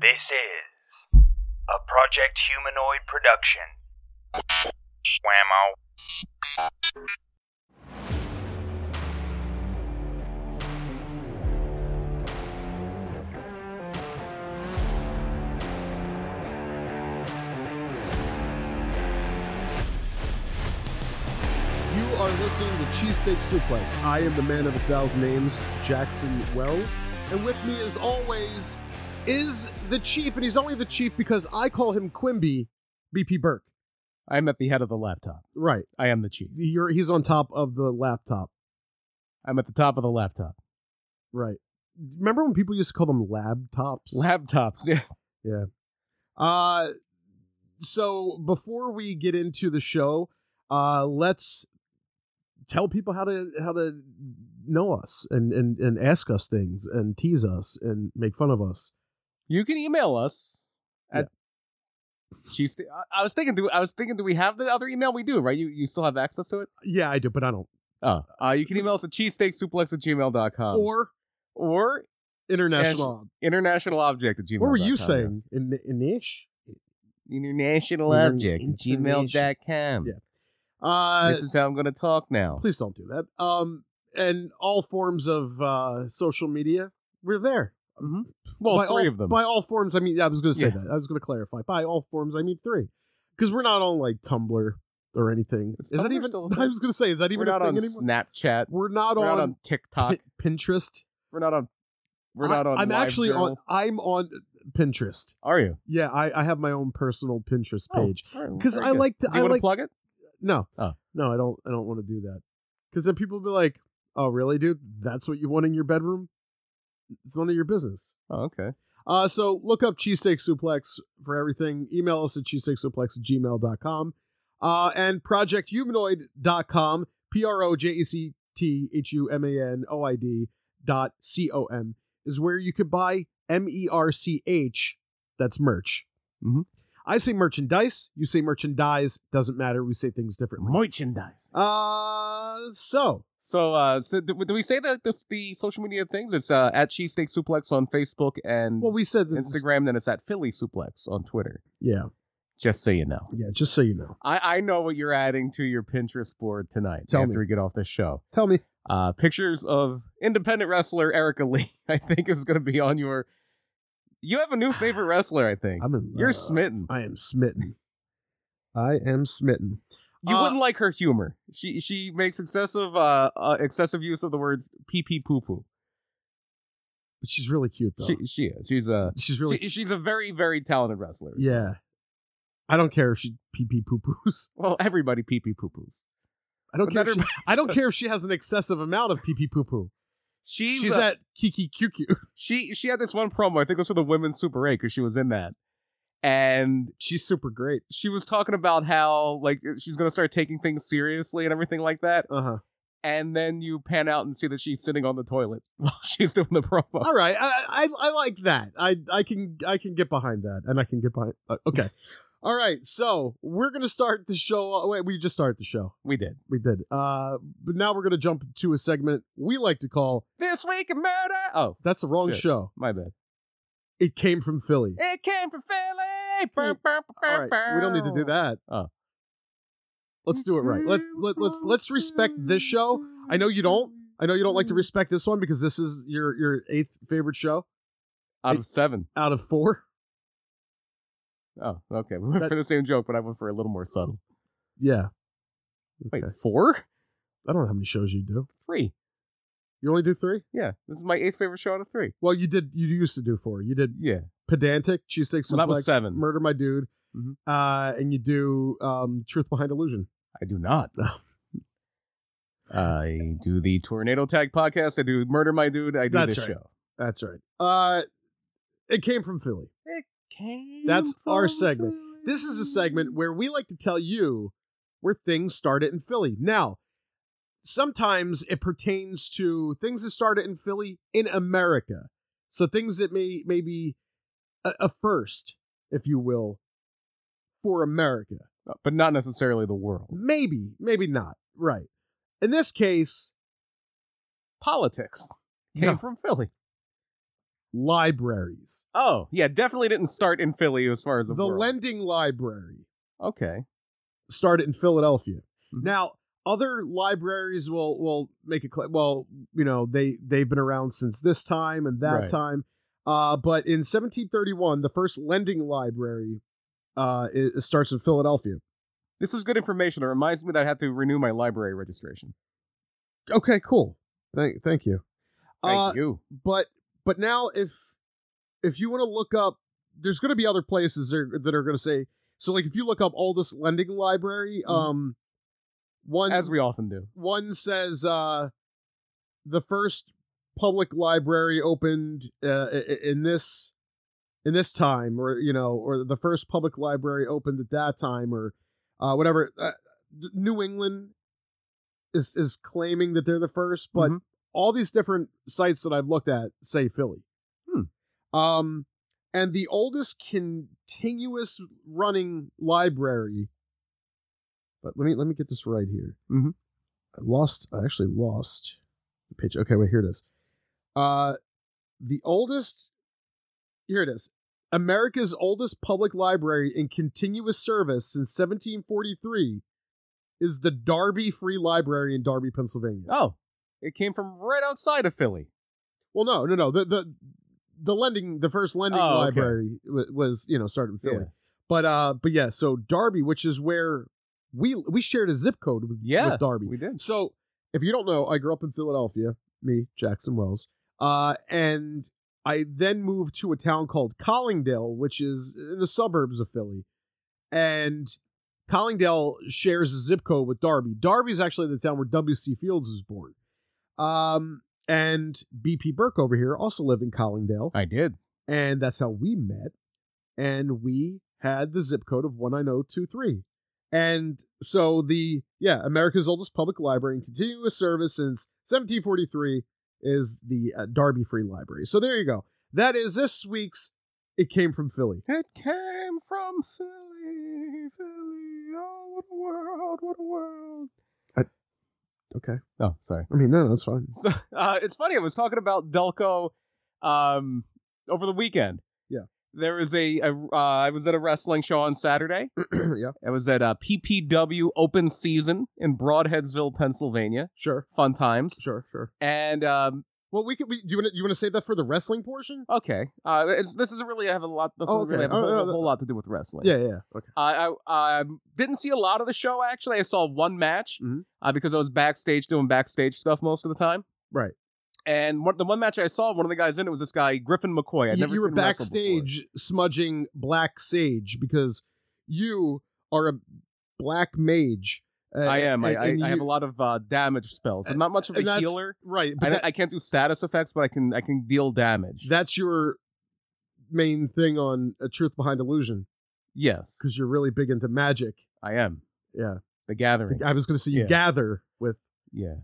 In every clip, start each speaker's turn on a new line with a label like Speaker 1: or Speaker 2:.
Speaker 1: This is a Project Humanoid production. Whammo.
Speaker 2: You are listening to Cheesesteak Suplex. I am the man of a thousand names, Jackson Wells. And with me, as always, is the chief. And he's only the chief because I call him Quimby, BP Burke.
Speaker 3: I'm at the head of the laptop.
Speaker 2: Right.
Speaker 3: I am the chief.
Speaker 2: You're, he's on top of the laptop.
Speaker 3: I'm at the top of the laptop.
Speaker 2: Right. Remember when people used to call them laptops?
Speaker 3: Laptops. Yeah.
Speaker 2: Uh, so before we get into the show, uh, let's tell people how to how to know us and and and ask us things and tease us and make fun of us.
Speaker 3: You can email us at chief. I- I was thinking. Do I was thinking? Do we have the other email? We do, right? You you still have access to it.
Speaker 2: Yeah, I do, but I don't.
Speaker 3: Oh, uh, you can email us at cheesesteaksuplex at gmail.com
Speaker 2: or
Speaker 3: or
Speaker 2: international.
Speaker 3: international object at gmail.
Speaker 2: What were you saying in in ish?
Speaker 3: International
Speaker 2: Inter-
Speaker 3: object at
Speaker 2: international.
Speaker 3: gmail.com.
Speaker 2: Yeah. Uh,
Speaker 3: this is how I'm going to talk now.
Speaker 2: please don't do that. Um, and all forms of uh social media, we're there.
Speaker 3: Mm-hmm. Well,
Speaker 2: by
Speaker 3: three
Speaker 2: all,
Speaker 3: of them.
Speaker 2: By all forms, I mean I was going to say
Speaker 3: Yeah.
Speaker 2: that. I was going to clarify. By all forms, I mean three, because we're not on like Tumblr or anything. Is,
Speaker 3: Is
Speaker 2: that
Speaker 3: Tumblr
Speaker 2: even?
Speaker 3: still a
Speaker 2: I
Speaker 3: thing?
Speaker 2: was going to say, is that
Speaker 3: we're
Speaker 2: even a
Speaker 3: not
Speaker 2: thing
Speaker 3: on
Speaker 2: anymore?
Speaker 3: Snapchat.
Speaker 2: we're not
Speaker 3: We're
Speaker 2: on,
Speaker 3: not on TikTok.
Speaker 2: Pin- Pinterest.
Speaker 3: We're not on. We're
Speaker 2: I-
Speaker 3: not on.
Speaker 2: I'm actually
Speaker 3: LiveJournal.
Speaker 2: on. I'm on Pinterest.
Speaker 3: Are you?
Speaker 2: Yeah, I, I have my own personal Pinterest
Speaker 3: Oh,
Speaker 2: page because I like to.
Speaker 3: Do
Speaker 2: I
Speaker 3: you want
Speaker 2: like
Speaker 3: to plug it?
Speaker 2: no,
Speaker 3: Oh.
Speaker 2: no, I don't. I don't want to do that because then people will be like, "Oh, really, dude? That's what you want in your bedroom? It's none of your business."
Speaker 3: Oh, okay.
Speaker 2: Uh, so look up Cheesesteak Suplex for everything. Email us at cheesesteaksuplex at gmail.com uh, and projecthumanoid.com, P R O J E C T H U M A N O I D dot C O M is where you could buy M E R C H. That's merch.
Speaker 3: Mhm.
Speaker 2: I say merchandise. You say merchandise. Doesn't matter. We say things differently.
Speaker 3: Merchandise.
Speaker 2: uh, so
Speaker 3: So, uh, so do, do we say that this, the social media things? It's uh, at Cheesesteak Suplex on Facebook and
Speaker 2: well, we said that
Speaker 3: Instagram. Then it's at Philly Suplex on Twitter.
Speaker 2: Yeah,
Speaker 3: Just so you know,
Speaker 2: yeah. Just so you know,
Speaker 3: I, I know what you're adding to your Pinterest board tonight.
Speaker 2: Tell
Speaker 3: after
Speaker 2: me.
Speaker 3: we get off this show,
Speaker 2: tell me.
Speaker 3: uh, pictures of independent wrestler Erica Lee. I think is going to be on your. You have a new favorite wrestler. I think
Speaker 2: I'm in.
Speaker 3: you're
Speaker 2: love.
Speaker 3: smitten.
Speaker 2: I am smitten. I am smitten.
Speaker 3: You
Speaker 2: Uh,
Speaker 3: wouldn't like her humor. She she makes excessive uh, uh excessive use of the words pee pee poo poo.
Speaker 2: But she's really cute though.
Speaker 3: She she is. She's a
Speaker 2: she's really
Speaker 3: she, she's a very very talented wrestler.
Speaker 2: yeah. I don't care if she pee pee poo poos.
Speaker 3: Well, everybody pee pee poo poos.
Speaker 2: I don't
Speaker 3: But
Speaker 2: care. If she,
Speaker 3: not
Speaker 2: I don't care if she has an excessive amount of pee pee poo poo.
Speaker 3: She's,
Speaker 2: She's
Speaker 3: a-
Speaker 2: at Kiki QQ.
Speaker 3: she she had this one promo. I think it was for the women's Super Eight because she was in that, and
Speaker 2: She's super great.
Speaker 3: she was talking about how like she's gonna start taking things seriously and everything like that.
Speaker 2: Uh huh.
Speaker 3: And then you pan out and see that she's sitting on the toilet while she's doing the promo.
Speaker 2: All right. I, I I like that. I I can I can get behind that, and I can get behind. uh, okay. All right. So we're gonna start the show. oh, Wait, we just started the show.
Speaker 3: We did
Speaker 2: We did. Uh, but now we're gonna jump to a segment we like to call.
Speaker 3: this week in murder. Oh,
Speaker 2: That's the wrong
Speaker 3: Shit.
Speaker 2: show.
Speaker 3: my bad.
Speaker 2: It came from Philly.
Speaker 3: It came from Philly.
Speaker 2: All All right, we don't need to do that. Uh,
Speaker 3: Oh.
Speaker 2: Let's do it right. Let's let, let's let's respect this show. I know you don't. I know you don't like to respect this one because this is your your eighth favorite show
Speaker 3: Out of seven.
Speaker 2: out of four.
Speaker 3: Oh, okay. We went
Speaker 2: That-
Speaker 3: for the same joke, but I went for a little more subtle.
Speaker 2: Yeah,
Speaker 3: Wait,
Speaker 2: Okay.
Speaker 3: four?
Speaker 2: I don't know how many shows you do.
Speaker 3: Three.
Speaker 2: You only do three.
Speaker 3: Yeah. This is my eighth favorite show out of three.
Speaker 2: Well, you did. You used to do four. You did
Speaker 3: Yeah.
Speaker 2: pedantic cheesesteak.
Speaker 3: Well, that was
Speaker 2: Suplex,
Speaker 3: seven.
Speaker 2: Murder my dude.
Speaker 3: Mhm.
Speaker 2: Uh, and you do um, truth behind illusion.
Speaker 3: I do not. I do the Tornado Tag podcast. I do Murder My Dude. I do
Speaker 2: That's
Speaker 3: this
Speaker 2: right.
Speaker 3: show.
Speaker 2: That's right. Uh, it came from Philly. That's our segment. This is a segment where we like to tell you where things started in Philly. Now, sometimes it pertains to things that started in Philly in America. So things that may may be a, a first, if you will, for America.
Speaker 3: Uh, But not necessarily the world.
Speaker 2: Maybe, maybe not. Right. In this case,
Speaker 3: Politics came
Speaker 2: No.
Speaker 3: from Philly.
Speaker 2: libraries.
Speaker 3: Oh, yeah, definitely didn't start in Philly as far as
Speaker 2: The,
Speaker 3: the, world.
Speaker 2: lending library
Speaker 3: Okay.
Speaker 2: started in Philadelphia.
Speaker 3: Mhm.
Speaker 2: Now, other libraries will will make a cla well, you know, they they've been around since this time and that
Speaker 3: Right.
Speaker 2: time. Uh, but in 1731, the first lending library uh, i- it starts in Philadelphia.
Speaker 3: This is good information. It reminds me that I have to renew my library registration.
Speaker 2: Okay, cool. Thank thank you.
Speaker 3: Thank
Speaker 2: uh,
Speaker 3: you.
Speaker 2: but but now if if you want to look up there's going to be other places that are, that are going to say so like if you look up oldest lending library
Speaker 3: Mhm.
Speaker 2: um one
Speaker 3: As we often do.
Speaker 2: one says uh the first public library opened uh, i- i- in this in this time or you know or the first public library opened at that time or uh whatever uh, new england is is claiming that they're the first but
Speaker 3: Mhm.
Speaker 2: all these different sites that I've looked at say Philly. Um, and the oldest continuous running library. But let me let me get this right here.
Speaker 3: Mhm.
Speaker 2: I lost. I actually lost the page. Okay, wait. Here it is. Uh, the oldest. Here it is. America's oldest public library in continuous service since 1743 is the Darby Free Library in Darby, Pennsylvania.
Speaker 3: Oh, it came from right outside of Philly.
Speaker 2: Well, no, no, no. The the the lending, the first lending
Speaker 3: Oh, okay.
Speaker 2: library wa- was you know started in Philly,
Speaker 3: Yeah.
Speaker 2: but uh, but yeah. So Darby, which is where we we shared a zip code with,
Speaker 3: Yeah,
Speaker 2: with Darby.
Speaker 3: We did.
Speaker 2: So if you don't know, I grew up in Philadelphia. Me, Jackson Wells, uh, and I then moved to a town called Collingdale, which is in the suburbs of Philly, and. Collingdale shares a zip code with Darby. Darby's actually the town where W.C. Fields was born. Um, and B.P. Burke over here also lived in Collingdale,
Speaker 3: I did.
Speaker 2: and that's how we met. And we had the zip code of 19023. And so the, yeah, America's oldest public library in continuous service since 1743 is the uh, Darby Free Library. So there you go. That is this week's It Came From Philly.
Speaker 3: It came from Philly, Philly. Oh, what a world, what a world.
Speaker 2: Okay.
Speaker 3: Oh, sorry.
Speaker 2: I mean, no, no, that's fine.
Speaker 3: So uh, it's funny. I was talking about Delco um, over the weekend.
Speaker 2: Yeah.
Speaker 3: There was a, a uh, I was at a wrestling show on Saturday.
Speaker 2: yeah,
Speaker 3: It was at uh, PPW Open Season in Broadheadsville, Pennsylvania.
Speaker 2: sure,
Speaker 3: Fun times.
Speaker 2: sure, sure.
Speaker 3: And um,
Speaker 2: Well, we could, we, do you want to you wanna save that for the wrestling portion?
Speaker 3: okay, uh, it's, this doesn't really have a lot. This doesn't
Speaker 2: Okay.
Speaker 3: really have a whole,
Speaker 2: Oh,
Speaker 3: a
Speaker 2: yeah,
Speaker 3: whole lot to do with wrestling.
Speaker 2: Yeah, yeah, yeah. Okay.
Speaker 3: I, I um, didn't see a lot of the show actually. I saw one match
Speaker 2: Mhm.
Speaker 3: uh, because I was backstage doing backstage stuff most of the time.
Speaker 2: Right.
Speaker 3: And one, the one match I saw, one of the guys in it was this guy Griffin McCoy. I'd
Speaker 2: you,
Speaker 3: never
Speaker 2: you were
Speaker 3: seen him wrestle before.
Speaker 2: backstage smudging black sage because you are a black mage. Uh,
Speaker 3: I am. I,
Speaker 2: and-
Speaker 3: I,
Speaker 2: and
Speaker 3: I have a
Speaker 2: you-
Speaker 3: lot of uh, damage spells. I'm not much of
Speaker 2: and
Speaker 3: a
Speaker 2: that's-
Speaker 3: healer.
Speaker 2: Right, but
Speaker 3: I,
Speaker 2: that-
Speaker 3: I can't do status effects, but I can I can deal damage.
Speaker 2: that's your main thing on a truth behind illusion
Speaker 3: yes,
Speaker 2: because you're really big into magic.
Speaker 3: I am
Speaker 2: Yeah,
Speaker 3: the gathering.
Speaker 2: I was going to say you
Speaker 3: Yeah.
Speaker 2: gather with
Speaker 3: yeah,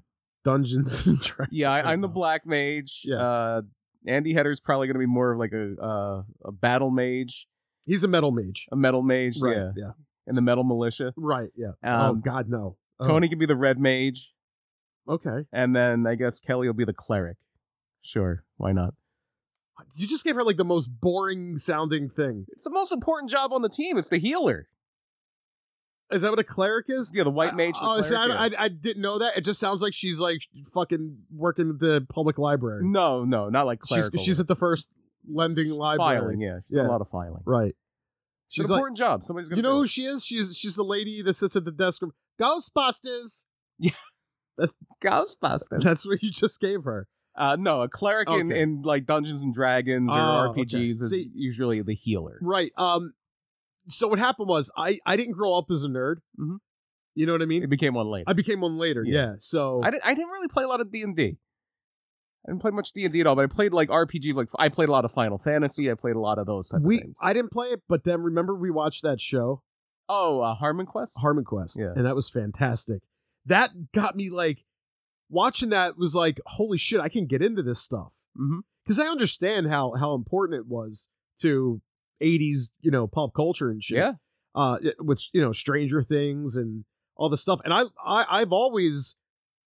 Speaker 2: Dungeons and Dragons.
Speaker 3: yeah. I, I'm the
Speaker 2: Wow.
Speaker 3: black mage.
Speaker 2: Yeah.
Speaker 3: Uh, Andy Hedder's probably going to be more of like a uh, a battle mage,
Speaker 2: He's a metal mage.
Speaker 3: a metal mage.
Speaker 2: Right.
Speaker 3: Yeah,
Speaker 2: yeah.
Speaker 3: and the metal militia.
Speaker 2: Right. Yeah. oh
Speaker 3: Um,
Speaker 2: God, no. Oh,
Speaker 3: Tony can be the red mage,
Speaker 2: Okay.
Speaker 3: and then I guess Kelly will be the cleric. Sure, why not?
Speaker 2: You just gave her like the most boring sounding thing.
Speaker 3: It's the most important job on the team. It's the healer.
Speaker 2: Is that what a cleric is?
Speaker 3: Yeah, the white mage. The
Speaker 2: Oh, see,
Speaker 3: cleric,
Speaker 2: I,
Speaker 3: yeah.
Speaker 2: I, I didn't know that. It just sounds like she's like fucking working at the public library.
Speaker 3: No, no, not like
Speaker 2: she's
Speaker 3: Mm, clerical.
Speaker 2: she's at the first lending library.
Speaker 3: filing. Yeah, she's done
Speaker 2: Yeah.
Speaker 3: a lot of filing.
Speaker 2: Right.
Speaker 3: She's
Speaker 2: She's
Speaker 3: an
Speaker 2: like,
Speaker 3: important job. Somebody's gonna.
Speaker 2: you know
Speaker 3: do
Speaker 2: who
Speaker 3: it.
Speaker 2: she is? She's she's the lady that sits at the desk of Ghostbusters.
Speaker 3: Ghostbusters.
Speaker 2: That's what you just gave her.
Speaker 3: Uh, no, a cleric in,
Speaker 2: Okay.
Speaker 3: in like Dungeons and Dragons or
Speaker 2: Oh,
Speaker 3: RPGs
Speaker 2: okay.
Speaker 3: is
Speaker 2: See-
Speaker 3: usually the healer.
Speaker 2: Right. Um. So what happened was I I didn't grow up as a nerd.
Speaker 3: Mhm.
Speaker 2: You know what I mean?
Speaker 3: It became one later.
Speaker 2: I became one later. Yeah.
Speaker 3: Yeah.
Speaker 2: So
Speaker 3: I didn't. I didn't really play a lot of D and D. I didn't play much D and D at all, but I played like RPGs. Like I played a lot of Final Fantasy. I played a lot of those type of
Speaker 2: we
Speaker 3: things.
Speaker 2: I didn't play it, but then remember we watched that show
Speaker 3: oh, uh, Harmon Quest.
Speaker 2: Harmon Quest.
Speaker 3: Yeah.
Speaker 2: And that was fantastic. That got me like watching that was like, holy shit, I can get into this stuff.
Speaker 3: Mhm.
Speaker 2: Because I understand how how important it was to 80s, you know, pop culture and shit.
Speaker 3: Yeah,
Speaker 2: Uh it- with you know, Stranger Things and all the stuff. And I, I I've always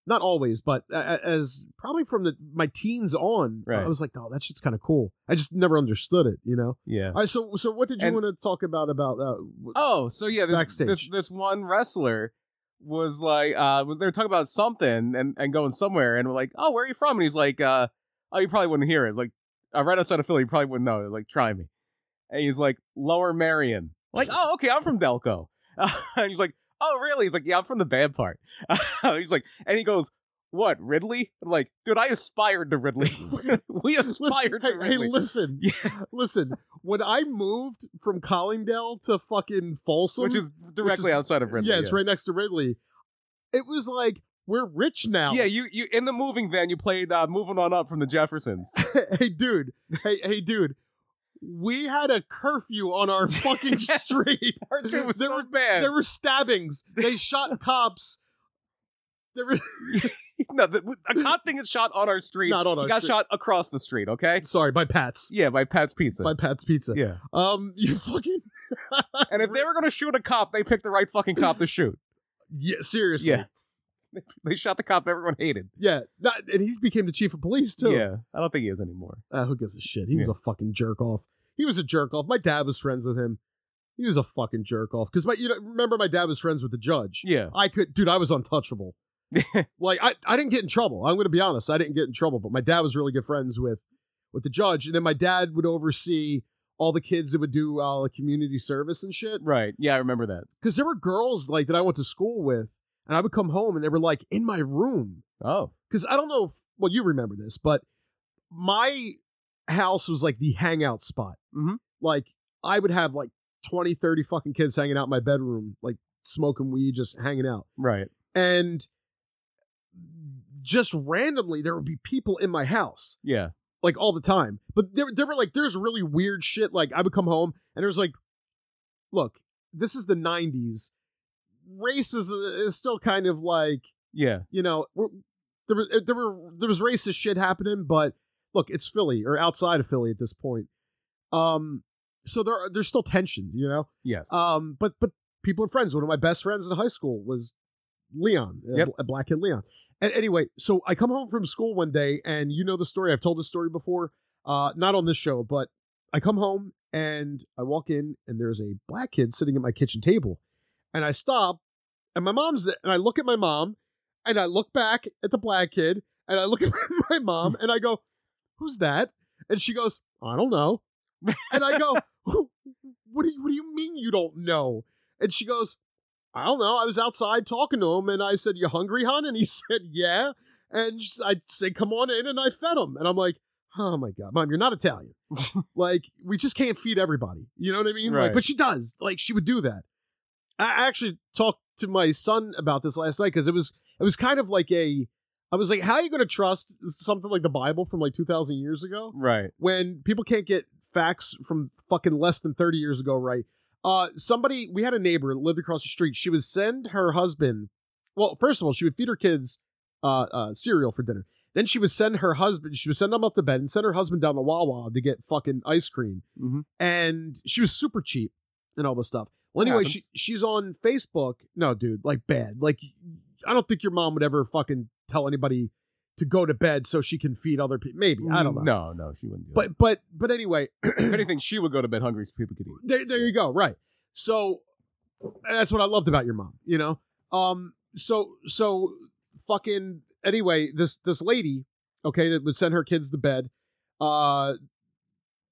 Speaker 2: not always, but a- a- as probably from the, my teens on,
Speaker 3: Right.
Speaker 2: I was like, oh, that shit's kind of cool. I just never understood it, you know.
Speaker 3: Yeah.
Speaker 2: All right, so so what did you
Speaker 3: And-
Speaker 2: want to talk about about uh, w-
Speaker 3: Oh, so yeah, this,
Speaker 2: Backstage.
Speaker 3: this this one wrestler was like, uh, was- they were talking about something and, and going somewhere, and we're like, oh, where are you from? And he's like, uh, oh, you probably wouldn't hear it. Like, uh, right outside of Philly, you probably wouldn't know. Like, try me. And he's like, Lower Marion. Like, oh, okay, I'm from Delco. and he's like, oh, really? He's like, yeah, I'm from the bad part. he's like, and he goes, what, Ridley? I'm like, dude, I aspired to Ridley. we aspired to
Speaker 2: Listen, hey, hey,
Speaker 3: Ridley.
Speaker 2: listen,
Speaker 3: Yeah.
Speaker 2: listen. When I moved from Collingdale to fucking Folsom,
Speaker 3: which is directly outside of Ridley.
Speaker 2: yeah, it's right next to Ridley. It was like we're rich now.
Speaker 3: Yeah, you you in the moving van you played uh, "Moving On Up" from the Jeffersons.
Speaker 2: hey, dude. Hey, hey, dude. We had a curfew on our fucking
Speaker 3: Yes.
Speaker 2: street.
Speaker 3: Our street was
Speaker 2: There
Speaker 3: so
Speaker 2: were-
Speaker 3: bad.
Speaker 2: There were stabbings. They shot cops. There were
Speaker 3: no, the, a cop thing is shot on our street.
Speaker 2: not on
Speaker 3: He
Speaker 2: our
Speaker 3: got
Speaker 2: street.
Speaker 3: shot across the street. Okay.
Speaker 2: Sorry, by Pat's.
Speaker 3: Yeah, by Pat's Pizza.
Speaker 2: By Pat's Pizza.
Speaker 3: yeah.
Speaker 2: Um, you fucking.
Speaker 3: And if they were gonna shoot a cop, they picked the right fucking cop to shoot.
Speaker 2: yeah, seriously.
Speaker 3: Yeah. They shot the cop everyone hated.
Speaker 2: Yeah, not- and he became the chief of police too.
Speaker 3: Yeah, I don't think he is anymore.
Speaker 2: Uh, who gives a shit? He was
Speaker 3: Yeah.
Speaker 2: a fucking jerk off. He was a jerk off. My dad was friends with him. He was a fucking jerk off. Because my, you know, remember my dad was friends with the judge.
Speaker 3: Yeah.
Speaker 2: I could, dude, I was untouchable. like I, I didn't get in trouble. I'm going to be honest. I didn't get in trouble, but my dad was really good friends with, with the judge, and then my dad would oversee all the kids that would do uh, like community service and shit.
Speaker 3: Right. Yeah, I remember that.
Speaker 2: Because there were girls like that I went to school with, and I would come home and they were like in my room
Speaker 3: Oh.
Speaker 2: because I don't know if well you remember this, but my house was like the hangout spot.
Speaker 3: Mhm.
Speaker 2: Like I would have like 20, 30 fucking kids hanging out in my bedroom, like smoking weed, just hanging out,
Speaker 3: Right.
Speaker 2: and just randomly there would be people in my house
Speaker 3: Yeah.
Speaker 2: like all the time. But there, there were like there's really weird shit. Like I would come home and there's like, look, this is the '90s. Race is, is still kind of like
Speaker 3: Yeah.
Speaker 2: you know, we're, there were there were there was racist shit happening, but look, it's Philly or outside of Philly at this point. Um, so there are, there's still tension, you know.
Speaker 3: Yes.
Speaker 2: Um, but but people are friends. One of my best friends in high school was Leon, a
Speaker 3: Yep.
Speaker 2: bl- a black kid Leon. And anyway, so I come home from school one day, and you know the story. I've told this story before, uh, not on this show, but I come home and I walk in, and there's a black kid sitting at my kitchen table, and I stop, and my mom's there, and I look at my mom, and I look back at the black kid, and I look at my mom, and I go, "Who's that?" And she goes, "I don't know," and I go, "What do you, What do you mean you don't know?" And she goes, I don't know. I was outside talking to him, and I said, "You hungry, hon?" And he said, "Yeah." And s- I said, "Come on in," and I fed him. And I'm like, "Oh my god, mom, you're not Italian. like, we just can't feed everybody. You know what I mean?
Speaker 3: Right.
Speaker 2: Like, but she does. Like, she would do that. I I actually talked to my son about this last night because it was it was kind of like a I was like, "How are you going to trust something like the Bible from like 2,000 years ago?"
Speaker 3: right.
Speaker 2: when people can't get facts from fucking less than 30 years ago right uh somebody we had a neighbor that lived across the street she would send her husband well first of all she would feed her kids uh, uh cereal for dinner then she would send her husband she would send them up to bed and send her husband down to wawa to get fucking ice cream
Speaker 3: Mhm.
Speaker 2: and she was super cheap and all this stuff well
Speaker 3: It
Speaker 2: anyway she,
Speaker 3: happens.
Speaker 2: she's on facebook no dude like bad like i don't think your mom would ever fucking tell anybody to go to bed so she can feed other people maybe i don't know
Speaker 3: Mm, No, no, she wouldn't do that.
Speaker 2: but but but anyway,
Speaker 3: if anything, she would go to bed hungry so people could eat.
Speaker 2: there, there you go. Right. So and that's what I loved about your mom. You know. Um. So so fucking anyway. This this lady, okay, that would send her kids to bed, uh,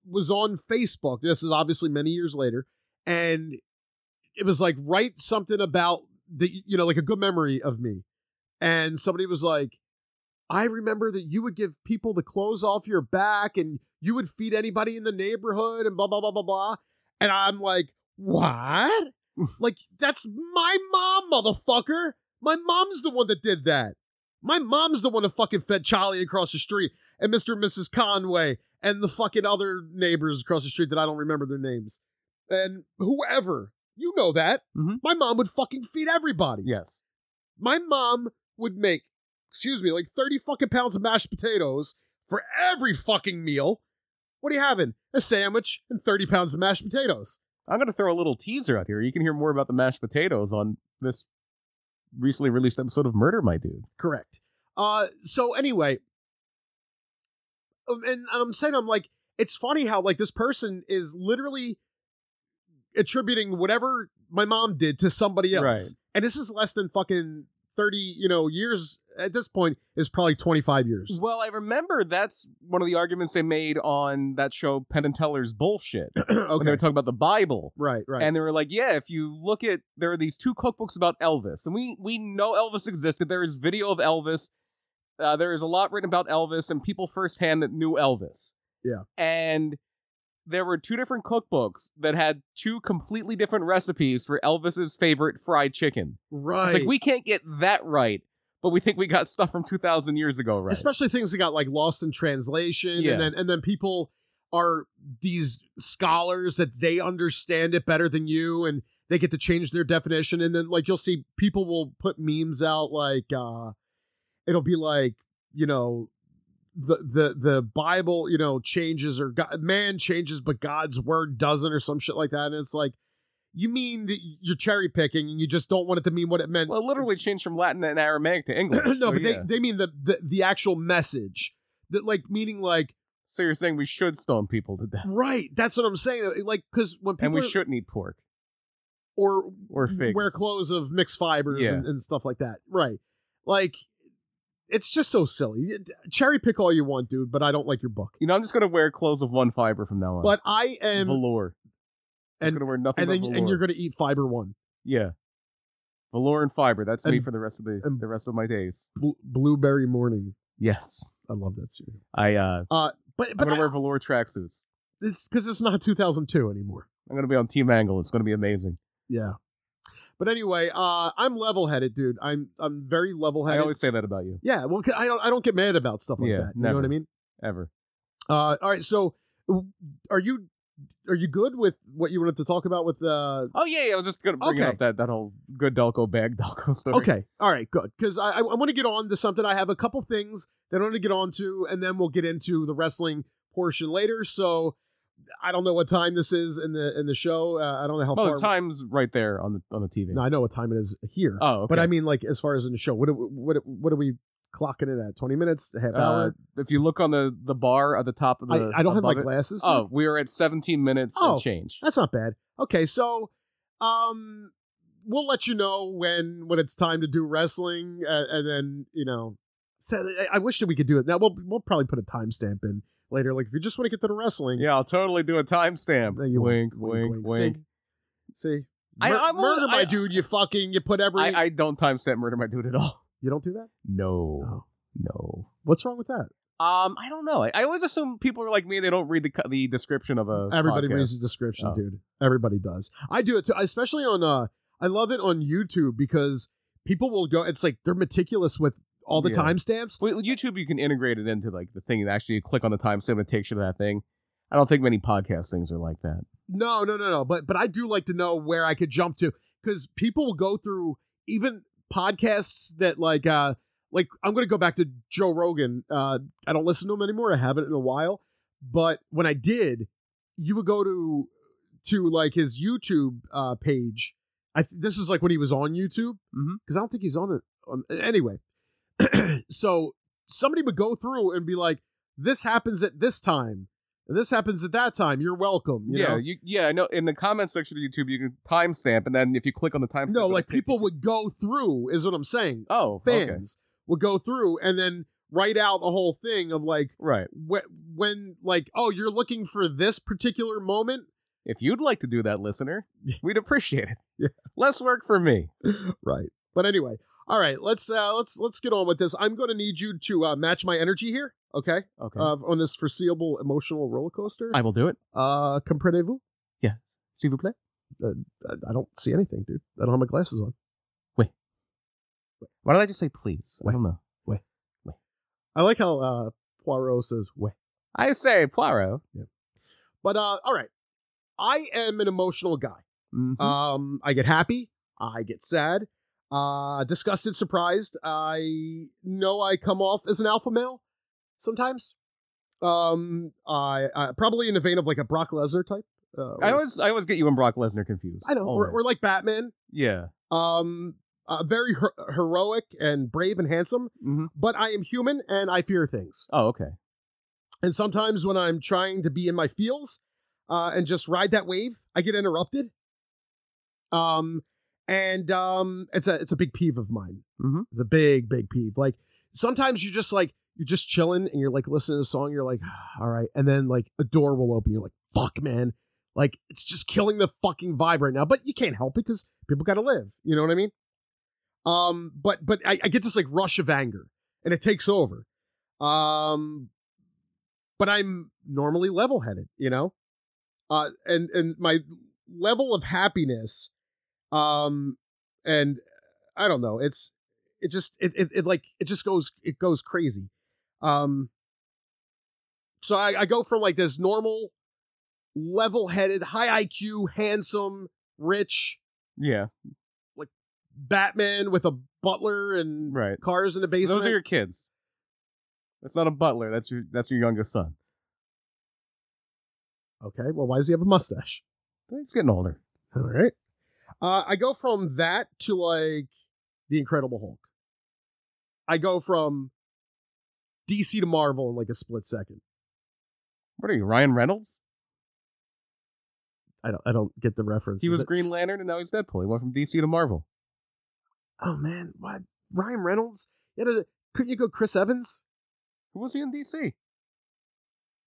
Speaker 2: was on Facebook. This is obviously many years later, and it was like write something about the you know like a good memory of me, and somebody was like. I remember that you would give people the clothes off your back and you would feed anybody in the neighborhood and blah, blah, blah, blah, blah. And I'm like, what? like, that's my mom, motherfucker. My mom's the one that did that. My mom's the one that fucking fed Charlie across the street and Mr. and Mrs. Conway and the fucking other neighbors across the street that I don't remember their names. And whoever. You know that.
Speaker 3: Mhm.
Speaker 2: My mom would fucking feed everybody.
Speaker 3: Yes.
Speaker 2: My mom would make, excuse me, like 30 fucking pounds of mashed potatoes for every fucking meal. What are you having? A sandwich and 30 pounds of mashed potatoes.
Speaker 3: I'm going to throw a little teaser out here. You can hear more about the mashed potatoes on this recently released episode of Murder My Dude.
Speaker 2: Correct. Uh, so anyway, um, and, and I'm saying I'm like, it's funny how like this person is literally attributing whatever my mom did to somebody else,
Speaker 3: Right.
Speaker 2: and this is less than fucking thirty, you know, years at this point is probably twenty five years.
Speaker 3: Well, I remember that's one of the arguments they made on that show, Penn and Teller's Bullshit. When they
Speaker 2: okay,
Speaker 3: were talking about the Bible.
Speaker 2: right, right,
Speaker 3: And they were like, yeah, if you look at there are these two cookbooks about Elvis, and we we know Elvis existed. There is video of Elvis. Uh, there is a lot written about Elvis and people firsthand that knew Elvis.
Speaker 2: Yeah.
Speaker 3: And there were two different cookbooks that had two completely different recipes for Elvis's favorite fried chicken.
Speaker 2: right.
Speaker 3: It's like we can't get that right, but we think we got stuff from two thousand years ago Oh, right.
Speaker 2: especially things that got like lost in translation
Speaker 3: Yeah.
Speaker 2: and then and then people are these scholars that they understand it better than you and they get to change their definition and then like you'll see people will put memes out like uh it'll be like you know the the the bible you know changes or god, man changes but god's word doesn't or some shit like that and it's like you mean that you're cherry picking and you just don't want it to mean what it meant
Speaker 3: well, it literally changed from Latin and Aramaic to English.
Speaker 2: no,
Speaker 3: so
Speaker 2: but
Speaker 3: yeah.
Speaker 2: they, they mean the, the the actual message. That like meaning like
Speaker 3: so you're saying we should stone people to death,
Speaker 2: right. That's what I'm saying. uh, Like because when people
Speaker 3: and we
Speaker 2: are-
Speaker 3: shouldn't eat pork.
Speaker 2: or
Speaker 3: or figs.
Speaker 2: wear clothes of mixed fibers
Speaker 3: Yeah.
Speaker 2: and, and stuff like that. Right. Like it's just so silly. You- Cherry pick all you want, dude. But I don't like your book.
Speaker 3: You know, I'm just gonna wear clothes of one fiber from now on.
Speaker 2: But I am,
Speaker 3: velour. I'm just
Speaker 2: and-
Speaker 3: gonna wear nothing
Speaker 2: and
Speaker 3: but
Speaker 2: then
Speaker 3: velour.
Speaker 2: and you're gonna eat fiber one
Speaker 3: yeah, velour and fiber. That's me
Speaker 2: And- um
Speaker 3: for the rest of the
Speaker 2: and-
Speaker 3: the rest of my days.
Speaker 2: Bl- blueberry morning.
Speaker 3: Yes,
Speaker 2: I love that cereal.
Speaker 3: I. uh
Speaker 2: But but
Speaker 3: I'm gonna
Speaker 2: I-
Speaker 3: wear velour tracksuits.
Speaker 2: it's because it's not 2002 anymore.
Speaker 3: I'm gonna be on Team Angle. It's gonna be amazing.
Speaker 2: Yeah. But anyway, uh, I'm level-headed, dude. I'm I'm very level-headed.
Speaker 3: I always say that about you.
Speaker 2: Yeah, well, 'cause I don't I don't get mad about stuff like
Speaker 3: Yeah,
Speaker 2: that. You know
Speaker 3: never.
Speaker 2: what I mean?
Speaker 3: Ever.
Speaker 2: Uh, all right. So, w- are you are you good with what you wanted to talk about with? Uh,
Speaker 3: Oh yeah, yeah, I was just gonna bring
Speaker 2: Okay.
Speaker 3: up that that whole good Delco bag Delco story.
Speaker 2: okay. All right. Good. Because I I want to get on to something. I have a couple things that I want to get on to, and then we'll get into the wrestling portion later. So, I don't know what time this is in the in the show. Uh, I don't know how
Speaker 3: Well,
Speaker 2: far.
Speaker 3: Oh, the time's right there on the on the TV.
Speaker 2: No, I know what time it is here.
Speaker 3: Oh, okay.
Speaker 2: But I mean, like as far as in the show, what are- what are- what are we clocking it at? Twenty minutes, a half
Speaker 3: uh,
Speaker 2: hour?
Speaker 3: if you look on the the bar at the top of the,
Speaker 2: I, I don't have my
Speaker 3: above it-
Speaker 2: glasses. dude.
Speaker 3: Oh, we are at 17 minutes
Speaker 2: Oh.
Speaker 3: and change.
Speaker 2: that's not bad. Okay, so um, we'll let you know when when it's time to do wrestling, uh, and then you know, so I, I wish that we could do it now. We'll we'll probably put a timestamp in later. Like if you just want to get to the wrestling,
Speaker 3: Yeah, I'll totally do a timestamp.
Speaker 2: No, you
Speaker 3: Wink,
Speaker 2: won't. Wink,
Speaker 3: wink,
Speaker 2: wink.
Speaker 3: wink.
Speaker 2: See,
Speaker 3: I-
Speaker 2: Mur-
Speaker 3: I'm al-
Speaker 2: murder my
Speaker 3: I-
Speaker 2: dude. You fucking you put every.
Speaker 3: I, I don't timestamp murder my dude at all.
Speaker 2: you don't do that.
Speaker 3: No,
Speaker 2: Oh.
Speaker 3: no.
Speaker 2: What's wrong with that?
Speaker 3: Um, I don't know. I, I always assume people are like me; they don't read the co- the description of a.
Speaker 2: Everybody
Speaker 3: podcast.
Speaker 2: reads the description,
Speaker 3: Oh.
Speaker 2: dude. Everybody does. I do it too, especially on uh I love it on YouTube because people will go it's like they're meticulous with all the
Speaker 3: Yeah.
Speaker 2: timestamps.
Speaker 3: Well, YouTube, you can integrate it into like the thing and actually click on the timestamp and it takes you to that thing. I don't think many podcast things are like that.
Speaker 2: No, no, no, no. But but I do like to know where I could jump to because people will go through even podcasts that like uh like I'm gonna go back to Joe Rogan. Uh I don't listen to him anymore. I haven't in a while. But when I did, you would go to to like his YouTube uh page. I th- this is like when he was on YouTube
Speaker 3: Mhm.
Speaker 2: because I don't think he's on it. On, anyway, so somebody would go through and be like, "This happens at this time, and this happens at that time. You're welcome." you
Speaker 3: yeah,
Speaker 2: know?
Speaker 3: you, yeah. I know. In the comment section of YouTube, you can timestamp, and then if you click on the timestamp,
Speaker 2: No,
Speaker 3: it'll
Speaker 2: like
Speaker 3: take you-
Speaker 2: people would go through, is what I'm saying.
Speaker 3: Oh, okay.
Speaker 2: Fans would go through and then write out a whole thing of like
Speaker 3: Right.
Speaker 2: wh- when, like, oh, you're looking for this particular moment,
Speaker 3: If you'd like to do that, listener, we'd appreciate it.
Speaker 2: Yeah.
Speaker 3: Less work for me.
Speaker 2: right? But anyway, all right, let's uh, let's let's get on with this. I'm going to need you to uh, match my energy here, okay?
Speaker 3: Okay.
Speaker 2: Uh, on this foreseeable emotional roller coaster.
Speaker 3: I will do it.
Speaker 2: Uh, comprenez-vous?
Speaker 3: S'il vous plaît.
Speaker 2: I, I don't see anything, dude. I don't have my glasses on.
Speaker 3: Why did I just say please?
Speaker 2: Wait.
Speaker 3: I don't know.
Speaker 2: I like how uh, Poirot says, "Wait."
Speaker 3: I say Poirot.
Speaker 2: But uh, all right, I am an emotional guy.
Speaker 3: Mhm.
Speaker 2: Um, I get happy. I get sad. Uh, disgusted, surprised. I know I come off as an alpha male sometimes. Um, I, I probably in the vein of like a Brock Lesnar type. Uh,
Speaker 3: I
Speaker 2: or-
Speaker 3: always, I always get you and Brock Lesnar confused.
Speaker 2: I know, or,
Speaker 3: Always.
Speaker 2: or like Batman.
Speaker 3: yeah,
Speaker 2: Um, uh, very her- heroic and brave and handsome,
Speaker 3: Mm-hmm.
Speaker 2: but I am human and I fear things.
Speaker 3: Oh, okay.
Speaker 2: And sometimes when I'm trying to be in my feels uh, and just ride that wave, I get interrupted. Um, and um, it's a it's a big peeve of mine.
Speaker 3: Mhm.
Speaker 2: It's a big big peeve. Like sometimes you're just like you're just chilling and you're like listening to a song. You're like, "Ah, all right, and then like a door will open. You're like, fuck, man. Like it's just killing the fucking vibe right now. But you can't help it because people got to live. You know what I mean? Um, but but I, I get this like rush of anger and it takes over. Um, but I'm normally level headed, you know? Uh and and my level of happiness um and I don't know, it's it just it it, it like it just goes it goes crazy. Um so I, I go from like this normal level headed, high IQ, handsome, rich
Speaker 3: Yeah.
Speaker 2: Batman with a butler and
Speaker 3: Right.
Speaker 2: cars in the basement.
Speaker 3: Those are your kids. That's not a butler. That's your that's your youngest son.
Speaker 2: okay, well why does he have a mustache?
Speaker 3: He's getting older.
Speaker 2: All right. Uh, I go from that to like the Incredible Hulk. I go from DC to Marvel in like a split second.
Speaker 3: What are you, Ryan Reynolds?
Speaker 2: I don't. I don't get the reference.
Speaker 3: He
Speaker 2: Is
Speaker 3: was
Speaker 2: it-
Speaker 3: Green Lantern and now he's Deadpool. He went from DC to Marvel.
Speaker 2: Oh man, what Ryan Reynolds? You had a, couldn't you go Chris Evans?
Speaker 3: Who was he in DC?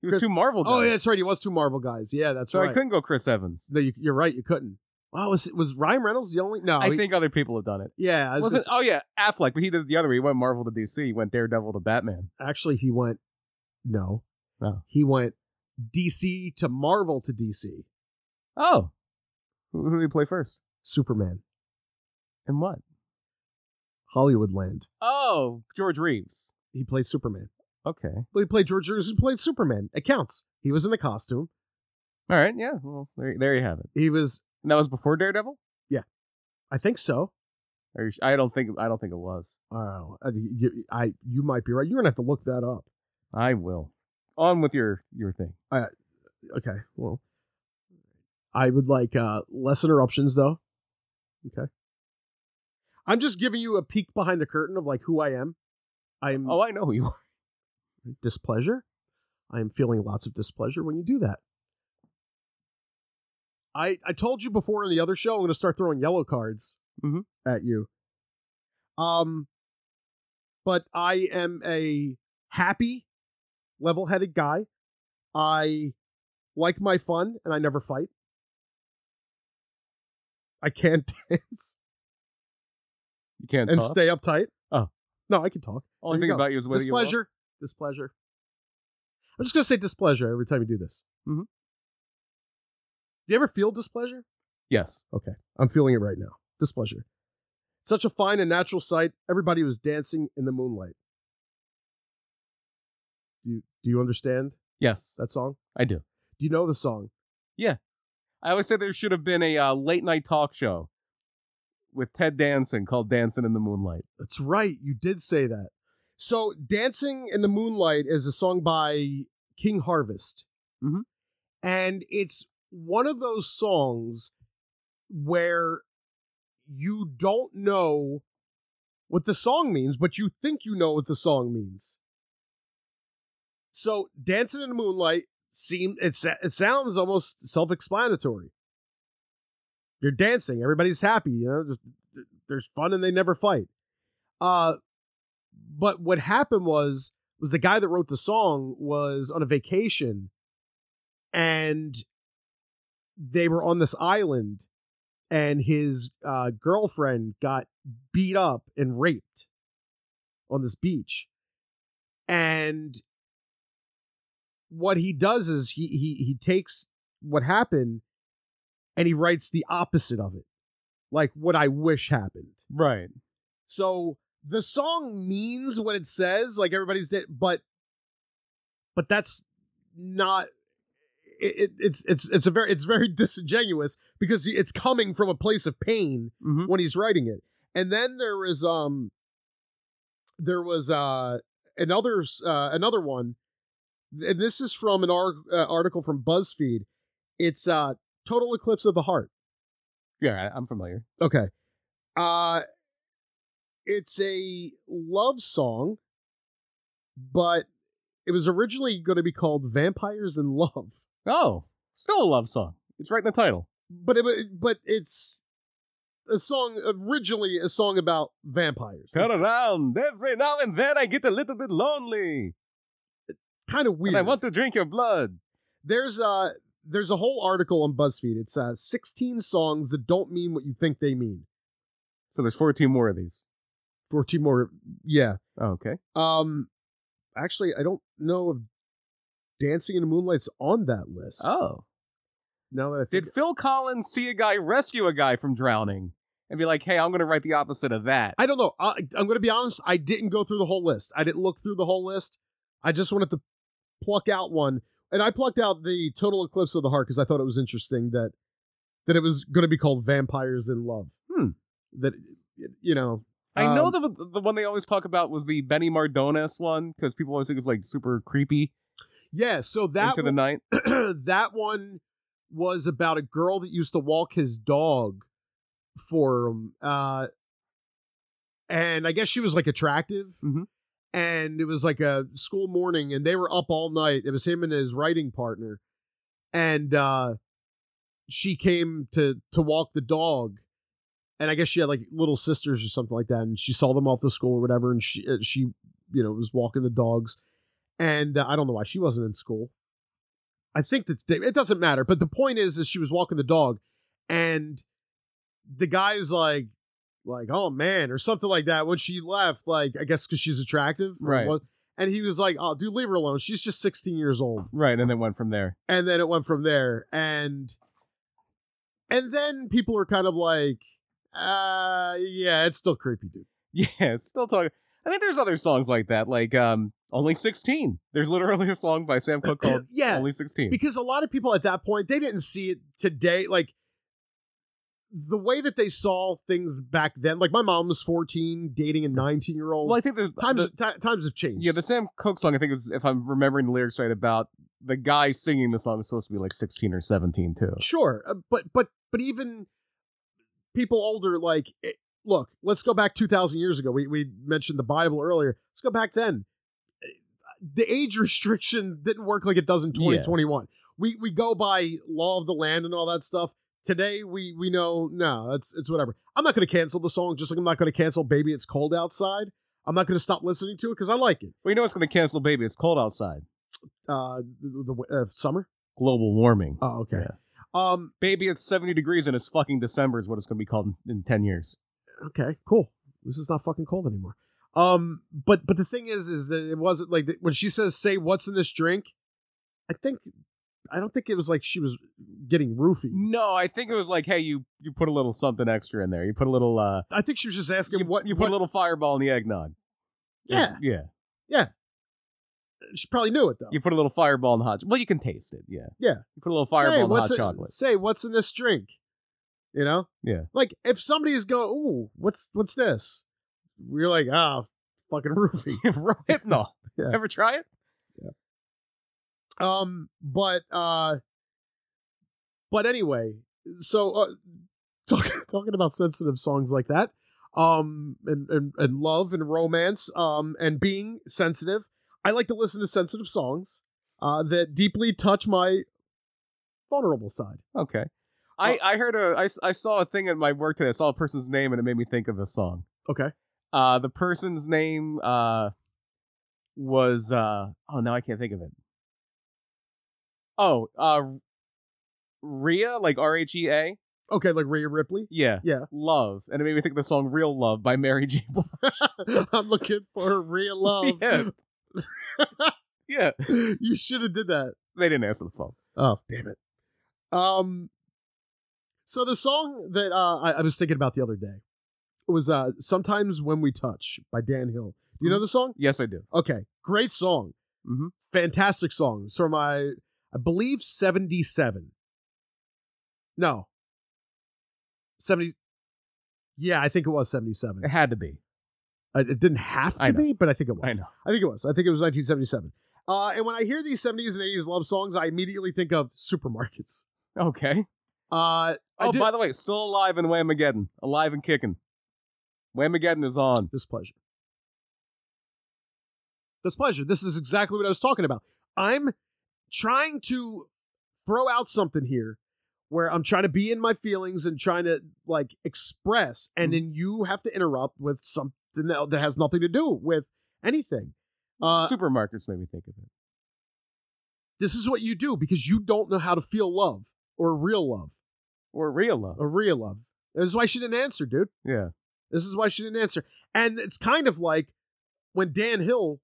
Speaker 3: He was
Speaker 2: Chris-
Speaker 3: two Marvel guys.
Speaker 2: Oh yeah, that's right. He was two Marvel guys. Yeah, that's
Speaker 3: so
Speaker 2: right.
Speaker 3: I couldn't go Chris Evans.
Speaker 2: No, you, you're right. You couldn't. Wow, was was Ryan Reynolds the only? No,
Speaker 3: I
Speaker 2: he-
Speaker 3: think other people have done it.
Speaker 2: yeah. I was gonna
Speaker 3: Was not oh yeah, Affleck, but he did the other way. He went Marvel to DC. He went Daredevil to Batman.
Speaker 2: say- actually, he went. No,
Speaker 3: No.
Speaker 2: he went DC to Marvel to DC.
Speaker 3: Oh. Who, who did he play first?
Speaker 2: Superman,
Speaker 3: And what?
Speaker 2: Hollywood Land.
Speaker 3: Oh, George Reeves.
Speaker 2: He played Superman.
Speaker 3: Okay.
Speaker 2: Well, he played George Lucas. He played Superman. It counts. He was in a costume.
Speaker 3: All right, yeah. Well, there, there you have it.
Speaker 2: He was,
Speaker 3: And that was before Daredevil?
Speaker 2: I think so.
Speaker 3: Are you, sh- I don't think I don't think it was.
Speaker 2: Oh, I, you, I, you might be right. You're gonna have to look that up.
Speaker 3: I will. On with your your thing.
Speaker 2: Okay. Well, I would like uh, less interruptions, though. Okay. I'm just giving you a peek behind the curtain of like who I am. I'm
Speaker 3: Oh, I know who you are.
Speaker 2: displeasure. I am feeling lots of displeasure when you do that. I I told you before in the other show I'm going to start throwing yellow cards
Speaker 3: Mhm.
Speaker 2: at you. Um, but I am a happy, level-headed guy. I like my fun, and I never fight. I can't dance
Speaker 3: You can't
Speaker 2: and
Speaker 3: talk.
Speaker 2: stay uptight.
Speaker 3: Oh.
Speaker 2: no, I can talk.
Speaker 3: Only
Speaker 2: there
Speaker 3: thing
Speaker 2: you go.
Speaker 3: about you is whether you walk.
Speaker 2: displeasure. Displeasure. I'm just gonna say displeasure every time you do this.
Speaker 3: Mhm.
Speaker 2: Do you ever feel displeasure?
Speaker 3: Yes.
Speaker 2: Okay, I'm feeling it right now. Displeasure. Such a fine and natural sight. Everybody was dancing in the moonlight. Do you, do you understand
Speaker 3: Yes.
Speaker 2: that song?
Speaker 3: I do.
Speaker 2: Do you know the song?
Speaker 3: I always say there should have been a uh, late night talk show with Ted Danson called Dancing in the Moonlight.
Speaker 2: That's right. You did say that. So, Dancing in the Moonlight is a song by King Harvest.
Speaker 3: Mhm.
Speaker 2: And it's one of those songs where you don't know what the song means, but you think you know what the song means. So, Dancing in the Moonlight seem it, sa- it sounds almost self-explanatory. You're dancing, everybody's happy, you know, just there's fun and they never fight. Uh, but what happened was was the guy that wrote the song was on a vacation, and they were on this island, and his uh, girlfriend got beat up and raped on this beach, and what he does is he he he takes what happened, and he writes the opposite of it, like what I wish happened.
Speaker 3: Right.
Speaker 2: So the song means what it says, like everybody's did, but but that's not. It, it, it's it's it's a very it's very disingenuous because it's coming from a place of pain
Speaker 3: hmm
Speaker 2: when he's writing it. And then there was um there was uh another s- uh another one and this is from an ar- uh, article from BuzzFeed. It's uh Total Eclipse of the Heart.
Speaker 3: Yeah, I, I'm familiar.
Speaker 2: Okay. Uh it's a love song, but it was originally going to be called "Vampires in Love."
Speaker 3: Oh, still a love song. It's right in the title.
Speaker 2: But it, but it's a song originally a song about vampires.
Speaker 3: Turn around. Every now and then I get a little bit lonely.
Speaker 2: Kind of weird.
Speaker 3: And I want to drink your blood.
Speaker 2: there's a there's a whole article on BuzzFeed. It's uh, 16 songs that don't mean what you think they mean.
Speaker 3: So there's 14 more of these.
Speaker 2: 14 more. Yeah.
Speaker 3: Oh, okay.
Speaker 2: Um. Actually, I don't know if "Dancing in the Moonlight's" on that list.
Speaker 3: Oh.
Speaker 2: Now that I think
Speaker 3: Did Phil Collins see a guy rescue a guy from drowning and be like, hey, I'm going to write the opposite of that?
Speaker 2: I don't know. I, I'm going to be honest. I didn't go through the whole list. I didn't look through the whole list. I just wanted to pluck out one, and I plucked out the "Total Eclipse of the Heart" because I thought it was interesting that that it was going to be called "Vampires in Love."
Speaker 3: Hmm.
Speaker 2: That you know.
Speaker 3: I know
Speaker 2: um,
Speaker 3: the, the one they always talk about was the Benny Mardones one because people always think it's like super creepy
Speaker 2: Yeah. So that
Speaker 3: into the night.
Speaker 2: that one was about a girl that used to walk his dog for him. Uh, and I guess she was like attractive.
Speaker 3: Mhm.
Speaker 2: And it was like a school morning, and they were up all night. It was him and his writing partner. And uh, she came to to walk the dog. And I guess she had like little sisters or something like that, and she saw them off to school or whatever. And she, uh, she, you know, was walking the dogs, and uh, I don't know why she wasn't in school. I think that they, it doesn't matter. But the point is, is she was walking the dog, and the guy's like, like, oh man, or something like that. When she left, like, I guess because she's attractive, or
Speaker 3: Right.
Speaker 2: what- and he was like, oh, dude, leave her alone. She's just 16 years old.
Speaker 3: Right, and then went from there.
Speaker 2: And then it went from there, and and then people are kind of like, uh, yeah, it's still creepy, dude.
Speaker 3: Yeah, it's still talking. I mean, there's other songs like that, like um, "Only 16." There's literally a song by Sam Cooke called
Speaker 2: Yeah,
Speaker 3: "Only 16."
Speaker 2: because a lot of people at that point they didn't see it today like the way that they saw things back then like my mom was 14 dating a 19 year old
Speaker 3: well, I think the,
Speaker 2: times
Speaker 3: the
Speaker 2: ti- times have changed
Speaker 3: yeah the Sam Cooke song I think is if I'm remembering the lyrics right about the guy singing the song is supposed to be like 16 or 17 too.
Speaker 2: sure uh, but but but even people older like it, look let's go back 2000 years ago we we mentioned the bible earlier let's go back then Eh, the age restriction didn't work like it does in
Speaker 3: Yeah.
Speaker 2: 2021 we we go by law of the land and all that stuff today we we know no it's it's whatever i'm not going to cancel the song just like i'm not going to cancel baby it's cold outside i'm not going to stop listening to it because i like it
Speaker 3: Well, you know it's going to cancel, baby. It's cold outside.
Speaker 2: uh the, the uh, summer
Speaker 3: Global warming.
Speaker 2: oh okay um
Speaker 3: Baby, it's 70 degrees and it's fucking December is what it's going to be called in, in 10 years.
Speaker 2: okay, cool. This is not fucking cold anymore. Um, but but the thing is, is that it wasn't like when she says, "Say what's in this drink." I think, I don't think it was like she was getting roofied.
Speaker 3: No, I think it was like, hey, you you put a little something extra in there. You put a little uh,
Speaker 2: I think she was just asking
Speaker 3: you,
Speaker 2: what
Speaker 3: you put
Speaker 2: what,
Speaker 3: a little fireball in the eggnog.
Speaker 2: Yeah,
Speaker 3: yeah.
Speaker 2: she probably knew it though.
Speaker 3: You put a little fireball in hot. Well, you can taste it. Yeah.
Speaker 2: Yeah.
Speaker 3: You put a little
Speaker 2: say,
Speaker 3: fireball in
Speaker 2: what's
Speaker 3: hot
Speaker 2: in-
Speaker 3: chocolate.
Speaker 2: Say what's in this drink. You know.
Speaker 3: Yeah.
Speaker 2: Like if somebody's going, "Ooh, what's what's this?" We're like, ah, fucking roofie.
Speaker 3: Rohypnol.
Speaker 2: Yeah.
Speaker 3: Ever try it?
Speaker 2: Um, but uh, but anyway, so uh, talk, talking about sensitive songs like that, um, and, and and love and romance, um, and being sensitive, I like to listen to sensitive songs, uh, that deeply touch my vulnerable side.
Speaker 3: Okay. I, I heard a I, s- I saw a thing at my work today. I saw a person's name and it made me think of a song.
Speaker 2: Okay,
Speaker 3: Uh, the person's name uh was uh oh now I can't think of it. Oh uh, Rhea like R H E A
Speaker 2: okay, like Rhea Ripley.
Speaker 3: yeah
Speaker 2: Yeah.
Speaker 3: love and it made me think of the song Real Love by Mary J Blige.
Speaker 2: I'm looking for real love.
Speaker 3: Yeah. yeah
Speaker 2: You should have did that.
Speaker 3: they didn't answer the phone.
Speaker 2: Oh, damn it. Um so the song that uh, I, I was thinking about the other day was uh Sometimes When We Touch by Dan Hill. Do you
Speaker 3: Mm-hmm.
Speaker 2: know the song?
Speaker 3: Yes I do.
Speaker 2: Okay. Great song.
Speaker 3: Mhm.
Speaker 2: Fantastic song. It's from I I believe 77. No. 70 Yeah, I think it was 77.
Speaker 3: It had to be.
Speaker 2: Uh, It didn't have
Speaker 3: Eh. I
Speaker 2: to
Speaker 3: know.
Speaker 2: be, but I think it was.
Speaker 3: I know.
Speaker 2: I think it was. I think it was 1977. Uh, and when I hear these 70s and 80s love songs, I immediately think of supermarkets.
Speaker 3: Okay.
Speaker 2: Uh, I
Speaker 3: Oh,
Speaker 2: did-
Speaker 3: by the way, still alive in Whamageddon. Alive and kicking. Whamageddon is on.
Speaker 2: displeasure. Displeasure. This is exactly what I was talking about. I'm trying to throw out something here where I'm trying to be in my feelings and trying to like express, and then you have to interrupt with something el- that has nothing to do with anything. Uh,
Speaker 3: Supermarkets made me think of it.
Speaker 2: this is what you do because you don't know how to feel love or real love
Speaker 3: Or real love.
Speaker 2: or real love. This is why she didn't answer, dude.
Speaker 3: yeah.
Speaker 2: This is why she didn't answer. And it's kind of like when Dan Hill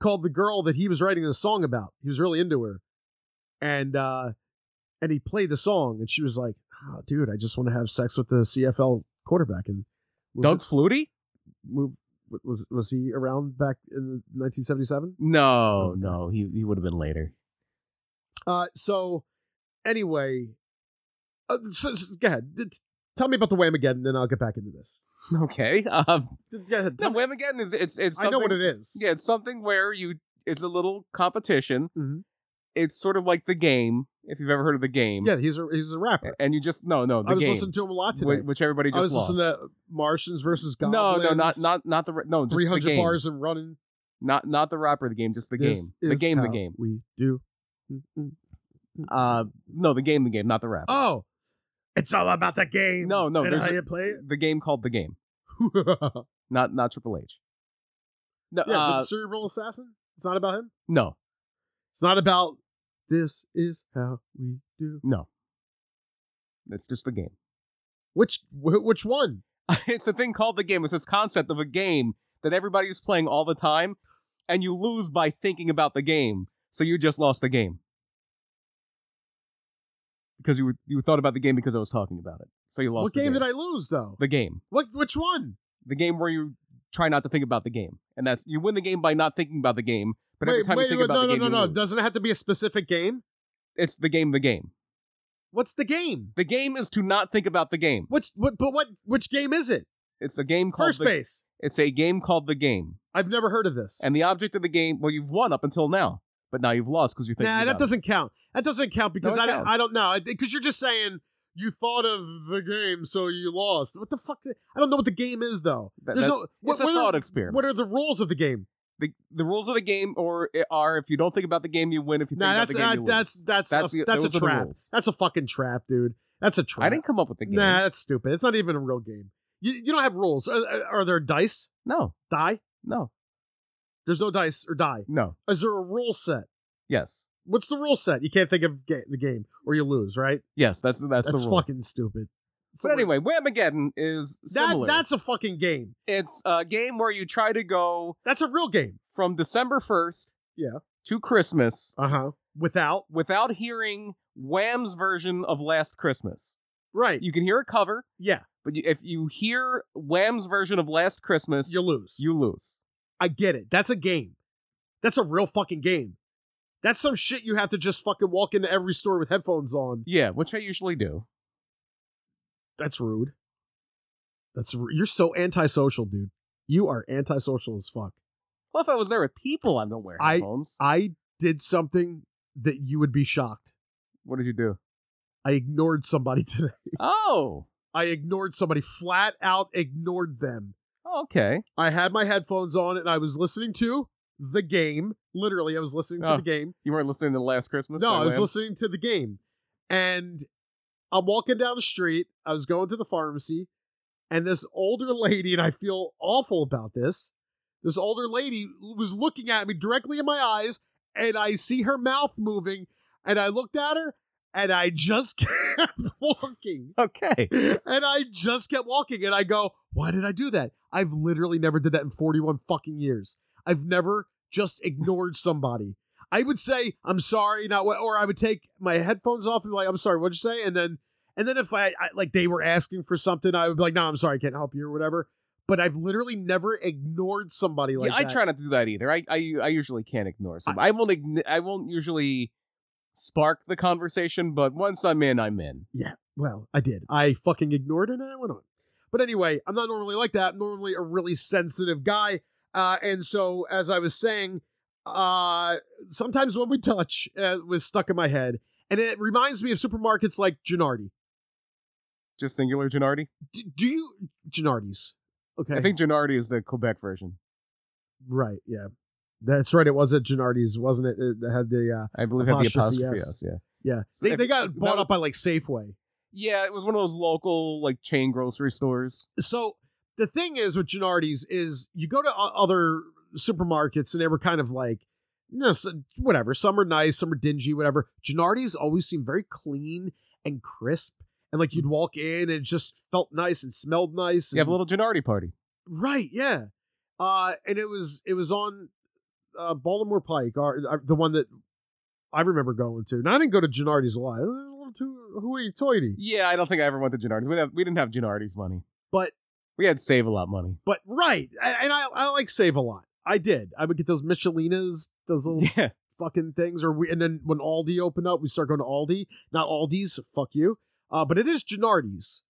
Speaker 2: called the girl that he was writing the song about. He was really into her. And uh and he played the song and she was like, oh, dude, I just want to have sex with the CFL quarterback and move-
Speaker 3: Doug Flutie?
Speaker 2: move was was he around back in 1977? Oh,
Speaker 3: No, no. He he would have been later.
Speaker 2: Uh so anyway, uh, so, so- go ahead. D- Tell me about the Wham again, and then I'll get back into this.
Speaker 3: Okay. Um,
Speaker 2: D- Go ahead.
Speaker 3: no, Whamageddon is it's it's.
Speaker 2: I know what
Speaker 3: something-
Speaker 2: it is.
Speaker 3: Yeah, it's something where you it's a little competition.
Speaker 2: Mhm.
Speaker 3: It's sort of like the game, if you've ever heard of the game.
Speaker 2: Yeah, he's a he's a rapper.
Speaker 3: And you just no no the
Speaker 2: I was
Speaker 3: game,
Speaker 2: listening to him a lot
Speaker 3: whi-
Speaker 2: today.
Speaker 3: which everybody just
Speaker 2: I was
Speaker 3: lost.
Speaker 2: listening to Martians versus Goblins.
Speaker 3: no no not not not the ra- no just
Speaker 2: three
Speaker 3: the
Speaker 2: hundred
Speaker 3: game.
Speaker 2: bars and running.
Speaker 3: Not not the rapper. The game, just the
Speaker 2: This
Speaker 3: game. The
Speaker 2: is
Speaker 3: game. The
Speaker 2: how
Speaker 3: game.
Speaker 2: we do.
Speaker 3: Uh, no, the game. The game. Not the rapper.
Speaker 2: Oh, it's all about the game.
Speaker 3: No, no,
Speaker 2: and
Speaker 3: there's
Speaker 2: how
Speaker 3: a-
Speaker 2: you play it.
Speaker 3: the game called the game.
Speaker 2: yeah,
Speaker 3: Not not Triple H. No,
Speaker 2: but
Speaker 3: uh,
Speaker 2: the cerebral assassin. It's not about him.
Speaker 3: no,
Speaker 2: It's not about. This is how we do.
Speaker 3: no. It's just the game.
Speaker 2: Which wh- which one?
Speaker 3: it's a thing called the game. It's this concept of a game that everybody is playing all the time, and you lose by thinking about the game. So you just lost the game because you were, you thought about the game because I was talking about it. So you lost.
Speaker 2: what
Speaker 3: the
Speaker 2: game
Speaker 3: game
Speaker 2: did I lose though?
Speaker 3: The game.
Speaker 2: What which one?
Speaker 3: The game where you try not to think about the game, and that's you win the game by not thinking about the game. But every
Speaker 2: wait,
Speaker 3: time
Speaker 2: wait,
Speaker 3: you think
Speaker 2: wait,
Speaker 3: about
Speaker 2: no,
Speaker 3: the game,
Speaker 2: no,
Speaker 3: you
Speaker 2: no, no.
Speaker 3: lose.
Speaker 2: Doesn't it have to be a specific game?
Speaker 3: it's the game. The game.
Speaker 2: What's the game?
Speaker 3: The game is to not think about the game.
Speaker 2: Which what? But what? Which game is it?
Speaker 3: It's a game called
Speaker 2: First
Speaker 3: the,
Speaker 2: base.
Speaker 3: It's a game called the game,
Speaker 2: I've never heard of this.
Speaker 3: and the object of the game. Well, you've won up until now, but now you've lost because you're thinking.
Speaker 2: Nah,
Speaker 3: about
Speaker 2: that
Speaker 3: it.
Speaker 2: doesn't count. That doesn't count because
Speaker 3: it
Speaker 2: I, don't, I
Speaker 3: counts.
Speaker 2: don't know. Because you're just saying you thought of the game, so you lost. What the fuck? I don't know what the game is though.
Speaker 3: That-
Speaker 2: There's
Speaker 3: that-
Speaker 2: no. What,
Speaker 3: it's a
Speaker 2: what
Speaker 3: thought
Speaker 2: are,
Speaker 3: experiment.
Speaker 2: what are the rules of the game?
Speaker 3: the, the rules of the game or eh, are if you don't think about the game, you win. If you think
Speaker 2: Nah,
Speaker 3: about
Speaker 2: that's
Speaker 3: the game,
Speaker 2: uh,
Speaker 3: you lose.
Speaker 2: that's that's
Speaker 3: That's
Speaker 2: a,
Speaker 3: the-
Speaker 2: that's a
Speaker 3: those are the
Speaker 2: trap.
Speaker 3: rules.
Speaker 2: That's a fucking trap, dude. That's a trap.
Speaker 3: I didn't come up with the game.
Speaker 2: Nah, that's stupid. It's not even a real game. You you don't have rules. Are, are- are there dice?
Speaker 3: No,
Speaker 2: Die?
Speaker 3: no,
Speaker 2: There's no dice or die.
Speaker 3: no.
Speaker 2: Is there a rule set?
Speaker 3: Yes,
Speaker 2: What's the rule set? You can't think of ga- the game or you lose, right?
Speaker 3: yes. That's that's,
Speaker 2: That's
Speaker 3: the rule.
Speaker 2: fucking stupid.
Speaker 3: But anyway, Whamageddon is
Speaker 2: that,
Speaker 3: similar.
Speaker 2: that's a fucking game.
Speaker 3: it's a game where you try to go
Speaker 2: That's a real game.
Speaker 3: from December first,
Speaker 2: Yeah.
Speaker 3: to Christmas
Speaker 2: Uh huh. Without
Speaker 3: without hearing Wham's version of Last Christmas.
Speaker 2: right,
Speaker 3: You can hear a cover,
Speaker 2: yeah,
Speaker 3: but you, if you hear Wham's version of Last Christmas,
Speaker 2: you lose.
Speaker 3: you lose.
Speaker 2: I get it. That's a game. That's a real fucking game. That's some shit you have to just fucking walk into every store with headphones on.
Speaker 3: Yeah, which I usually do.
Speaker 2: That's rude. That's ru- you're so antisocial, dude. You are antisocial as fuck.
Speaker 3: Well, if I was there with people, I don't wear
Speaker 2: I-
Speaker 3: headphones.
Speaker 2: I did something that you would be shocked.
Speaker 3: what did you do?
Speaker 2: I ignored somebody today.
Speaker 3: Oh,
Speaker 2: I ignored somebody flat out. Ignored them.
Speaker 3: okay.
Speaker 2: I had my headphones on and I was listening to the game. Literally, I was listening to
Speaker 3: Oh.
Speaker 2: the game.
Speaker 3: You weren't listening to Last Christmas?
Speaker 2: No,
Speaker 3: by
Speaker 2: I was
Speaker 3: Wham?
Speaker 2: listening to the game. And I'm walking down the street. I was going to the pharmacy, and this older lady, and I feel awful about this. This older lady was looking at me directly in my eyes, and I see her mouth moving, and I looked at her, and I just kept walking.
Speaker 3: Okay.
Speaker 2: And I just kept walking, and I go, Why did I do that? I've literally never did that in 41 fucking years. I've never just ignored somebody. I would say, I'm sorry, not what, or I would take my headphones off and be like, I'm sorry, what'd you say? And then, and then if I, I like they were asking for something, I would be like, No, I'm sorry, I can't help you or whatever. But I've literally never ignored somebody like
Speaker 3: yeah, I
Speaker 2: that.
Speaker 3: try not to do that either. I I, I usually can't ignore some. I, won't. Ign- I won't usually spark the conversation, but once I'm in, I'm in.
Speaker 2: Well, I did. I fucking ignored it and I went on. But anyway, I'm not normally like that. I'm normally a really sensitive guy. Uh, and so, as I was saying, uh, sometimes when we touch, uh, it was stuck in my head. And it reminds me of supermarkets like Gennardi.
Speaker 3: Just singular Gennardi.
Speaker 2: D- do you, Gennardi's, Okay.
Speaker 3: I think Gennardi is the Quebec version.
Speaker 2: right. Yeah. That's right. It was at Gennardi's, wasn't it? It had the uh
Speaker 3: I believe had the
Speaker 2: Apostrophe
Speaker 3: apostrophe
Speaker 2: S.
Speaker 3: S. Yeah.
Speaker 2: yeah.
Speaker 3: So
Speaker 2: They,
Speaker 3: if-
Speaker 2: they got bought
Speaker 3: that-
Speaker 2: up by like Safeway.
Speaker 3: Yeah, it was one of those local like chain grocery stores.
Speaker 2: So the thing is with Gennardi's is you go to o- other supermarkets and they were kind of like no, so, whatever. Some are nice, some are dingy, whatever. Gennardi's always seemed very clean and crisp, and like you'd walk in and it just felt nice and smelled nice.
Speaker 3: Mm-hmm. You have
Speaker 2: and-
Speaker 3: a little Gennardi party.
Speaker 2: Right, yeah. Uh and it was it was on uh Baltimore Pike, or, uh, the one that I remember going to. Now I didn't go to Gennardi's a lot. It was a little too hooey toity.
Speaker 3: Yeah, I don't think I ever went to Gennardi's. We didn't have, we didn't have Gennardi's money.
Speaker 2: But
Speaker 3: We had save a lot money.
Speaker 2: but right. a- And I I like save a lot. I did. I would get those Michelinas, those little
Speaker 3: Yeah.
Speaker 2: fucking things, or we and then when Aldi opened up, we start going to Aldi. Not Aldi's, fuck you. Uh but it is Gennardi's.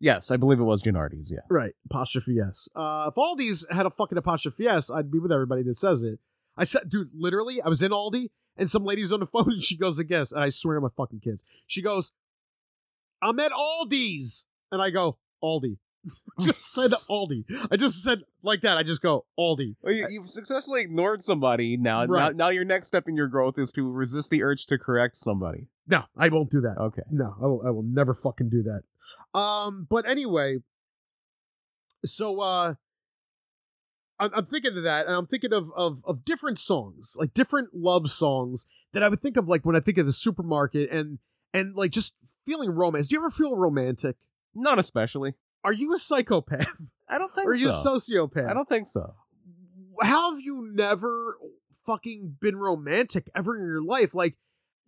Speaker 3: Yes, I believe it was Gennardi's. Yeah.
Speaker 2: Right. Apostrophe S. Uh, if Aldi's had a fucking apostrophe S, I'd be with everybody that says it. I said, dude, literally, I was in Aldi and some lady's on the phone and she goes, I guess, and I swear on my fucking kids. She goes, I'm at Aldi's. And I go, Aldi. just said Aldi. I just said like that. I just go, Aldi.
Speaker 3: Well, you, you've successfully ignored somebody. Now,
Speaker 2: Right.
Speaker 3: now, now your next step in your growth is to resist the urge to correct somebody.
Speaker 2: No, I won't do that.
Speaker 3: Okay.
Speaker 2: No, I will, I will never fucking do that. Um, but anyway, so uh, I'm, I'm thinking of that, and I'm thinking of of of different songs, like different love songs that I would think of, like when I think of the supermarket and and like just feeling romance. Do you ever feel romantic?
Speaker 3: Not especially.
Speaker 2: Are you a psychopath?
Speaker 3: I don't think
Speaker 2: Or are you a
Speaker 3: so.
Speaker 2: sociopath?
Speaker 3: I don't think so.
Speaker 2: how have you never fucking been romantic ever in your life? Like,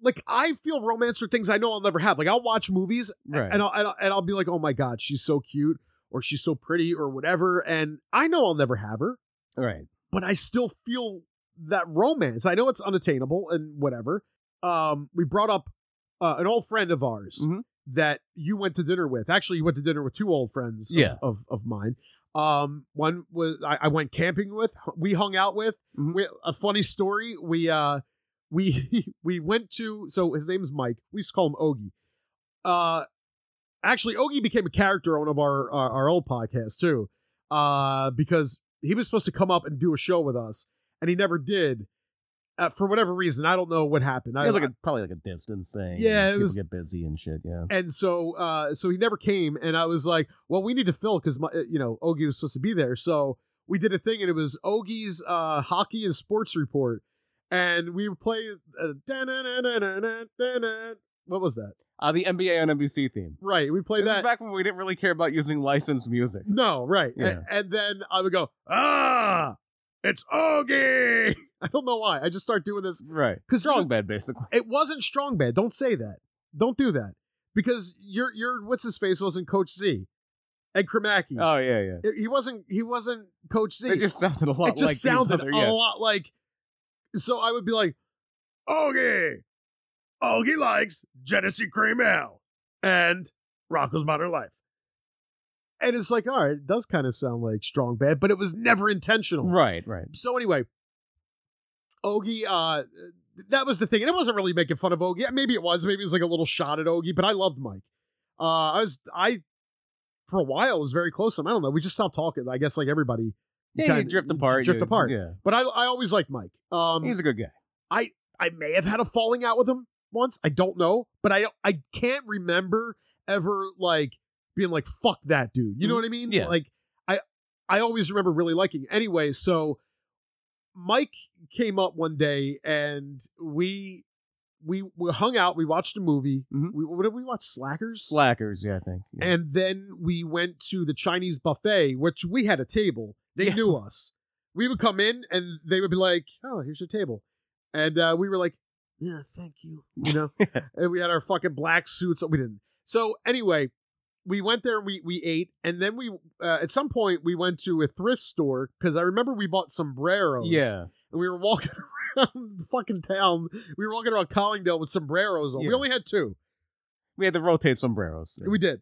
Speaker 2: like I feel romance for things I know I'll never have. Like I'll watch movies
Speaker 3: Right.
Speaker 2: and I'll, and I'll and I'll be like, oh my god, she's so cute, or she's so pretty, or whatever. And I know I'll never have her,
Speaker 3: right.
Speaker 2: but I still feel that romance. I know it's unattainable and whatever. Um, we brought up uh, an old friend of ours
Speaker 3: Mhm.
Speaker 2: that you went to dinner with. Actually, you went to dinner with two old friends. of-
Speaker 3: Yeah.
Speaker 2: of of, mine. Um, one was I, I went camping with. We hung out with.
Speaker 3: Mhm.
Speaker 2: We, a funny story. We uh, we we went to. So his name's Mike. We used to call him Ogie. Uh, actually, Ogie became a character on one of our our, our old podcasts too. Uh, because he was supposed to come up and do a show with us, and he never did. Uh, for whatever reason, I don't know what happened. I
Speaker 3: It was like a, probably like a distance thing.
Speaker 2: Yeah, it
Speaker 3: People
Speaker 2: was-
Speaker 3: get busy and shit. Yeah.
Speaker 2: and so uh so he never came and i was like well we need to fill because my you know ogie was supposed to be there so we did a thing and it was ogie's uh hockey and sports report and we would play uh, da-na-na-na-na-na, da-na. what was that
Speaker 3: Uh, the NBA on NBC theme.
Speaker 2: right we played
Speaker 3: This is
Speaker 2: that
Speaker 3: back when we didn't really care about using licensed music.
Speaker 2: no right A-
Speaker 3: Yeah.
Speaker 2: and, then i would go ah it's ogie i don't know why i just start doing this
Speaker 3: Right.
Speaker 2: because
Speaker 3: Strong bed, basically.
Speaker 2: it wasn't strong bad don't say that don't do that because your your what's his face wasn't coach z and Kramacki.
Speaker 3: Oh yeah, yeah.
Speaker 2: It- he wasn't he wasn't coach z
Speaker 3: It just sounded a lot
Speaker 2: It just
Speaker 3: like these
Speaker 2: sounded
Speaker 3: other-
Speaker 2: a
Speaker 3: yeah.
Speaker 2: lot like so i would be like okay Ogie likes Genesee Cream Ale and Rocco's Modern Life. And it's like, all right, it does kind of sound like strong bad, but it was never intentional.
Speaker 3: Right, right.
Speaker 2: So anyway, Ogie, uh, that was the thing, and it wasn't really making fun of Ogie. Maybe it was, maybe it was like a little shot at Ogie, but I loved Mike. Uh, I was, I, for a while, was very close to him. I don't know. We just stopped talking. I guess like everybody,
Speaker 3: Yeah,
Speaker 2: kinda
Speaker 3: you drift apart.
Speaker 2: drift
Speaker 3: you-
Speaker 2: apart.
Speaker 3: Yeah.
Speaker 2: but I, I always liked Mike. Um,
Speaker 3: He's a good guy.
Speaker 2: I may have had a falling out with him once. I don't know, but I, I can't remember ever like being like fuck that dude. You know what I mean?
Speaker 3: Yeah.
Speaker 2: Like I, I always remember really liking. Anyway, so Mike came up one day and we. We, we hung out. We watched a movie.
Speaker 3: Mhm.
Speaker 2: We, what did we watch? Slackers.
Speaker 3: Slackers, yeah, I think. Yeah.
Speaker 2: And then we went to the Chinese buffet, which we had a table. They
Speaker 3: Yeah.
Speaker 2: knew us. We would come in and they would be like, "Oh, here's your table," and uh, we were like, "Yeah, thank you," you know. and we had our fucking black suits. We didn't. So anyway, we went there and we we ate, and then we uh, at some point we went to a thrift store because I remember we bought sombreros.
Speaker 3: yeah.
Speaker 2: and we were walking around fucking town. We were walking around Collingdale with sombreros on. We
Speaker 3: Yeah.
Speaker 2: only had two.
Speaker 3: We had to rotate sombreros.
Speaker 2: We did.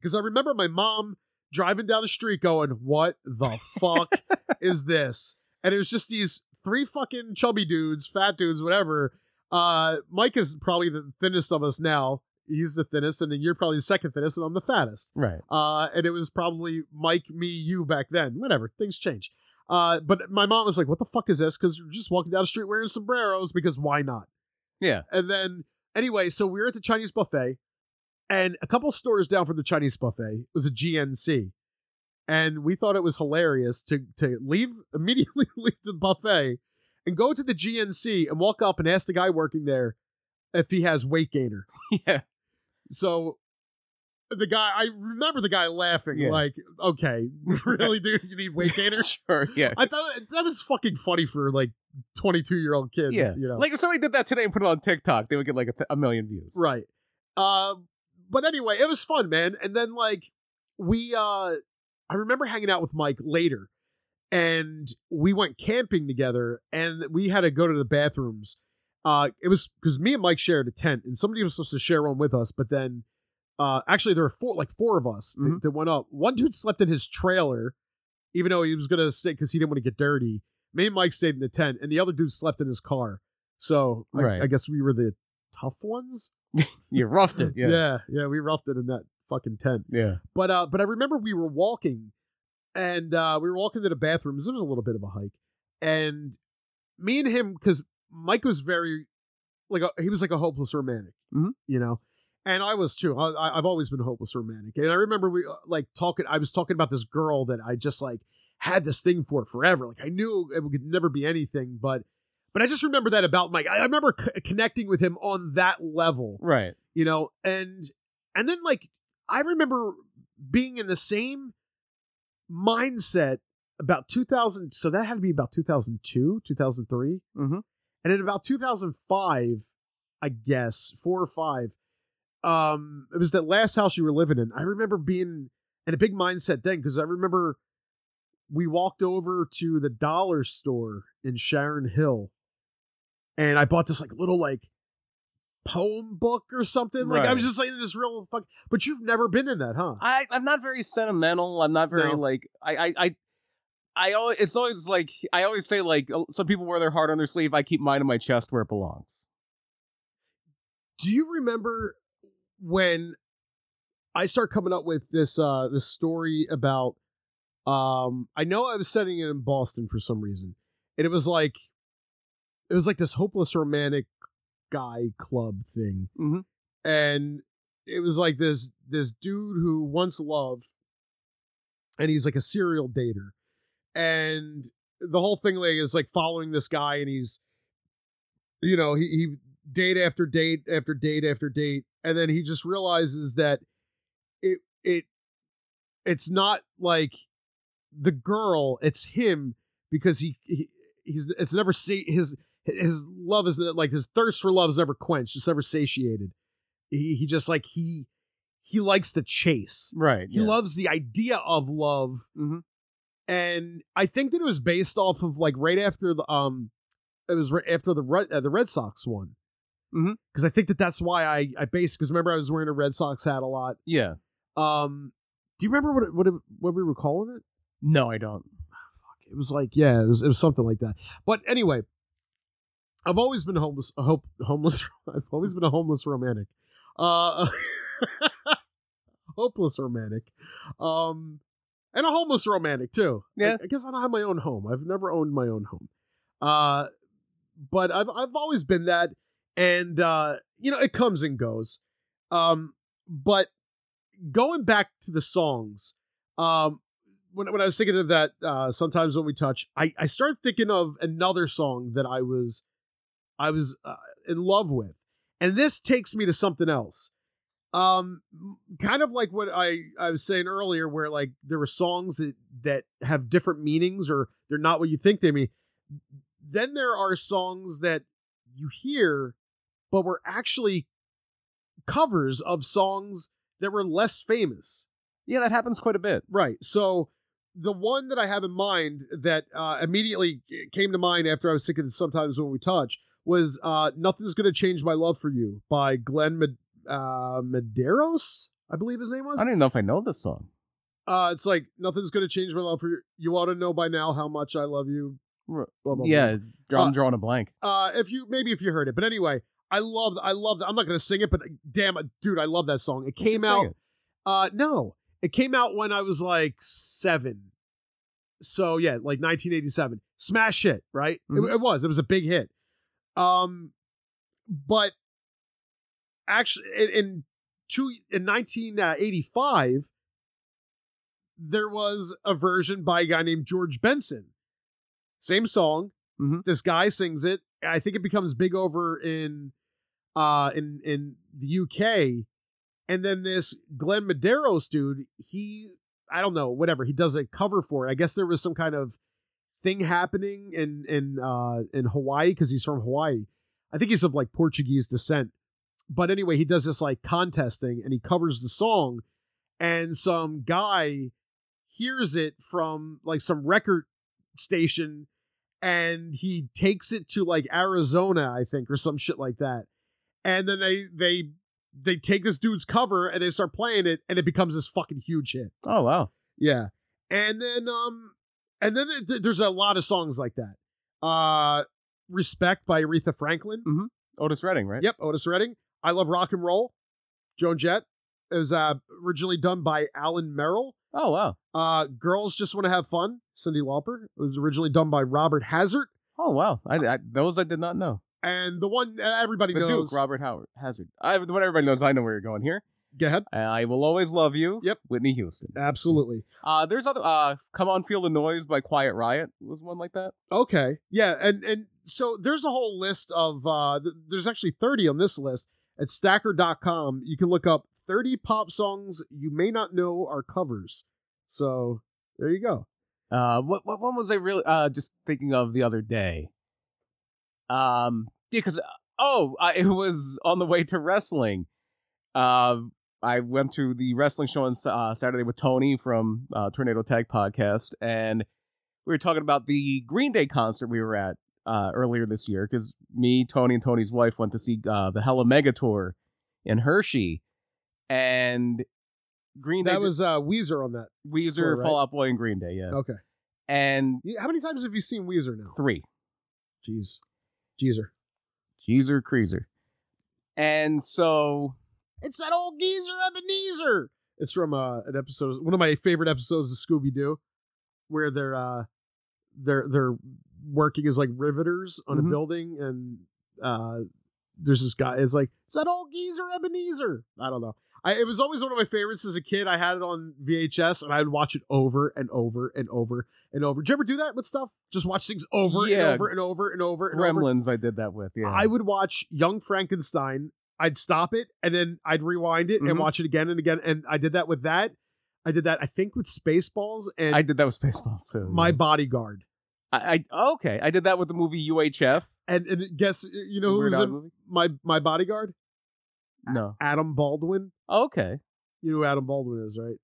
Speaker 2: Because I remember my mom driving down the street going, What the fuck is this? And it was just these three fucking chubby dudes, fat dudes, whatever. Uh, Mike is probably the thinnest of us now. he's the thinnest, and then you're probably the second thinnest, and I'm the fattest.
Speaker 3: Right.
Speaker 2: Uh, and it was probably Mike, me, you back then. Whatever, things change. Uh, but my mom was like, "What the fuck is this?" Because you're just walking down the street wearing sombreros because why not?
Speaker 3: Yeah.
Speaker 2: And then anyway, so we were at the Chinese buffet, and a couple stores down from the Chinese buffet was a GNC, and we thought it was hilarious to to leave immediately leave the buffet and go to the GNC and walk up and ask the guy working there if he has weight gainer.
Speaker 3: Yeah.
Speaker 2: So the guy, I remember the guy laughing
Speaker 3: Yeah.
Speaker 2: like, "Okay, really, dude, you need weight gainer."
Speaker 3: sure. Yeah.
Speaker 2: I thought that was fucking funny for like 22 year old kids,
Speaker 3: yeah.
Speaker 2: you know.
Speaker 3: Like if somebody did that today and put it on TikTok, they would get like a, th- a million views.
Speaker 2: right. Um but anyway, it was fun, man. And then like we uh I remember hanging out with Mike later and we went camping together and we had to go to the bathrooms. Uh it was cuz me and Mike shared a tent and somebody was supposed to share one with us, but then uh actually there were four like four of us that,
Speaker 3: Mhm.
Speaker 2: that went up. One dude slept in his trailer even though he was going to stay cuz he didn't want to get dirty. Me and Mike stayed in the tent and the other dude slept in his car. So I,
Speaker 3: Right.
Speaker 2: I guess we were the tough ones.
Speaker 3: You roughed it.
Speaker 2: Yeah.
Speaker 3: Yeah.
Speaker 2: yeah, we roughed it in that fucking tent.
Speaker 3: Yeah.
Speaker 2: But uh, but I remember we were walking, and uh, we were walking to the bathrooms. It was a little bit of a hike, and me and him because Mike was very like a, he was like a hopeless romantic,
Speaker 3: Mhm.
Speaker 2: you know, and I was too. I, I, I've always been a hopeless romantic, and I remember we uh, like talking. I was talking about this girl that I just like had this thing for forever. Like I knew it would never be anything, but. But I just remember that about Mike. I I remember c- connecting with him on that level
Speaker 3: Right.
Speaker 2: you know and and then like i remember being in the same mindset about 2000 so that had to be about 2002 2003
Speaker 3: Mm-hmm.
Speaker 2: and in about 2005 i guess four or five um it was that last house you were living in i remember being in a big mindset then because i remember we walked over to the dollar store in sharon hill and i bought this like little like poem book or something like i
Speaker 3: Right.
Speaker 2: was just like in this real fuck but you've never been in that huh
Speaker 3: I I'm not very sentimental. I'm not very
Speaker 2: No.
Speaker 3: like I I. I I always, it's always like I always say like uh, some people wear their heart on their sleeve. I keep mine in my chest where it belongs.
Speaker 2: do you remember when I start coming up with this uh this story about um I know I was setting it in Boston for some reason. And it was like it was like this hopeless romantic guy club thing.
Speaker 3: Mhm.
Speaker 2: And it was like this this dude who once loved and he's like a serial dater. And the whole thing like is like following this guy and he's you know, he, he date after date after date after date and then he just realizes that it it it's not like the girl it's him because he, he he's it's never see his his love is like his thirst for love is never quenched it's never satiated he he just like he he likes to chase
Speaker 3: Right.
Speaker 2: he
Speaker 3: yeah.
Speaker 2: loves the idea of love
Speaker 3: Mhm.
Speaker 2: and i think that it was based off of like right after the um it was right after the Red, uh, the red sox won
Speaker 3: Mhm.
Speaker 2: because i think that that's why i i based because remember i was wearing a red sox hat a lot
Speaker 3: Yeah.
Speaker 2: um do you remember what it, what it, what we were calling it
Speaker 3: No, I don't.
Speaker 2: it was like yeah it was it was something like that but anyway i've always been homeless a hope homeless i've always been a homeless romantic uh hopeless romantic um and a homeless romantic too I-
Speaker 3: Yeah.
Speaker 2: I, guess i don't have my own home i've never owned my own home uh but i've i've always been that and uh you know it comes and goes um but going back to the songs um when, when I was thinking of that, uh, sometimes when we touch, I, I started thinking of another song that I was, I was uh, in love with, and this takes me to something else. Um, m- kind of like what I, I was saying earlier, where like there were songs that that have different meanings or they're not what you think they mean. Then there are songs that you hear, but were actually covers of songs that were less famous.
Speaker 3: Yeah, that happens quite a bit.
Speaker 2: Right. So the one that I have in mind that uh, immediately came to mind after I was thinking of sometimes when we touch was uh, "Nothing's Gonna Change My Love for You" by Glenn Med- uh, Medeiros, I believe his name
Speaker 3: I
Speaker 2: was.
Speaker 3: don't even know if I know this song.
Speaker 2: Uh, it's like "Nothing's Gonna Change My Love for You." You ought to know by now how much I love you. Blah,
Speaker 3: R-
Speaker 2: blah, blah.
Speaker 3: yeah, I'm
Speaker 2: Uh,
Speaker 3: drawing a blank.
Speaker 2: Uh, if you maybe if you heard it, but anyway, I love I love I'm not gonna sing it, but damn it, dude, I love that song. It
Speaker 3: You should
Speaker 2: came
Speaker 3: sing
Speaker 2: out
Speaker 3: it.
Speaker 2: uh no. It came out when I was like seven. So yeah, like 1987. Smash hit, right? It-
Speaker 3: Mhm.
Speaker 2: It, was. It was a big hit. Um but actually in, in two in 1985 there was a version by a guy named George Benson. Same song.
Speaker 3: Mhm.
Speaker 2: This guy sings it. I think it becomes big over in uh in in the UK. And then this Glenn Medeiros dude, he I don't know, whatever, he does a cover for it. I guess there was some kind of thing happening in in uh in Hawaii because he's from Hawaii. I think he's of like Portuguese descent. But anyway, he does this like contest thing and he covers the song and some guy hears it from like some record station and he takes it to like Arizona, I think, or some shit like that. And then they they they take this dude's cover and they start playing it and it becomes this fucking huge hit.
Speaker 3: Oh wow.
Speaker 2: Yeah. And then um and then th- th- there's a lot of songs like that. Uh Respect by Aretha Franklin.
Speaker 3: Otis Redding, right?
Speaker 2: Yep, Otis Redding. I Love Rock and Roll. Joan Jett. It was uh, originally done by Alan Merrill.
Speaker 3: Oh wow.
Speaker 2: Uh, Girls Just Want to Have Fun, Cindy Lauper. It was originally done by Robert Hazard.
Speaker 3: Oh wow. I,
Speaker 2: Uh,
Speaker 3: I those I did not know.
Speaker 2: And the one uh, everybody
Speaker 3: The
Speaker 2: knows.
Speaker 3: Duke, Robert Howard Hazard. I, what everybody knows, I know where you're going here.
Speaker 2: Go ahead.
Speaker 3: I will always love you.
Speaker 2: Yep.
Speaker 3: Whitney Houston.
Speaker 2: Absolutely.
Speaker 3: Uh, there's other. Uh, Come on, feel the noise by Quiet Riot was one like that.
Speaker 2: Okay. Yeah. And and so there's a whole list of, uh, th- there's actually 30 on this list at stacker.com. You can look up 30 pop songs you may not know are covers. So there you go.
Speaker 3: Uh, what what one was I really uh just thinking of the other day? Um, yeah, because oh, I, it was on the way to wrestling. Um, I went to the wrestling show on uh, Saturday with Tony from uh, Tornado Tag Podcast, and we were talking about the Green Day concert we were at uh, earlier this year because me, Tony, and Tony's wife went to see uh, the Hella Mega Tour in Hershey, and Green Day
Speaker 2: That was uh, Weezer on that.
Speaker 3: Weezer,
Speaker 2: Tour, right?
Speaker 3: Fall Out Boy, and Green Day, yeah,
Speaker 2: Okay.
Speaker 3: and
Speaker 2: You- How many times have you seen Weezer now?
Speaker 3: three.
Speaker 2: Jeez. Jeezer.
Speaker 3: Jeezer Creaser. And so,
Speaker 2: It's that old geezer Ebenezer. It's from uh, an episode, one of my favorite episodes of Scooby Doo, where they're uh, they're they're working as like riveters on a
Speaker 3: Mhm.
Speaker 2: building, and uh, there's this guy. It's like it's that old geezer Ebenezer. I don't know. I, it was always one of my favorites as a kid. I had it on VHS, and I would watch it over and over and over and over. Did you ever do that with stuff? Just watch things over
Speaker 3: Yeah.
Speaker 2: and over and over and over and over.
Speaker 3: Gremlins, I did that with. Yeah,
Speaker 2: I would watch Young Frankenstein. I'd stop it and then I'd rewind it and
Speaker 3: Mhm.
Speaker 2: watch it again and again. And I did that with that. I did that, I think, with Spaceballs and
Speaker 3: I Mm-hmm. did that with Spaceballs too.
Speaker 2: My Bodyguard.
Speaker 3: I, I okay, I did that with the movie UHF.
Speaker 2: And, and guess you know
Speaker 3: the
Speaker 2: who
Speaker 3: Weird
Speaker 2: was
Speaker 3: Al
Speaker 2: in
Speaker 3: movie.
Speaker 2: my my bodyguard?
Speaker 3: No,
Speaker 2: Adam Baldwin.
Speaker 3: okay.
Speaker 2: You know who Adam Baldwin is, right?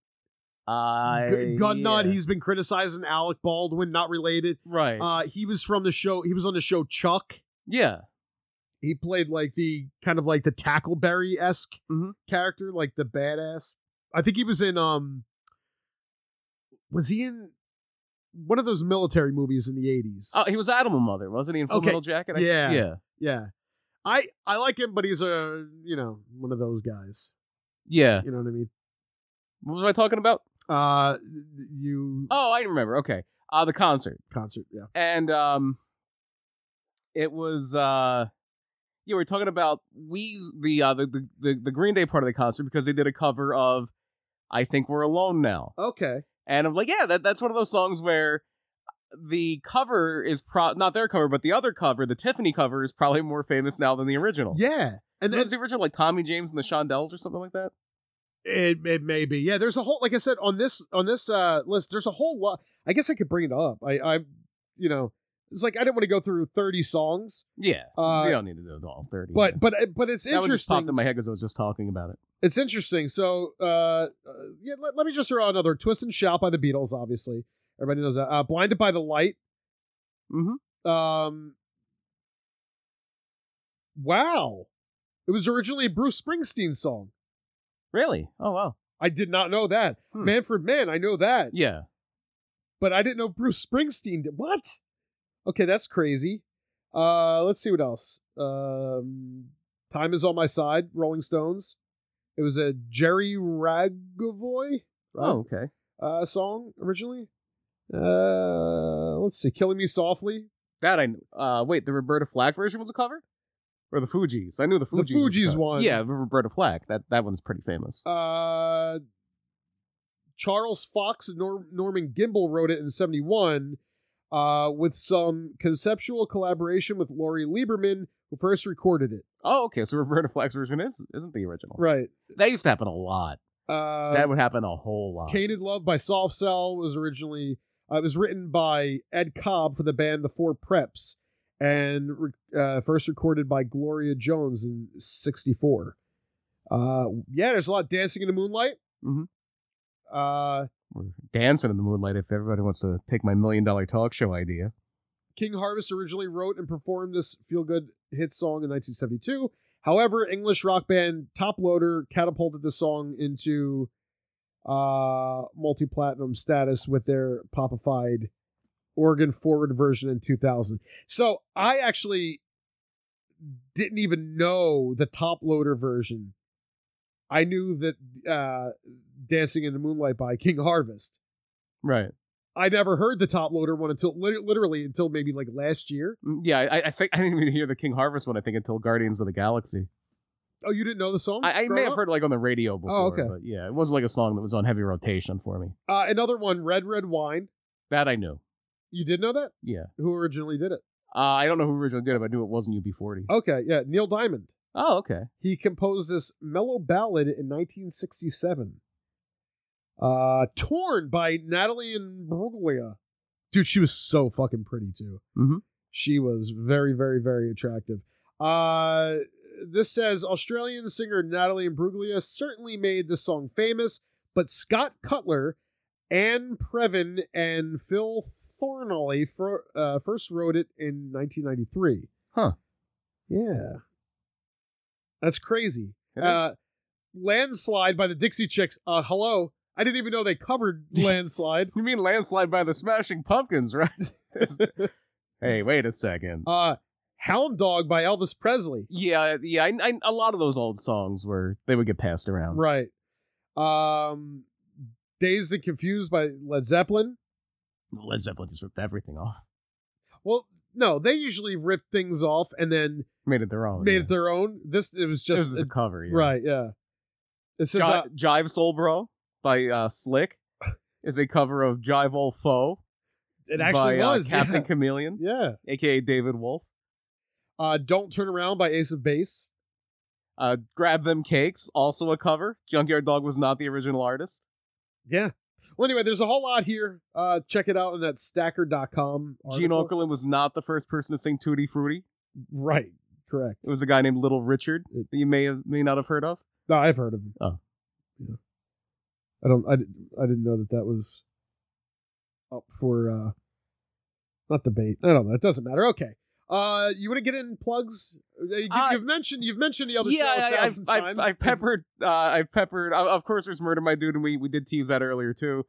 Speaker 3: I
Speaker 2: Gu- Gun nut.
Speaker 3: Uh, yeah.
Speaker 2: He's been criticizing Alec Baldwin, not related.
Speaker 3: right.
Speaker 2: Uh, he was from the show. He was on the show Chuck.
Speaker 3: yeah,
Speaker 2: He played like the kind of like the Tackleberry esque
Speaker 3: Mhm.
Speaker 2: character, like the badass. I think he was in um was he in one of those military movies in the 80s?
Speaker 3: oh, he was Animal Mother, wasn't he? In Full
Speaker 2: Okay,
Speaker 3: Metal Jacket. I-
Speaker 2: yeah.
Speaker 3: yeah,
Speaker 2: yeah. I I like him but he's a, you know, one of those guys.
Speaker 3: yeah.
Speaker 2: You know what I mean?
Speaker 3: What was I talking about?
Speaker 2: Uh you
Speaker 3: Oh, I remember. Okay, uh, the concert.
Speaker 2: concert, yeah.
Speaker 3: and um it was uh yeah, we were talking about we the uh the, the- the the Green Day part of the concert because they did a cover of I think we're alone now.
Speaker 2: Okay.
Speaker 3: And I'm like, yeah, that that's one of those songs where the cover is pro not their cover, but the other cover, the Tiffany cover is probably more famous now than the original.
Speaker 2: Yeah. And
Speaker 3: And
Speaker 2: then
Speaker 3: the original like Tommy James and the Shondells or something like that.
Speaker 2: It, it may be. Yeah, there's a whole like I said on this on this uh list, there's a whole lot I guess I could bring it up. I I you know, it's like I didn't want to go through 30 songs.
Speaker 3: Yeah. we
Speaker 2: Uh
Speaker 3: don't need to do all 30.
Speaker 2: but but but it's
Speaker 3: that one just
Speaker 2: interesting.
Speaker 3: popped in my head because I was just talking about it.
Speaker 2: It's interesting. So, uh, uh, yeah, let, let me just throw out another "Twist and Shout" by the Beatles. Obviously, everybody knows that. Uh, "Blinded by the Light."
Speaker 3: Mhm.
Speaker 2: Um, wow, it was originally a Bruce Springsteen song.
Speaker 3: Really? Oh wow.
Speaker 2: I did not know that.
Speaker 3: Hmm.
Speaker 2: Man for Man, I know that,
Speaker 3: Yeah.
Speaker 2: but I didn't know Bruce Springsteen. Did. What? Okay, that's crazy. Uh, let's see what else. Um, Time is on my side, Rolling Stones. It was a Jerry Ragovoy
Speaker 3: Oh, okay.
Speaker 2: uh, song originally. Uh, let's see, "Killing Me Softly."
Speaker 3: That I knew. Uh, wait, the Roberta Flack version was a cover, or the Fugees? I knew the Fugees. was a
Speaker 2: Fugees
Speaker 3: cover.
Speaker 2: one.
Speaker 3: Yeah, the Roberta Flack. That that one's pretty famous.
Speaker 2: Uh, Charles Fox and Nor- Norman Gimbel wrote it in '71, uh, with some conceptual collaboration with Laurie Lieberman, who first recorded it.
Speaker 3: oh, okay. So Roberta Flack's version is isn't the original.
Speaker 2: Right.
Speaker 3: That used to happen a lot.
Speaker 2: Uh,
Speaker 3: that would happen a whole lot.
Speaker 2: Tainted Love by Soft Cell was originally uh, it was written by Ed Cobb for the band The Four Preps and re- uh, first recorded by Gloria Jones in 64. Uh, yeah, there's a lot of dancing in the moonlight.
Speaker 3: Mhm.
Speaker 2: Uh,
Speaker 3: We're dancing in the moonlight. If everybody wants to take my million dollar talk show idea,
Speaker 2: King Harvest originally wrote and performed this feel good hit song in 1972. However, English rock band Top Loader catapulted the song into uh, multi platinum status with their popified organ forward version in 2000. So I actually didn't even know the Top Loader version. I knew that uh, Dancing in the Moonlight by King Harvest.
Speaker 3: right?
Speaker 2: I never heard the top loader one until lit- literally until maybe like last year.
Speaker 3: Mm, Yeah, I, I think I didn't even hear the King Harvest one. I think until Guardians of the Galaxy.
Speaker 2: Oh, you didn't know the song?
Speaker 3: I, I
Speaker 2: growing
Speaker 3: may
Speaker 2: up?
Speaker 3: have
Speaker 2: Oh,
Speaker 3: heard it, like on the radio before.
Speaker 2: okay.
Speaker 3: But yeah, it wasn't like a song that was on heavy rotation for me.
Speaker 2: Uh, another one, Red Red Wine.
Speaker 3: That I knew.
Speaker 2: You did know that?
Speaker 3: Yeah.
Speaker 2: Who originally did it?
Speaker 3: Uh, I don't know who originally did it, but I knew it wasn't UB40.
Speaker 2: Okay, yeah, Neil Diamond.
Speaker 3: Oh, okay.
Speaker 2: He composed this mellow ballad in 1967. Uh, Torn by Natalie and Bruglia. Dude, she was so fucking pretty too.
Speaker 3: Mhm.
Speaker 2: She was very, very, very attractive. Uh, this says Australian singer Natalie Imbruglia certainly made this song famous, but Scott Cutler, Anne Previn, and Phil Thornley fro- uh, first wrote it in 1993.
Speaker 3: Huh.
Speaker 2: Yeah. That's crazy.
Speaker 3: It is.
Speaker 2: Uh, Landslide by the Dixie Chicks. Uh, hello. I didn't even know they covered Landslide.
Speaker 3: you mean Landslide by the Smashing Pumpkins, right? hey, wait a second.
Speaker 2: Uh, Hound Dog by Elvis Presley.
Speaker 3: yeah, yeah. I, I, a lot of those old songs were they would get passed around.
Speaker 2: Right. Um, Dazed and Confused by Led Zeppelin.
Speaker 3: Led Zeppelin just ripped everything off,
Speaker 2: Well, no, they usually rip things off and then
Speaker 3: made it their own.
Speaker 2: made
Speaker 3: Oh, yeah.
Speaker 2: it their own. This it was
Speaker 3: It
Speaker 2: just
Speaker 3: was the cover, yeah.
Speaker 2: right, yeah. It says
Speaker 3: Ji-
Speaker 2: uh,
Speaker 3: Jive Soul Bro by uh, Slick is a cover of Jive Old Foe.
Speaker 2: it actually
Speaker 3: by, uh,
Speaker 2: was
Speaker 3: Captain Chameleon,
Speaker 2: Yeah. yeah.
Speaker 3: aka David Wolf.
Speaker 2: Uh, Don't Turn Around by Ace of Base.
Speaker 3: Uh, Grab Them Cakes, also a cover. Junkyard Dog was not the original artist.
Speaker 2: Yeah. Well, anyway, there's a whole lot here. Uh, check it out on that stacker.com.
Speaker 3: Gene
Speaker 2: article.
Speaker 3: Okerlund was not the first person to sing Tutti Frutti.
Speaker 2: Right. Correct.
Speaker 3: It was a guy named Little Richard that you may have, may not have heard of.
Speaker 2: No, I've heard of him.
Speaker 3: Oh.
Speaker 2: Yeah. I don't. I, didn't- I didn't know that that was up for uh, not debate. I don't know. It doesn't matter. Okay. Uh, you want to get in plugs? Uh, You,
Speaker 3: Uh,
Speaker 2: have mentioned you've mentioned the other show a
Speaker 3: I, I've,
Speaker 2: thousand
Speaker 3: I've,
Speaker 2: times.
Speaker 3: I've peppered. Uh, I've peppered. Uh, of course, there's Murder My Dude, and we, we did tease that earlier too.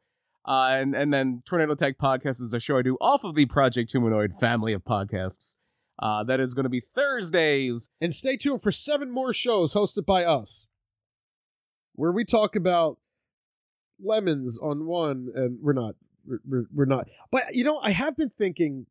Speaker 3: Uh, and and then Tornado Tech Podcast is a show I do off of the Project Humanoid family of podcasts. Uh, that is going to be Thursdays.
Speaker 2: And stay tuned for seven more shows hosted by us, where we talk about lemons on one, and we're not, we're- we're, we're not. But you know, I have been thinking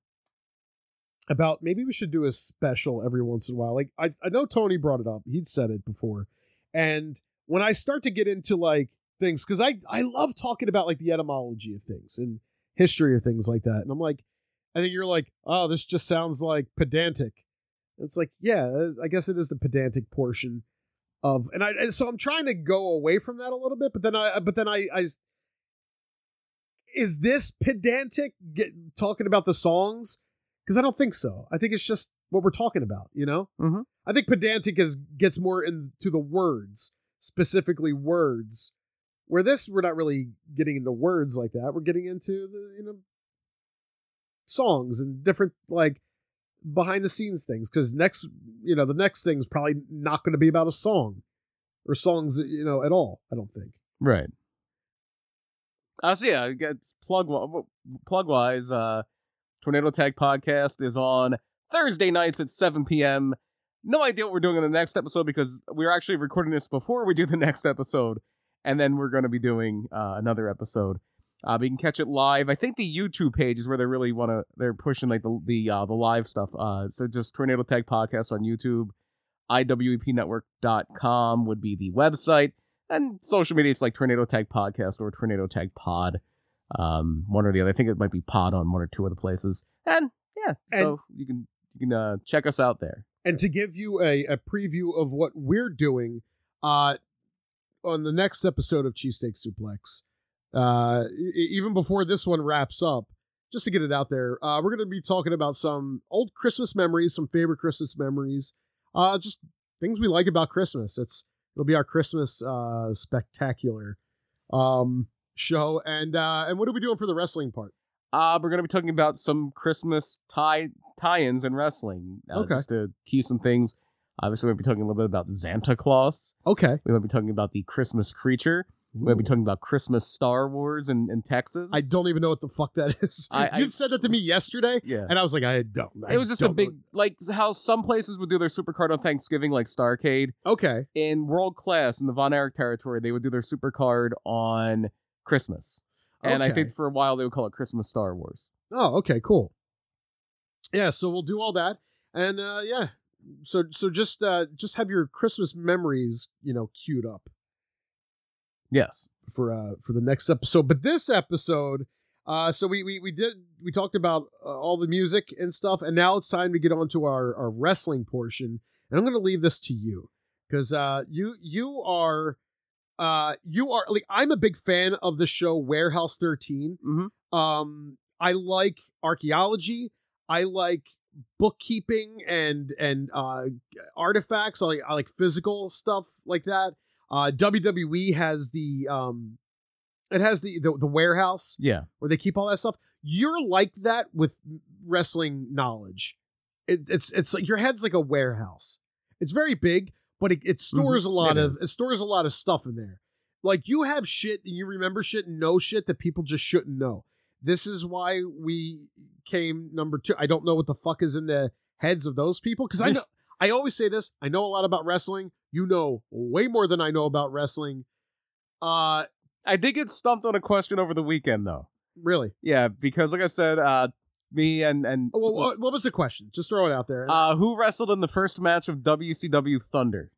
Speaker 2: about maybe we should do a special every once in a while. Like I, I know Tony brought it up; he'd said it before, and when I start to get into like things, because I I love talking about like the etymology of things and history of things like that, and I'm like, I think you're like, oh, this just sounds like pedantic. It's like, yeah, uh, I guess it is the pedantic portion of, and I and so I'm trying to go away from that a little bit, but then I but then I I s- is this pedantic get, talking about the songs? Because I don't think so. I think it's just what we're talking about, you know.
Speaker 3: Mhm.
Speaker 2: I think pedantic is gets more into the words, specifically words. Where this, we're not really getting into words like that. We're getting into the you know songs and different like behind the scenes things because next you know the next thing's probably not going to be about a song or songs you know at all i don't think
Speaker 3: Right. Uh, so yeah, it's plug plug wise. Uh, Tornado Tag Podcast is on Thursday nights at 7 p.m. no idea what we're doing in the next episode because we're actually recording this before we do the next episode, and then we're going to be doing uh, another episode. Uh, but you can catch it live. I think the YouTube page is where they really want to. They're pushing like the the uh, the live stuff. Uh, so just Tornado Tag Podcast on YouTube, E iwepnetwork.com would be the website, and social media it's like Tornado Tag Podcast or Tornado Tag Pod, um, one or the other. I think it might be Pod on one or two of the places, and yeah, so you can you can uh, check us out there.
Speaker 2: And to give you a, a preview of what we're doing uh, on the next episode of Cheesesteak Suplex, uh, e- even before this one wraps up, just to get it out there, uh, we're going to be talking about some old Christmas memories, some favorite Christmas memories, uh, just things we like about Christmas. It's it'll be our Christmas uh, spectacular um, show. And uh, and what are we doing for the wrestling part?
Speaker 3: Uh, we're going to be talking about some Christmas tie tie-ins in wrestling. Uh,
Speaker 2: Okay.
Speaker 3: Just to tease some things. Obviously, we'll be talking a little bit about Santa Claus.
Speaker 2: Okay,
Speaker 3: We might be talking about the Christmas creature. We might be talking about Christmas Star Wars in, in Texas.
Speaker 2: I don't even know what the fuck that is.
Speaker 3: I- I-
Speaker 2: you said that to me yesterday,
Speaker 3: Yeah.
Speaker 2: and I was like, I don't. I
Speaker 3: it was just a
Speaker 2: don't know.
Speaker 3: big like how some places would do their supercard on Thanksgiving, like Starcade.
Speaker 2: Okay,
Speaker 3: In world class in the Von Erich territory, they would do their supercard on Christmas. And I
Speaker 2: Okay.
Speaker 3: think for a while they would call it Christmas Star Wars.
Speaker 2: Oh, okay, cool. Yeah, so we'll do all that, and uh, yeah, so so just uh, just have your Christmas memories, you know, queued up
Speaker 3: Yes.
Speaker 2: for uh for the next episode. But this episode, uh, so we we we did we talked about uh, all the music and stuff, and now it's time to get on to our our wrestling portion, and I'm gonna leave this to you because uh you you are. Uh, you are like I'm a big fan of the show Warehouse 13
Speaker 3: Mm-hmm.
Speaker 2: um i like archaeology i like bookkeeping and and uh artifacts i like, I like physical stuff like that uh wwe has the um it has the, the the warehouse
Speaker 3: Yeah.
Speaker 2: where they keep all that stuff you're like that with wrestling knowledge it, it's it's like your head's like a warehouse it's very big but it, it stores a lot
Speaker 3: Mm-hmm. it
Speaker 2: of
Speaker 3: is.
Speaker 2: it stores a lot of stuff in there like you have shit and you remember shit and know shit that people just shouldn't know this is why we came number two i don't know what the fuck is in the heads of those people because i know i always say this i know a lot about wrestling you know way more than i know about wrestling uh
Speaker 3: I did get stumped on a question over the weekend though.
Speaker 2: really
Speaker 3: Yeah, because like I said, uh, me and and
Speaker 2: Oh, well, what was the question just throw it out there
Speaker 3: uh, who wrestled in the first match of WCW Thunder?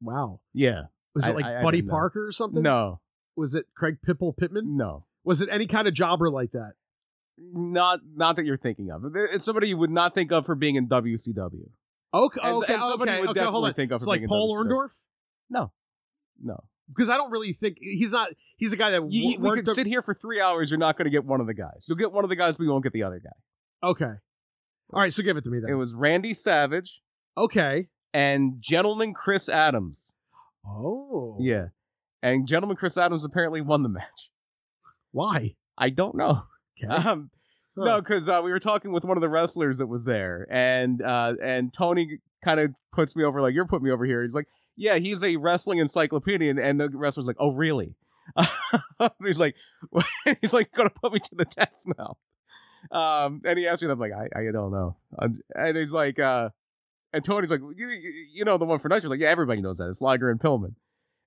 Speaker 2: wow
Speaker 3: Yeah,
Speaker 2: was
Speaker 3: I-
Speaker 2: it like
Speaker 3: I- I
Speaker 2: buddy
Speaker 3: didn't know.
Speaker 2: parker or something
Speaker 3: no,
Speaker 2: was it craig pipple pittman
Speaker 3: no,
Speaker 2: was it any kind of jobber like that
Speaker 3: not not that you're thinking of. It's somebody you would not think of for being in WCW.
Speaker 2: okay
Speaker 3: And-
Speaker 2: okay
Speaker 3: and somebody
Speaker 2: okay,
Speaker 3: would
Speaker 2: okay hold
Speaker 3: definitely
Speaker 2: on
Speaker 3: think of
Speaker 2: it's
Speaker 3: for
Speaker 2: like
Speaker 3: being in
Speaker 2: paul
Speaker 3: WCW.
Speaker 2: orndorff Uh,
Speaker 3: No,
Speaker 2: because i don't really think he's not he's a guy that
Speaker 3: you, you-
Speaker 2: wo-
Speaker 3: we
Speaker 2: worked
Speaker 3: could sit here for three hours. You're not going to get one of the guys. You'll get one of the guys, but you won't get the other guy.
Speaker 2: okay all right so give it to me then
Speaker 3: It was Randy Savage
Speaker 2: okay
Speaker 3: and Gentleman Chris Adams.
Speaker 2: oh
Speaker 3: Yeah, and Gentleman Chris Adams apparently won the match.
Speaker 2: Why?
Speaker 3: I don't know.
Speaker 2: Okay.
Speaker 3: Um, No, because uh, we were talking with one of the wrestlers that was there, and uh, and Tony kind of puts me over like you're putting me over here. He's like, yeah, he's a wrestling encyclopedia, and, and the wrestler's like, oh really? he's like, he's like gonna put me to the test now. Um, and he asked me, and I'm like, I, I don't know. Um, and he's like, uh, and Tony's like, you you you know the one for night? like, yeah, everybody knows that. It's Liger and Pillman.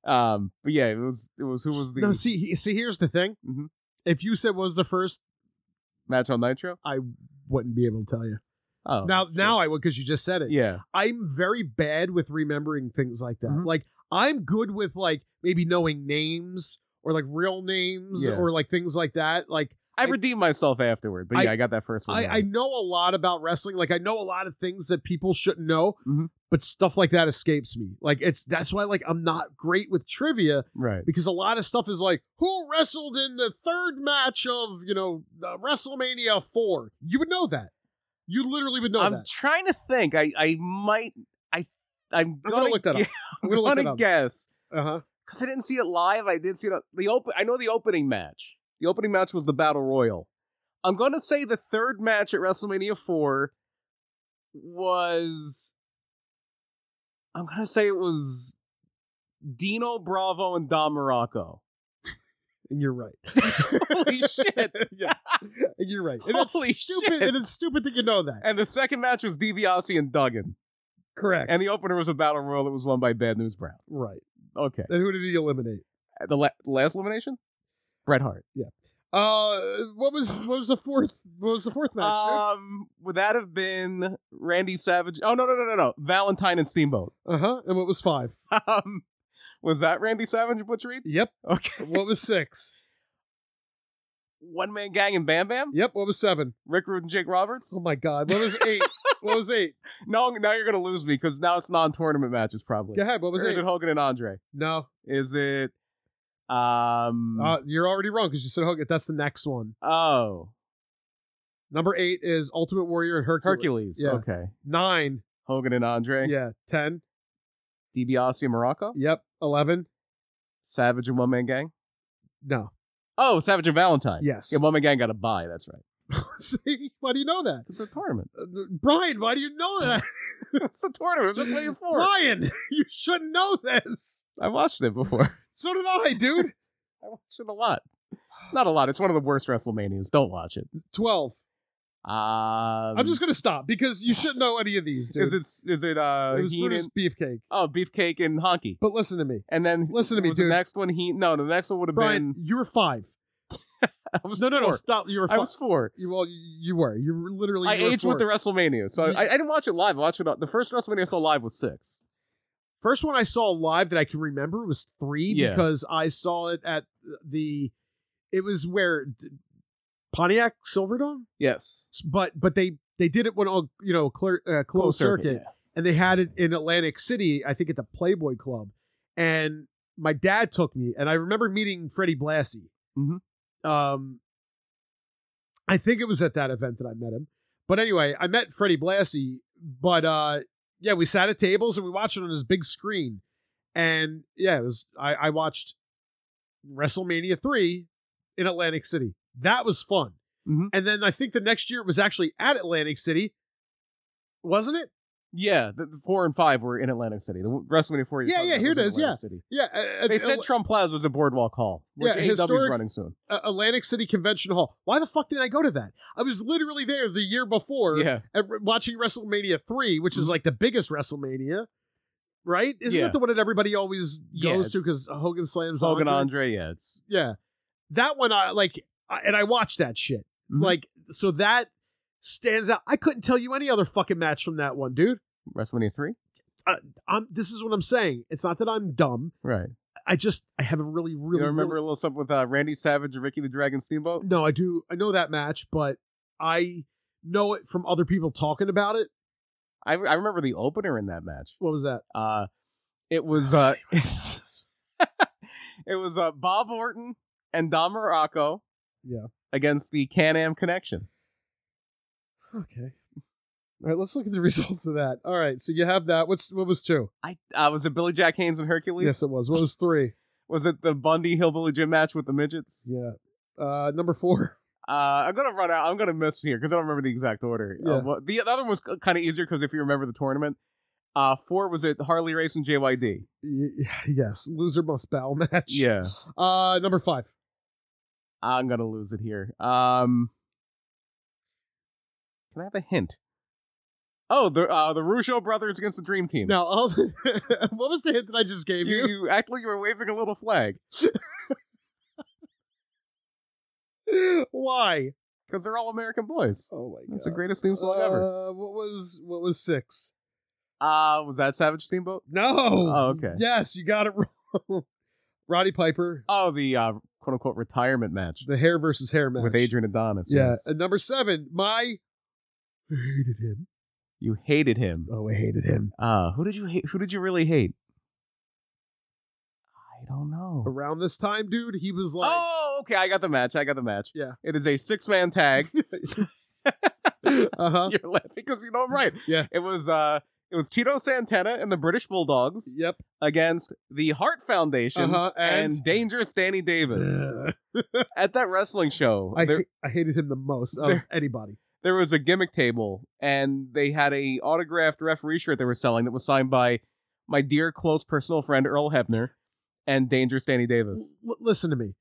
Speaker 3: Um, but yeah, it was it was who was the
Speaker 2: no, see, he- see, here's the thing.
Speaker 3: Mhm.
Speaker 2: If you said what was the first,
Speaker 3: match on Nitro.
Speaker 2: I wouldn't be able to tell you.
Speaker 3: Oh,
Speaker 2: now,
Speaker 3: shit.
Speaker 2: now I would because you just said it.
Speaker 3: yeah,
Speaker 2: I'm very bad with remembering things like that.
Speaker 3: Mhm.
Speaker 2: Like I'm good with like maybe knowing names or like real names
Speaker 3: Yeah.
Speaker 2: or like things like that. Like
Speaker 3: I,
Speaker 2: I-
Speaker 3: redeemed myself afterward, but yeah,
Speaker 2: I-
Speaker 3: I, got that first one.
Speaker 2: I,
Speaker 3: down.
Speaker 2: I know a lot about wrestling. Like I know a lot of things that people shouldn't know,
Speaker 3: Mhm.
Speaker 2: but stuff like that escapes me. Like it's that's why like I'm not great with trivia
Speaker 3: right.
Speaker 2: because a lot of stuff is like who wrestled in the third match of you know uh, WrestleMania four. You would know that. You literally would know
Speaker 3: I'm
Speaker 2: that.
Speaker 3: trying to think. I, I might. I I'm
Speaker 2: I'm
Speaker 3: gonna,
Speaker 2: gonna look that up.
Speaker 3: gue-
Speaker 2: I'm
Speaker 3: I'm
Speaker 2: gonna
Speaker 3: gonna,
Speaker 2: look that up.
Speaker 3: guess
Speaker 2: Uh huh.
Speaker 3: because I didn't see it live. I didn't see it. The open. I know the opening match. The opening match was the battle royal. I'm gonna say the third match at WrestleMania four was. I'm gonna say it was Dino Bravo and Don Morocco.
Speaker 2: and you're right.
Speaker 3: Holy shit.
Speaker 2: yeah, and you're right. And that's
Speaker 3: Holy
Speaker 2: stupid.
Speaker 3: shit.
Speaker 2: And it's stupid that you know that.
Speaker 3: And the second match was DiBiase and Duggan.
Speaker 2: Correct.
Speaker 3: And the opener was a battle royal that was won by Bad News Brown.
Speaker 2: right.
Speaker 3: Okay.
Speaker 2: And who did he eliminate?
Speaker 3: The la- last elimination? Bret Hart.
Speaker 2: Uh, what was what was the fourth? What was the fourth match?
Speaker 3: Um, would that have been Randy Savage? Oh, no, no, no, no, no. Valentine and Steamboat.
Speaker 2: Uh huh. And what was five?
Speaker 3: Um, was that Randy Savage and Butcher Reed?
Speaker 2: Yep.
Speaker 3: Okay.
Speaker 2: What was six?
Speaker 3: One Man Gang and Bam Bam?
Speaker 2: Yep. What was seven?
Speaker 3: Rick Rude and Jake Roberts?
Speaker 2: Oh my God. What was eight? what was eight?
Speaker 3: No, now you're going to lose me because now it's non tournament matches, probably.
Speaker 2: Go ahead. What was
Speaker 3: Or is
Speaker 2: eight?
Speaker 3: it Hogan and Andre?
Speaker 2: No.
Speaker 3: Is it. Um.
Speaker 2: Uh, you're already wrong because you said Hogan. That's the next one.
Speaker 3: oh.
Speaker 2: Number eight is Ultimate Warrior and Hercules.
Speaker 3: Hercules.
Speaker 2: Yeah.
Speaker 3: Okay.
Speaker 2: Nine.
Speaker 3: Hogan and Andre.
Speaker 2: Yeah. Ten.
Speaker 3: DiBiase and Morocco.
Speaker 2: Yep. Eleven.
Speaker 3: Savage and One Man Gang.
Speaker 2: No.
Speaker 3: Oh, Savage and Valentine.
Speaker 2: Yes.
Speaker 3: Yeah, One Man Gang got a buy. That's right.
Speaker 2: See, why do you know that?
Speaker 3: It's a tournament.
Speaker 2: Uh, Brian, why do you know that?
Speaker 3: it's a tournament. That's what you're for.
Speaker 2: Brian, you should know this.
Speaker 3: I watched it before.
Speaker 2: So did I, dude.
Speaker 3: I watched it a lot. Not a lot. It's one of the worst WrestleManias. Don't watch it.
Speaker 2: 12.
Speaker 3: Um,
Speaker 2: I'm just going to stop because you shouldn't know any of these, dude.
Speaker 3: Is it? Is it? Uh,
Speaker 2: it was
Speaker 3: Heenan-
Speaker 2: Brutus Beefcake.
Speaker 3: Oh, Beefcake and Honky.
Speaker 2: But listen to me.
Speaker 3: And then
Speaker 2: Listen to me,
Speaker 3: was
Speaker 2: dude.
Speaker 3: The next one, he no. The next one would have
Speaker 2: Brian,
Speaker 3: been.
Speaker 2: you were five.
Speaker 3: I was no, no,
Speaker 2: Oh, stop. You were
Speaker 3: I
Speaker 2: five.
Speaker 3: was four.
Speaker 2: you, well, you you were. You were literally.
Speaker 3: I
Speaker 2: you were
Speaker 3: aged
Speaker 2: four.
Speaker 3: with the WrestleMania, so
Speaker 2: You-
Speaker 3: I, I didn't watch it live. I watched it. on- The first WrestleMania I saw live was six.
Speaker 2: First one I saw live that I can remember was three
Speaker 3: Yeah.
Speaker 2: because I saw it at the. It was where d- Pontiac Silverdome,
Speaker 3: Yes,
Speaker 2: S- but but they they did it when all you know clear, uh, closed circuit, and they had it in Atlantic City, I think at the Playboy Club, and my dad took me, and I remember meeting Freddie Blassie.
Speaker 3: Mhm.
Speaker 2: Um, I think it was at that event that I met him, but anyway, I met Freddie Blassie, but uh, yeah, we sat at tables and we watched it on his big screen, and yeah, it was I, I watched WrestleMania three in Atlantic City. That was fun,
Speaker 3: Mhm.
Speaker 2: and then I think the next year it was actually at Atlantic City, wasn't it?
Speaker 3: Yeah, yeah the, the four and five were in Atlantic City. The WrestleMania four. you're
Speaker 2: Yeah,
Speaker 3: talking
Speaker 2: yeah,
Speaker 3: about
Speaker 2: here
Speaker 3: was
Speaker 2: it
Speaker 3: in
Speaker 2: is,
Speaker 3: Atlantic City.
Speaker 2: Yeah, uh,
Speaker 3: They
Speaker 2: uh,
Speaker 3: said Trump Plaza is a boardwalk hall, which
Speaker 2: Yeah,
Speaker 3: AEW is
Speaker 2: historic-
Speaker 3: running soon.
Speaker 2: uh, Atlantic City Convention Hall. Why the fuck did I go to that? I was literally there the year before
Speaker 3: Yeah, Mm-hmm.
Speaker 2: at- watching WrestleMania 3, which is like the biggest WrestleMania, right? Isn't
Speaker 3: Yeah.
Speaker 2: that the one that everybody always
Speaker 3: Yeah,
Speaker 2: goes to
Speaker 3: it's-
Speaker 2: because Hogan slams
Speaker 3: Hogan
Speaker 2: Andre?
Speaker 3: Andre. Yeah, it's
Speaker 2: Yeah. That one, I like, I, and I watched that shit.
Speaker 3: Mhm.
Speaker 2: Like, so that stands out. I couldn't tell you any other fucking match from that one, dude.
Speaker 3: WrestleMania three.
Speaker 2: I'm, this is what I'm saying. It's not that I'm dumb.
Speaker 3: Right.
Speaker 2: I just, I have a really, really,
Speaker 3: you remember
Speaker 2: really Mm.
Speaker 3: a little something with uh, Randy Savage and Ricky the Dragon Steamboat?
Speaker 2: No, I do. I know that match, but I know it from other people talking about it.
Speaker 3: I, I remember the opener in that match.
Speaker 2: What was that?
Speaker 3: Uh,
Speaker 2: Oh,
Speaker 3: it was uh, it was uh, Bob Orton and Don Morocco.
Speaker 2: Yeah.
Speaker 3: Against the Can Am Connection.
Speaker 2: Okay. All right, let's look at the results of that. All right, so you have that. What's what was two?
Speaker 3: I uh, was it Billy Jack Haynes and Hercules?
Speaker 2: Yes, it was. What was three?
Speaker 3: Was it the Bundy Hillbilly Gym match with the midgets?
Speaker 2: Yeah. Uh, number four.
Speaker 3: Uh, I'm gonna run out. I'm gonna miss here because I don't remember the exact order. Uh,
Speaker 2: Yeah.
Speaker 3: what- the, the other one was kind of easier because if you remember the tournament, uh, four was it Harley Race and JYD.
Speaker 2: Y- yes, loser must bow match.
Speaker 3: Yeah.
Speaker 2: Uh, number five.
Speaker 3: I'm gonna lose it here. Um, can I have a hint? Oh, the uh, the Russo brothers against the Dream Team.
Speaker 2: Now, all the- what was the hint that I just gave
Speaker 3: you,
Speaker 2: you?
Speaker 3: you act like you were waving a little flag
Speaker 2: Why?
Speaker 3: because they're all American boys.
Speaker 2: Oh my god.
Speaker 3: That's the greatest theme song ever.
Speaker 2: Uh, what was what was six?
Speaker 3: Uh, was that Savage Steamboat?
Speaker 2: No.
Speaker 3: Oh, okay.
Speaker 2: Yes, you got it wrong. Roddy Piper,
Speaker 3: Oh, the uh, quote unquote retirement match
Speaker 2: the hair versus hair match
Speaker 3: with Adrian Adonis.
Speaker 2: Yeah,
Speaker 3: yes.
Speaker 2: and number seven, my I hated him.
Speaker 3: you hated him.
Speaker 2: Oh, I hated him.
Speaker 3: Uh, who did you hate? Who did you really hate? I don't know.
Speaker 2: Around this time, dude, he was like,
Speaker 3: Oh, okay. I got the match. I got the match.
Speaker 2: Yeah.
Speaker 3: It is a six man tag.
Speaker 2: uh huh,
Speaker 3: You're laughing because you know I'm right.
Speaker 2: Yeah.
Speaker 3: It was uh it was Tito Santana and the British Bulldogs
Speaker 2: yep,
Speaker 3: against the Hart Foundation
Speaker 2: Uh-huh, and-
Speaker 3: and, Dangerous Danny Davis.
Speaker 2: Ugh.
Speaker 3: At that wrestling show,
Speaker 2: I
Speaker 3: there,
Speaker 2: ha- I hated him the most of
Speaker 3: There-
Speaker 2: anybody.
Speaker 3: there was a gimmick table and they had a autographed referee shirt they were selling that was signed by my dear close personal friend Earl Hebner and Dangerous Danny Davis.
Speaker 2: L- listen to me.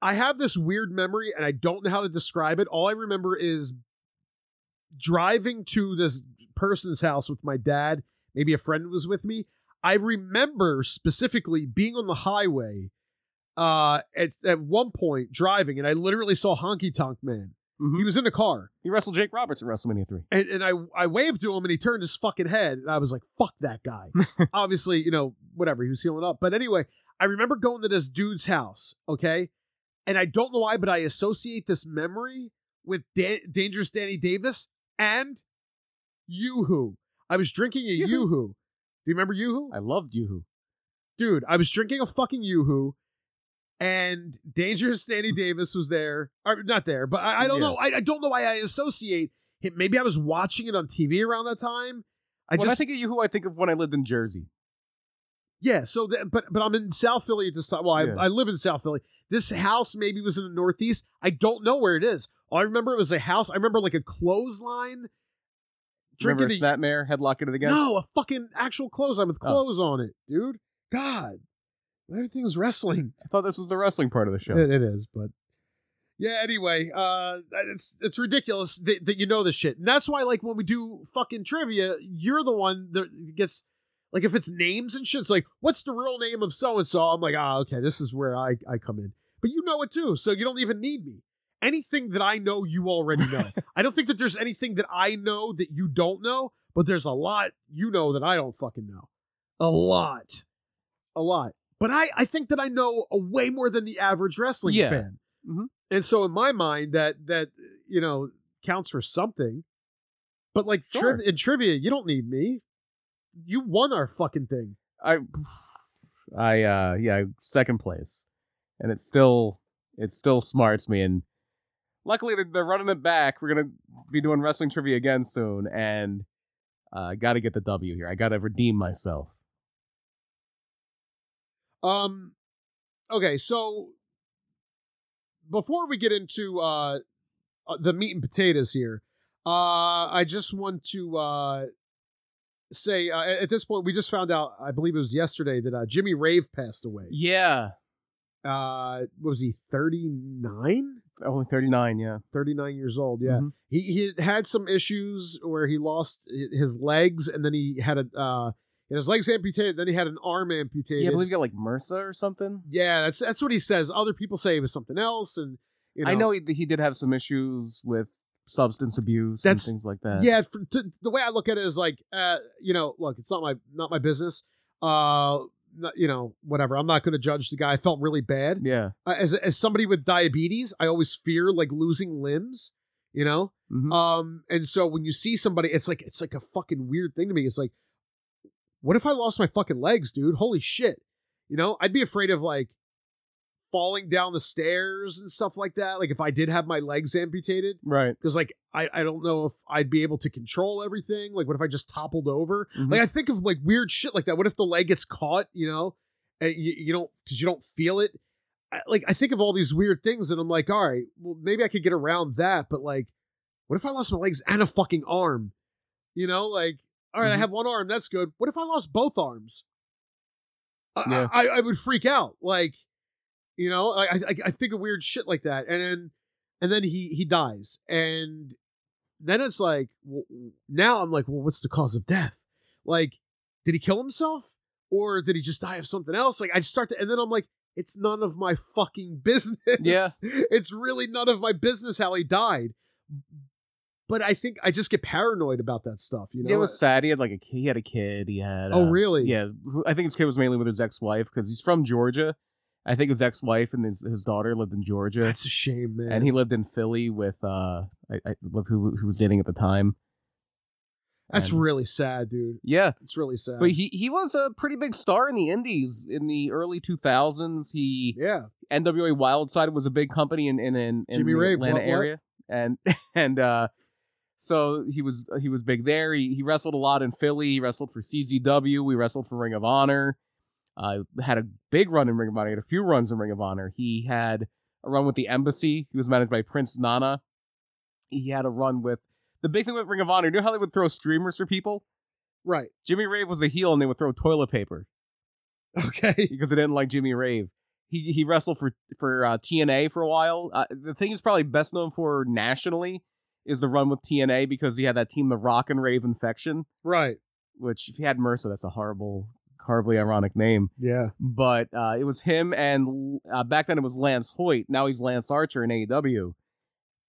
Speaker 2: I have this weird memory and I don't know how to describe it. All I remember is driving to this person's house with my dad. Maybe a friend was with me. I remember specifically being on the highway uh at, at one point driving and I literally saw Honky Tonk Man.
Speaker 3: Mhm.
Speaker 2: He was in a car
Speaker 3: He wrestled Jake Roberts at WrestleMania three.
Speaker 2: and, and I, I waved to him and he turned his fucking head and I was like, fuck that guy. Obviously, you know, whatever, he was healing up. But anyway, I remember going to this dude's house, okay? And I don't know why, but I associate this memory with da- Dangerous Danny Davis and Yoo-Hoo. I was drinking a
Speaker 3: Yoo-hoo.
Speaker 2: Yoo-Hoo. Do you remember Yoo-Hoo?
Speaker 3: I loved Yoo-Hoo.
Speaker 2: Dude, I was drinking a fucking Yoo-Hoo and Dangerous Danny Davis was there. Or not there, but I, I don't
Speaker 3: Yeah.
Speaker 2: know. I, I don't know why I associate him. Maybe I was watching it on TV around that time. I
Speaker 3: I when
Speaker 2: just
Speaker 3: I think of Yoo-Hoo, I think of when I lived in Jersey.
Speaker 2: Yeah, so th- but but I'm in South Philly at this time. Well, I,
Speaker 3: Yeah.
Speaker 2: I live in South Philly. This house maybe was in the Northeast. I don't know where it is. All I remember it was a house. I remember like a clothesline.
Speaker 3: Remember
Speaker 2: Drinking
Speaker 3: Snapmare headlocking it again?
Speaker 2: No, a fucking actual clothesline with
Speaker 3: Oh.
Speaker 2: clothes on it, dude. God, everything's wrestling.
Speaker 3: I thought this was the wrestling part of the show.
Speaker 2: It, it is, but yeah. Anyway, uh, it's it's ridiculous that, that you know this shit, and that's why like when we do fucking trivia, you're the one that gets like if it's names and shit, it's like what's the real name of so and so? I'm like, ah, okay, this is where I I come in, but you know it too, so you don't even need me. Anything that I know, you already know. I don't think that there's anything that I know that you don't know, but there's a lot you know that I don't fucking know. A lot. A lot. But I, I think that I know a way more than the average wrestling
Speaker 3: Yeah.
Speaker 2: fan.
Speaker 3: Mhm.
Speaker 2: And so in my mind that that you know counts for something. But like tri-
Speaker 3: Sure.
Speaker 2: in trivia, you don't need me. You won our fucking thing.
Speaker 3: I, I, uh, yeah, second place, and it still, it still smarts me. And luckily, they're, they're running it back. We're gonna be doing wrestling trivia again soon, and uh, I got to get the W here. I got to redeem myself.
Speaker 2: Um okay, so before we get into uh uh, the meat and potatoes here, uh I just want to uh say uh, at at this point we just found out I believe it was yesterday that uh, Jimmy Rave passed away.
Speaker 3: Yeah,
Speaker 2: uh what was he 39
Speaker 3: only thirty nine. Yeah,
Speaker 2: 39 years old yeah
Speaker 3: Mhm.
Speaker 2: he he had some issues where he lost hi- his legs and then he had a uh he had his legs amputated then he had an arm amputated
Speaker 3: yeah. I believe you got like MRSA or something.
Speaker 2: Yeah, that's that's what he says other people say it was something else and you know
Speaker 3: I know he, he did have some issues with substance abuse
Speaker 2: That's-
Speaker 3: and things like that.
Speaker 2: yeah for, t- the way i look at it is like uh you know look it's not my not my business uh not, you know whatever i'm not going to judge the guy i felt really bad
Speaker 3: yeah.
Speaker 2: uh, as as somebody with diabetes i always fear like losing limbs you know
Speaker 3: Mhm.
Speaker 2: Um, and so when you see somebody, it's like it's like a fucking weird thing to me. It's like, what if I lost my fucking legs, dude? Holy shit! You know, I'd be afraid of like falling down the stairs and stuff like that. Like if I did have my legs amputated,
Speaker 3: right.
Speaker 2: because like I I don't know if I'd be able to control everything. Like what if I just toppled over?
Speaker 3: Mhm.
Speaker 2: Like I think of like weird shit like that. What if the leg gets caught? You know, and you, you don't because you don't feel it. I, like I think of all these weird things, and I'm like, all right, well maybe I could get around that. But like, what if I lost my legs and a fucking arm? You know, like all right, I
Speaker 3: Mhm.
Speaker 2: have one arm, that's good. What if I lost both arms? I-
Speaker 3: Yeah.
Speaker 2: I, I would freak out. Like, you know, I, I I think of weird shit like that, and then and then he he dies, and then it's like w- w- now I'm like, well, what's the cause of death? Like, did he kill himself or did he just die of something else? Like, I just start to, and then I'm like, it's none of my fucking business.
Speaker 3: Yeah.
Speaker 2: it's really none of my business how he died. But I think I just get paranoid about that stuff. You know,
Speaker 3: it was sad. He had like a ki- he had a kid. He had
Speaker 2: oh
Speaker 3: uh,
Speaker 2: really?
Speaker 3: Yeah, who- I think his kid was mainly with his ex-wife because he's from Georgia. I think his ex-wife and his, his daughter lived in Georgia,
Speaker 2: that's a shame, man.
Speaker 3: and he lived in Philly with uh, I, I, with who who was dating at the time.
Speaker 2: that's
Speaker 3: And-
Speaker 2: really sad, dude.
Speaker 3: yeah,
Speaker 2: It's really sad.
Speaker 3: but he he was a pretty big star in the Indies in the early two thousands. He
Speaker 2: yeah,
Speaker 3: NWA Wildside was a big company in in in, in
Speaker 2: Jimmy
Speaker 3: the
Speaker 2: Rave,
Speaker 3: Atlanta
Speaker 2: what- what?
Speaker 3: area, and and uh, so he was he was big there. He he wrestled a lot in Philly. He wrestled for CZW. We wrestled for Ring of Honor. Uh, had a big run in Ring of Honor. He had a few runs in Ring of Honor. He had a run with the Embassy. He was managed by Prince Nana. He had a run with the big thing with Ring of Honor. You know how they would throw streamers for people.
Speaker 2: right.
Speaker 3: Jimmy Rave was a heel, and they would throw toilet paper
Speaker 2: Okay.
Speaker 3: because they didn't like Jimmy Rave. He he wrestled for for uh, TNA for a while. Uh, the thing he's probably best known for nationally is the run with TNA because he had that team, the Rock and Rave Infection,
Speaker 2: Right.
Speaker 3: which if he had Mercer, that's a horrible, horribly ironic name.
Speaker 2: Yeah.
Speaker 3: But uh, it was him and uh, back then it was Lance Hoyt. Now he's Lance Archer in AEW,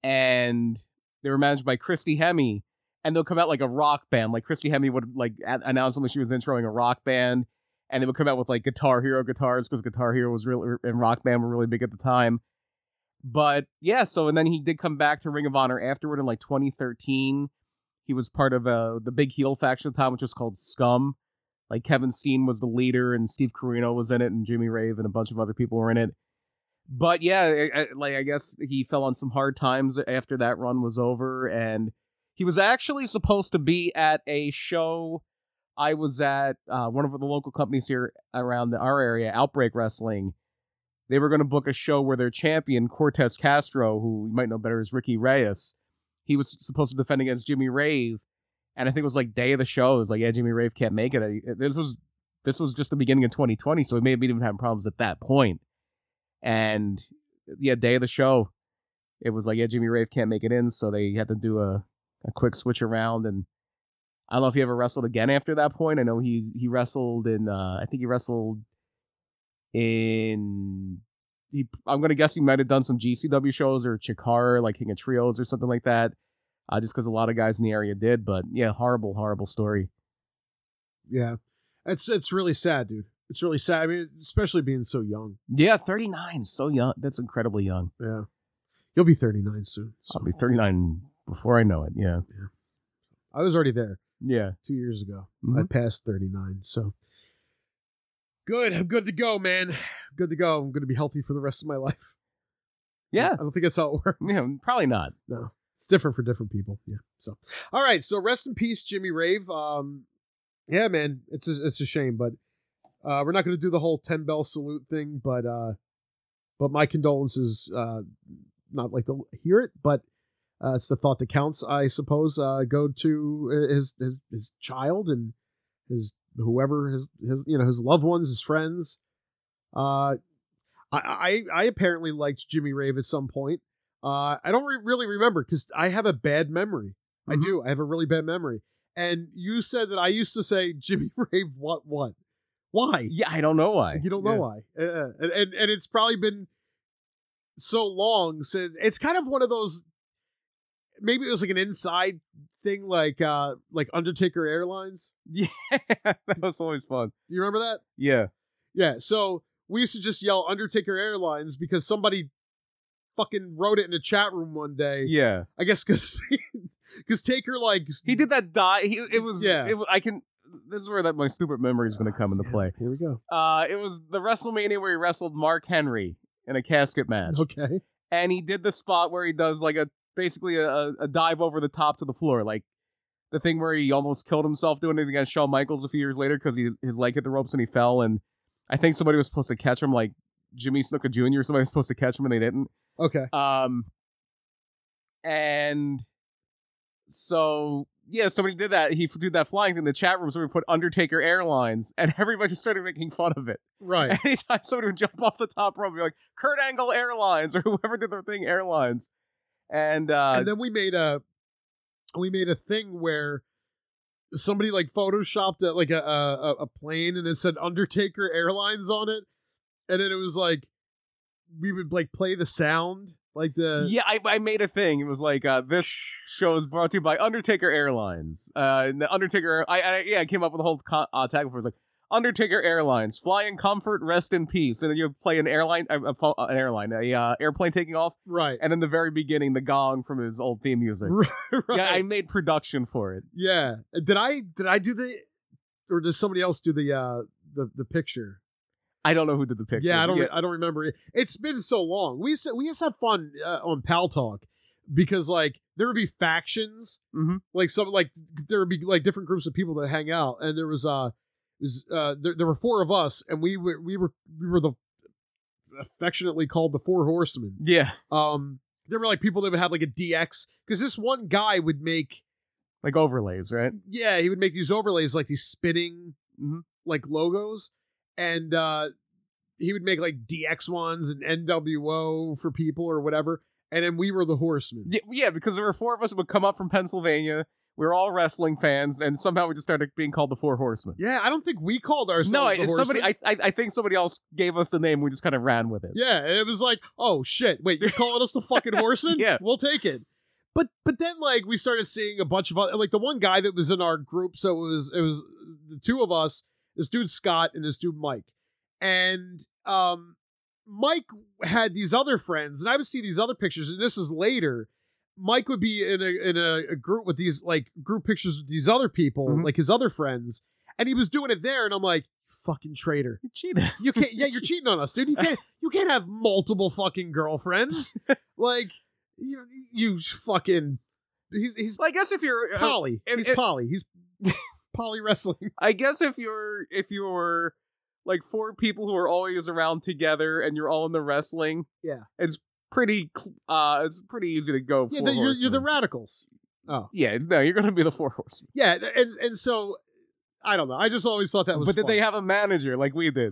Speaker 3: and they were managed by Christy Hemme. And they'll come out like a rock band. Like Christy Hemme would like a- announce them when she was introing a rock band, and they would come out with like Guitar Hero guitars because Guitar Hero was really and Rock Band were really big at the time. But yeah, so and then he did come back to Ring of Honor afterward in like 2013. He was part of uh, the big heel faction at the time, which was called Scum. Like Kevin Steen was the leader, and Steve Carino was in it, and Jimmy Rave and a bunch of other people were in it. But yeah, I, I, like I guess he fell on some hard times after that run was over, and he was actually supposed to be at a show. I was at uh, one of the local companies here around the, our area, Outbreak Wrestling. They were going to book a show where their champion Cortez Castro, who you might know better as Ricky Reyes, he was supposed to defend against Jimmy Rave, and I think it was like day of the show. It was like, yeah, Jimmy Rave can't make it. I- This was this was just the beginning of 2020, so he may have been even having problems at that point. And yeah, day of the show, it was like, yeah, Jimmy Rave can't make it in, so they had to do a a quick switch around and. I don't know if he ever wrestled again after that point. I know he he wrestled in uh, I think he wrestled in he I'm gonna guess he might have done some GCW shows or Chikara like King of Trios or something like that. Uh, just because a lot of guys in the area did, but yeah, horrible, horrible story.
Speaker 2: Yeah. It's it's really sad, dude. It's really sad. I mean, especially being so young.
Speaker 3: Yeah, 39, so young. That's incredibly young.
Speaker 2: Yeah. You'll be 39 soon. So.
Speaker 3: I'll be 39 before I know it. Yeah,
Speaker 2: I was already there
Speaker 3: yeah.
Speaker 2: two years ago.
Speaker 3: Mhm.
Speaker 2: I passed 39. So good. I'm good to go, man. Good to go. I'm going to be healthy for the rest of my life.
Speaker 3: Yeah,
Speaker 2: I don't think that's how it works.
Speaker 3: yeah, probably not.
Speaker 2: No. It's different for different people. Yeah. So, all right. So, rest in peace, Jimmy Rave. Um, yeah, man. It's a, it's a shame, but uh, we're not going to do the whole ten bell salute thing. But uh, but my condolences. Uh, not like to hear it, but uh, it's the thought that counts, I suppose. Uh, go to uh, his his his child and his whoever his his you know his loved ones, his friends. Uh, I I, I apparently liked Jimmy Rave at some point. Uh, I don't re- really remember because I have a bad memory.
Speaker 3: Mhm.
Speaker 2: I do. I have a really bad memory. And you said that I used to say Jimmy Rave what what? Why?
Speaker 3: Yeah, I don't know why.
Speaker 2: You don't know
Speaker 3: Yeah.
Speaker 2: why. Uh, and, and and it's probably been so long since it's kind of one of those maybe it was like an inside thing like uh like Undertaker Airlines.
Speaker 3: that was always fun.
Speaker 2: Do you remember that?
Speaker 3: Yeah,
Speaker 2: Yeah, so we used to just yell Undertaker Airlines because somebody fucking wrote it in the chat room one day.
Speaker 3: yeah.
Speaker 2: I guess cuz cuz Taker like
Speaker 3: He did that die. He, it was.
Speaker 2: Yeah. Ah,
Speaker 3: Yeah. It, I can. This is where that my stupid memory is going to come into play.
Speaker 2: Here we go.
Speaker 3: Uh, it was the WrestleMania where he wrestled Mark Henry in a casket match,
Speaker 2: Okay.
Speaker 3: and he did the spot where he does like a basically a, a- a dive over the top to the floor, like the thing where he almost killed himself doing it against Shawn Michaels a few years later because he his leg hit the ropes and he fell, and I think somebody was supposed to catch him, like Jimmy Snuka Jr. Somebody was supposed to catch him and they didn't.
Speaker 2: Okay.
Speaker 3: Um, and so yeah, somebody did that. He did that flying thing in the chat room. Somebody put Undertaker Airlines, and everybody just started making fun of it.
Speaker 2: Right.
Speaker 3: Anytime somebody would jump off the top rope, be like Kurt Angle Airlines or whoever did their thing Airlines, and uh,
Speaker 2: and then we made a we made a thing where somebody like photoshopped at like a a, a plane and it said Undertaker Airlines on it, and then it was like we would like play the sound like the
Speaker 3: yeah, I, I made a thing. It was like uh, this show is brought to you by Undertaker Airlines. Uh, and the Undertaker, I, I yeah, I came up with a whole con- uh, tag before. It was like Undertaker Airlines, fly in comfort, rest in peace, and then you play an airline, uh, a, a, fo- an airline, a uh, airplane taking off,
Speaker 2: right
Speaker 3: and in the very beginning, the gong from his old theme music.
Speaker 2: right
Speaker 3: Yeah, I made production for it.
Speaker 2: yeah did I did I do the or does somebody else do the uh the the picture
Speaker 3: I don't know who did the picture.
Speaker 2: Yeah, I don't. I don't remember. it. It's been so long. We used to, we used to have fun uh, on Pal Talk because like there would be factions,
Speaker 3: Mhm.
Speaker 2: like some like there would be like different groups of people that hang out, and there was uh it was uh there, there were four of us, and we were we were we were the affectionately called the Four Horsemen.
Speaker 3: Yeah,
Speaker 2: Um, there were like people that would have like a DX because this one guy would make
Speaker 3: like overlays, right?
Speaker 2: yeah, he would
Speaker 3: Mm-hmm.
Speaker 2: make these overlays like these spinning
Speaker 3: Mhm.
Speaker 2: like logos, and uh he would make like DX ones and NWO for people or whatever. And then we were the horsemen.
Speaker 3: Yeah, yeah, because there were four of us who would come up from Pennsylvania. We were all wrestling fans, and somehow we just started being called the Four Horsemen.
Speaker 2: Yeah, I don't think we called ourselves.
Speaker 3: No,
Speaker 2: the
Speaker 3: I, somebody.
Speaker 2: Horsemen.
Speaker 3: I, I I think somebody else gave us the name. We just kind of ran with it.
Speaker 2: Yeah, and it was like, oh shit, wait, you're calling us the fucking horsemen?
Speaker 3: Yeah.
Speaker 2: We'll take it. But but then like we started seeing a bunch of other like the one guy that was in our group, so it was it was the two of us, this dude Scott and this dude Mike. And um Mike had these other friends, and I would see these other pictures, and this is later. Mike would be in a in a, a group with these like group pictures with these other people,
Speaker 3: Mhm.
Speaker 2: like his other friends, and he was doing it there, and I'm like, fucking traitor.
Speaker 3: You cheated.
Speaker 2: You can't. Yeah, you're cheating on us, dude. You can't. You can't have multiple fucking girlfriends. Like you, you fucking. He's he's
Speaker 3: I guess if you're, uh,
Speaker 2: poly.
Speaker 3: if-
Speaker 2: He's
Speaker 3: if-
Speaker 2: poly. He's poly wrestling.
Speaker 3: I guess if you're, if you were, like four people who are always around together, and you're all in the wrestling.
Speaker 2: Yeah.
Speaker 3: it's pretty. cl- Uh, it's pretty easy to go.
Speaker 2: Yeah,
Speaker 3: Four
Speaker 2: the, you're, you're the
Speaker 3: Horsemen.
Speaker 2: radicals.
Speaker 3: Yeah, no, you're gonna be the Four Horsemen.
Speaker 2: Yeah, and and so I don't know. I just always thought that was.
Speaker 3: But did
Speaker 2: fun.
Speaker 3: they have a manager like we did?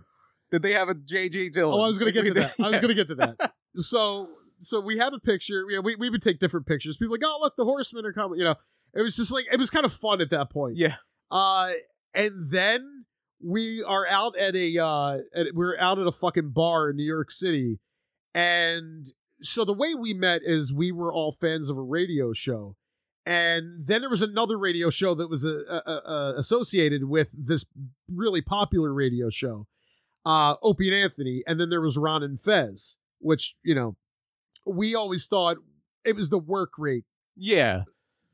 Speaker 3: Did they have a JJ Dillon?
Speaker 2: Oh, I was gonna
Speaker 3: like
Speaker 2: get
Speaker 3: we
Speaker 2: to that.
Speaker 3: did?
Speaker 2: I was gonna get to that. So so we have a picture. Yeah, we we would take different pictures. People were like, oh look, the horsemen are coming. You know, it was just like it was kind of fun at that point.
Speaker 3: Yeah.
Speaker 2: Uh, and then we are out at a uh, at, we're out at a fucking bar in New York City, and so the way we met is we were all fans of a radio show, and then there was another radio show that was uh, uh, uh, associated with this really popular radio show, uh, Opie and Anthony, and then there was Ron and Fez, which you know we always thought it was the work rate
Speaker 3: Yeah.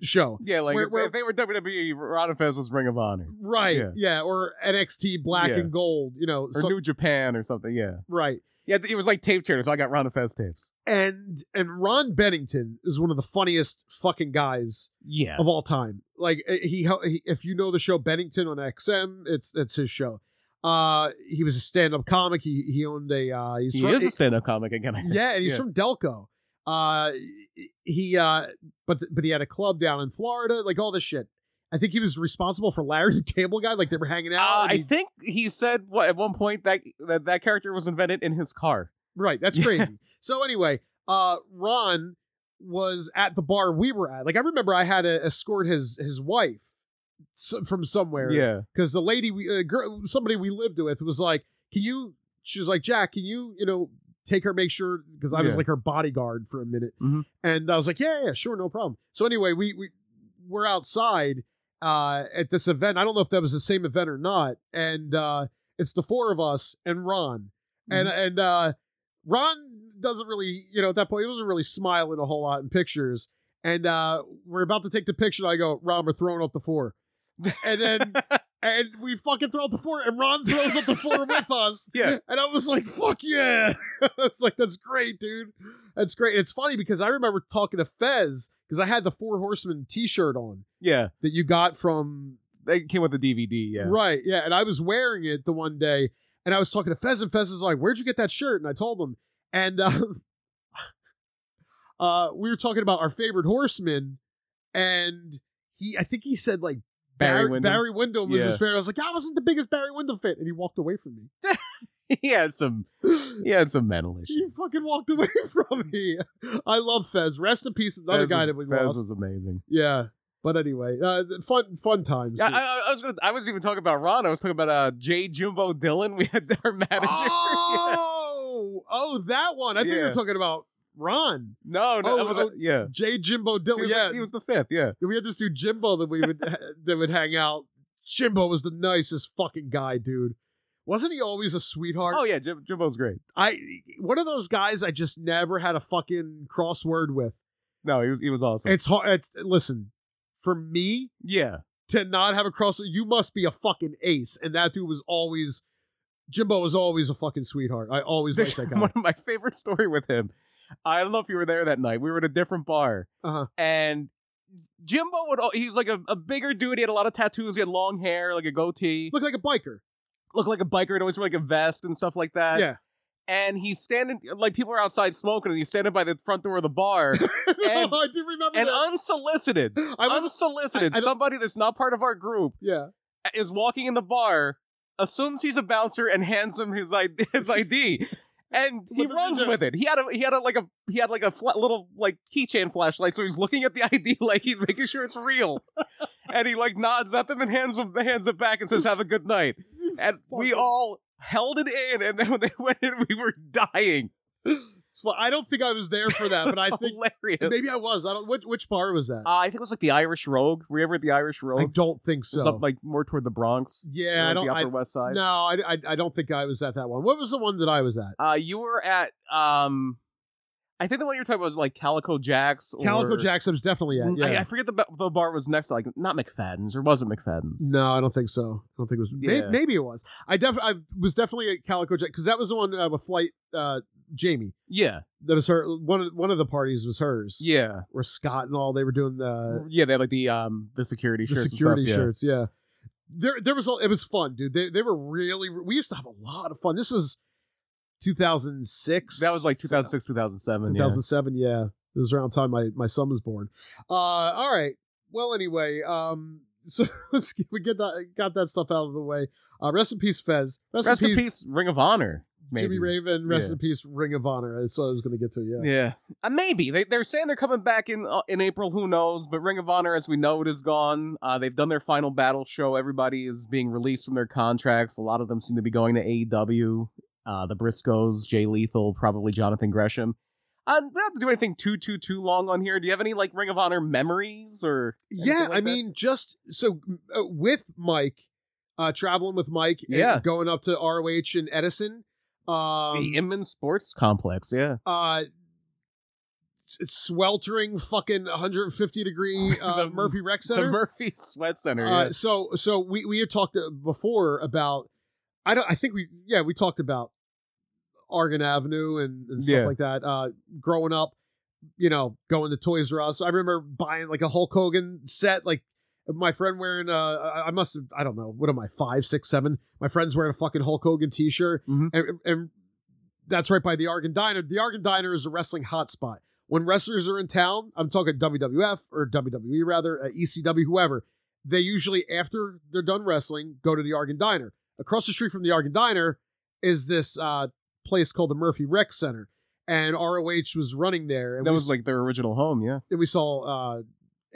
Speaker 2: show.
Speaker 3: Yeah, like
Speaker 2: Where-
Speaker 3: if,
Speaker 2: where-
Speaker 3: if they were WWE, Ron and Fez was Ring of Honor or
Speaker 2: Right. Yeah.
Speaker 3: Yeah.
Speaker 2: or NXT Black
Speaker 3: Yeah.
Speaker 2: and Gold, you know, some-
Speaker 3: New Japan or something. Yeah,
Speaker 2: right.
Speaker 3: yeah, it was like tape trader, so I got Ron and Fez tapes.
Speaker 2: And and Ron Bennington is one of the funniest fucking guys
Speaker 3: Yeah,
Speaker 2: of all time. Like eh, he, he if you know the show Bennington on XM, it's that's his show. Uh he was a stand-up comic. He he owned a uh he's
Speaker 3: he
Speaker 2: from-
Speaker 3: is a stand-up comic again. I think.
Speaker 2: Yeah, and he's
Speaker 3: Yeah.
Speaker 2: from Delco. Uh he uh but but he had a club down in Florida, like all this shit. I think he was responsible for Larry the Cable Guy, like they were hanging
Speaker 3: Uh,
Speaker 2: out. and
Speaker 3: I
Speaker 2: he-
Speaker 3: think he said what, at one point that, that that character was invented in his car.
Speaker 2: Right. That's
Speaker 3: Yeah.
Speaker 2: crazy. So anyway, uh, Ron was at the bar we were at. Like I remember, I had to escort his his wife s- from somewhere.
Speaker 3: Yeah,
Speaker 2: Because the lady, we, uh, girl, somebody we lived with, was like, "Can you?" She was like, "Jack, can you? You know." Take her, make sure, because I was
Speaker 3: Yeah.
Speaker 2: like her bodyguard for a minute,
Speaker 3: Mhm.
Speaker 2: and I was like, "Yeah, yeah, sure, no problem." So anyway, we we we're outside uh, at this event. I don't know if that was the same event or not, and uh, it's the four of us and Ron, and and uh Ron doesn't really, you know, at that point he wasn't really smiling a whole lot in pictures. And uh we're about to take the picture, and I go, Ron, we're throwing up the four. And then and we fucking throw up the four, and Ron throws up the four with us.
Speaker 3: Yeah.
Speaker 2: And I was like, fuck yeah. I was like, that's great, dude. That's great. It's funny because I remember talking to Fez, because I had the Four Horsemen t shirt on
Speaker 3: yeah,
Speaker 2: that you got from
Speaker 3: they came with the DVD. Yeah,
Speaker 2: Right. Yeah. And I was wearing it the one day, and I was talking to Fez, and Fez is like, "Where'd you get that shirt?" And I told him, and um, uh, we were talking about our favorite horseman, and he, I think he said like
Speaker 3: Barry
Speaker 2: Barry,
Speaker 3: Windham.
Speaker 2: Barry Windham was
Speaker 3: Yeah.
Speaker 2: his favorite. I was like, I wasn't the biggest Barry Windham fan, and he walked away from me.
Speaker 3: he had some he had some mental
Speaker 2: He
Speaker 3: issues.
Speaker 2: fucking walked away from me. I love Fez. Rest in peace. Another
Speaker 3: Fez
Speaker 2: guy
Speaker 3: was,
Speaker 2: that we
Speaker 3: Fez
Speaker 2: lost.
Speaker 3: was amazing.
Speaker 2: yeah. But anyway, uh, fun fun times.
Speaker 3: Yeah,
Speaker 2: dude.
Speaker 3: I, I- I was gonna. I was even talking about Ron. I was talking about uh, J. Jumbo Dillon. We had our manager. Yeah.
Speaker 2: Oh, oh, that one. I think you're
Speaker 3: Yeah.
Speaker 2: talking about Ron,
Speaker 3: No, no,
Speaker 2: Oh,
Speaker 3: well,
Speaker 2: oh,
Speaker 3: yeah.
Speaker 2: J. Jimbo
Speaker 3: He
Speaker 2: Dillon.
Speaker 3: was,
Speaker 2: Yeah,
Speaker 3: like- he was the fifth. Yeah,
Speaker 2: we had this dude Jimbo that we would that would hang out. Jimbo was the nicest fucking guy, dude. Wasn't he always a sweetheart?
Speaker 3: Oh yeah, Jim, Jimbo's great.
Speaker 2: I one of those guys I just never had a fucking crossword with.
Speaker 3: No, he was he was awesome.
Speaker 2: It's hard. It's listen for me
Speaker 3: yeah,
Speaker 2: to not have a crossword. You must be a fucking ace, and that dude was always. Jimbo was always a fucking sweetheart. I always liked that guy.
Speaker 3: one of my favorite story with him. I don't know if you were there that night. We were at a different bar,
Speaker 2: Uh-huh.
Speaker 3: and Jimbo would. al- He was like a, a bigger dude. He had a lot of tattoos. He had long hair, like a goatee.
Speaker 2: Looked like a biker.
Speaker 3: Looked like a biker. He'd always wear like a vest and stuff like that.
Speaker 2: Yeah.
Speaker 3: And he's standing like people are outside smoking, and he's standing by the front door of the bar, And-
Speaker 2: no, I do remember
Speaker 3: and
Speaker 2: that.
Speaker 3: unsolicited,
Speaker 2: I was
Speaker 3: unsolicited,
Speaker 2: I- I don't-
Speaker 3: somebody that's not part of our group
Speaker 2: yeah.
Speaker 3: is walking in the bar assumes he's a bouncer and hands him his ID. His ID. And he
Speaker 2: does he
Speaker 3: runs
Speaker 2: do?
Speaker 3: with it. He had a he had a like a he had like a fla- little like keychain flashlight, so he's looking at the ID like he's making sure it's real. and he like nods at them and hands them hands it back and says, "Have a good night." And we all held it in, and then when they went in, we were dying.
Speaker 2: So I don't think I was there for that, but I
Speaker 3: It's
Speaker 2: think
Speaker 3: hilarious.
Speaker 2: maybe I was. I don't. Which, which bar was that?
Speaker 3: Uh, I think it was like the Irish Rogue. Were you ever at the Irish Rogue?
Speaker 2: I don't think
Speaker 3: It was
Speaker 2: so.
Speaker 3: up like more toward the Bronx.
Speaker 2: yeah,
Speaker 3: or
Speaker 2: I
Speaker 3: like,
Speaker 2: don't.
Speaker 3: The
Speaker 2: I,
Speaker 3: Upper West Side.
Speaker 2: no, I, I I don't think I was at that one. What was the one that I was at?
Speaker 3: Uh, you were at um, I think the one you were talking about was like Calico Jacks. Or,
Speaker 2: Calico Jacks. I was definitely at.
Speaker 3: Mm,
Speaker 2: Yeah.
Speaker 3: I, I forget the ba- the bar was next to like not McFadden's or was it McFadden's?
Speaker 2: no, I don't think so. I don't think it was. may-
Speaker 3: Yeah.
Speaker 2: maybe it was. I def. I was definitely at Calico Jack because that was the one uh, with flight. Uh, Jamie.
Speaker 3: Yeah,
Speaker 2: That was her. One of one of the parties was hers.
Speaker 3: yeah,
Speaker 2: Where Scott and all they were doing the
Speaker 3: yeah. They had like the um the security
Speaker 2: Uh, the
Speaker 3: shirts. and
Speaker 2: security
Speaker 3: stuff, yeah.
Speaker 2: shirts. Yeah. There, there was. a- It was fun, dude. They, they were really. We used to have a lot of fun. This is 2006.
Speaker 3: That was like 2006, 2007. yeah.
Speaker 2: 2007 yeah. it was around the time my, my son was born uh all right well anyway um so let's get, we get that got that stuff out of the way uh rest in peace fez rest,
Speaker 3: Rest in peace, Ring of Honor. Maybe.
Speaker 2: jimmy raven rest
Speaker 3: Yeah.
Speaker 2: in peace ring of honor that's what i was gonna get to yeah,
Speaker 3: Yeah, uh, maybe they, they're saying they're coming back in uh, in April. Who knows? But Ring of Honor, as we know, it is gone. Uh, they've done their final battle show. Everybody is being released from their contracts. A lot of them seem to be going to AEW. Uh, the Briscoes, Jay Lethal, probably Jonathan Gresham. Uh, we don't have to do anything too too too long on here. Do you have any like Ring of Honor memories or? anything
Speaker 2: Yeah,
Speaker 3: like
Speaker 2: I
Speaker 3: that?
Speaker 2: mean, just so uh, with Mike, uh, traveling with Mike, and
Speaker 3: Yeah.
Speaker 2: going up to ROH and Edison, um,
Speaker 3: the Inman Sports Complex. Yeah,
Speaker 2: uh, s- sweltering fucking 150 degree uh,
Speaker 3: The-
Speaker 2: Murphy Rec Center,
Speaker 3: the Murphy Sweat Center.
Speaker 2: Uh,
Speaker 3: yeah.
Speaker 2: so so we we had talked uh, before about I don't I think we yeah we talked about Argon Avenue and, and stuff
Speaker 3: Yeah.
Speaker 2: like that. Uh, growing up, you know, going to Toys R Us. I remember buying like a Hulk Hogan set. Like my friend wearing uh I- I must have I don't know what am I five six seven. My friend's wearing a fucking Hulk Hogan t shirt
Speaker 3: Mhm.
Speaker 2: and and that's right by the Argon Diner. The Argon Diner is a wrestling hotspot. When wrestlers are in town, I'm talking WWF or WWE rather, uh, ECW, whoever they usually after they're done wrestling go to the Argon Diner. Across the street from the Argon Diner is this uh, place called the Murphy Rec Center, and ROH was running there, and,
Speaker 3: that
Speaker 2: we,
Speaker 3: was like their original home. Yeah,
Speaker 2: and we saw uh,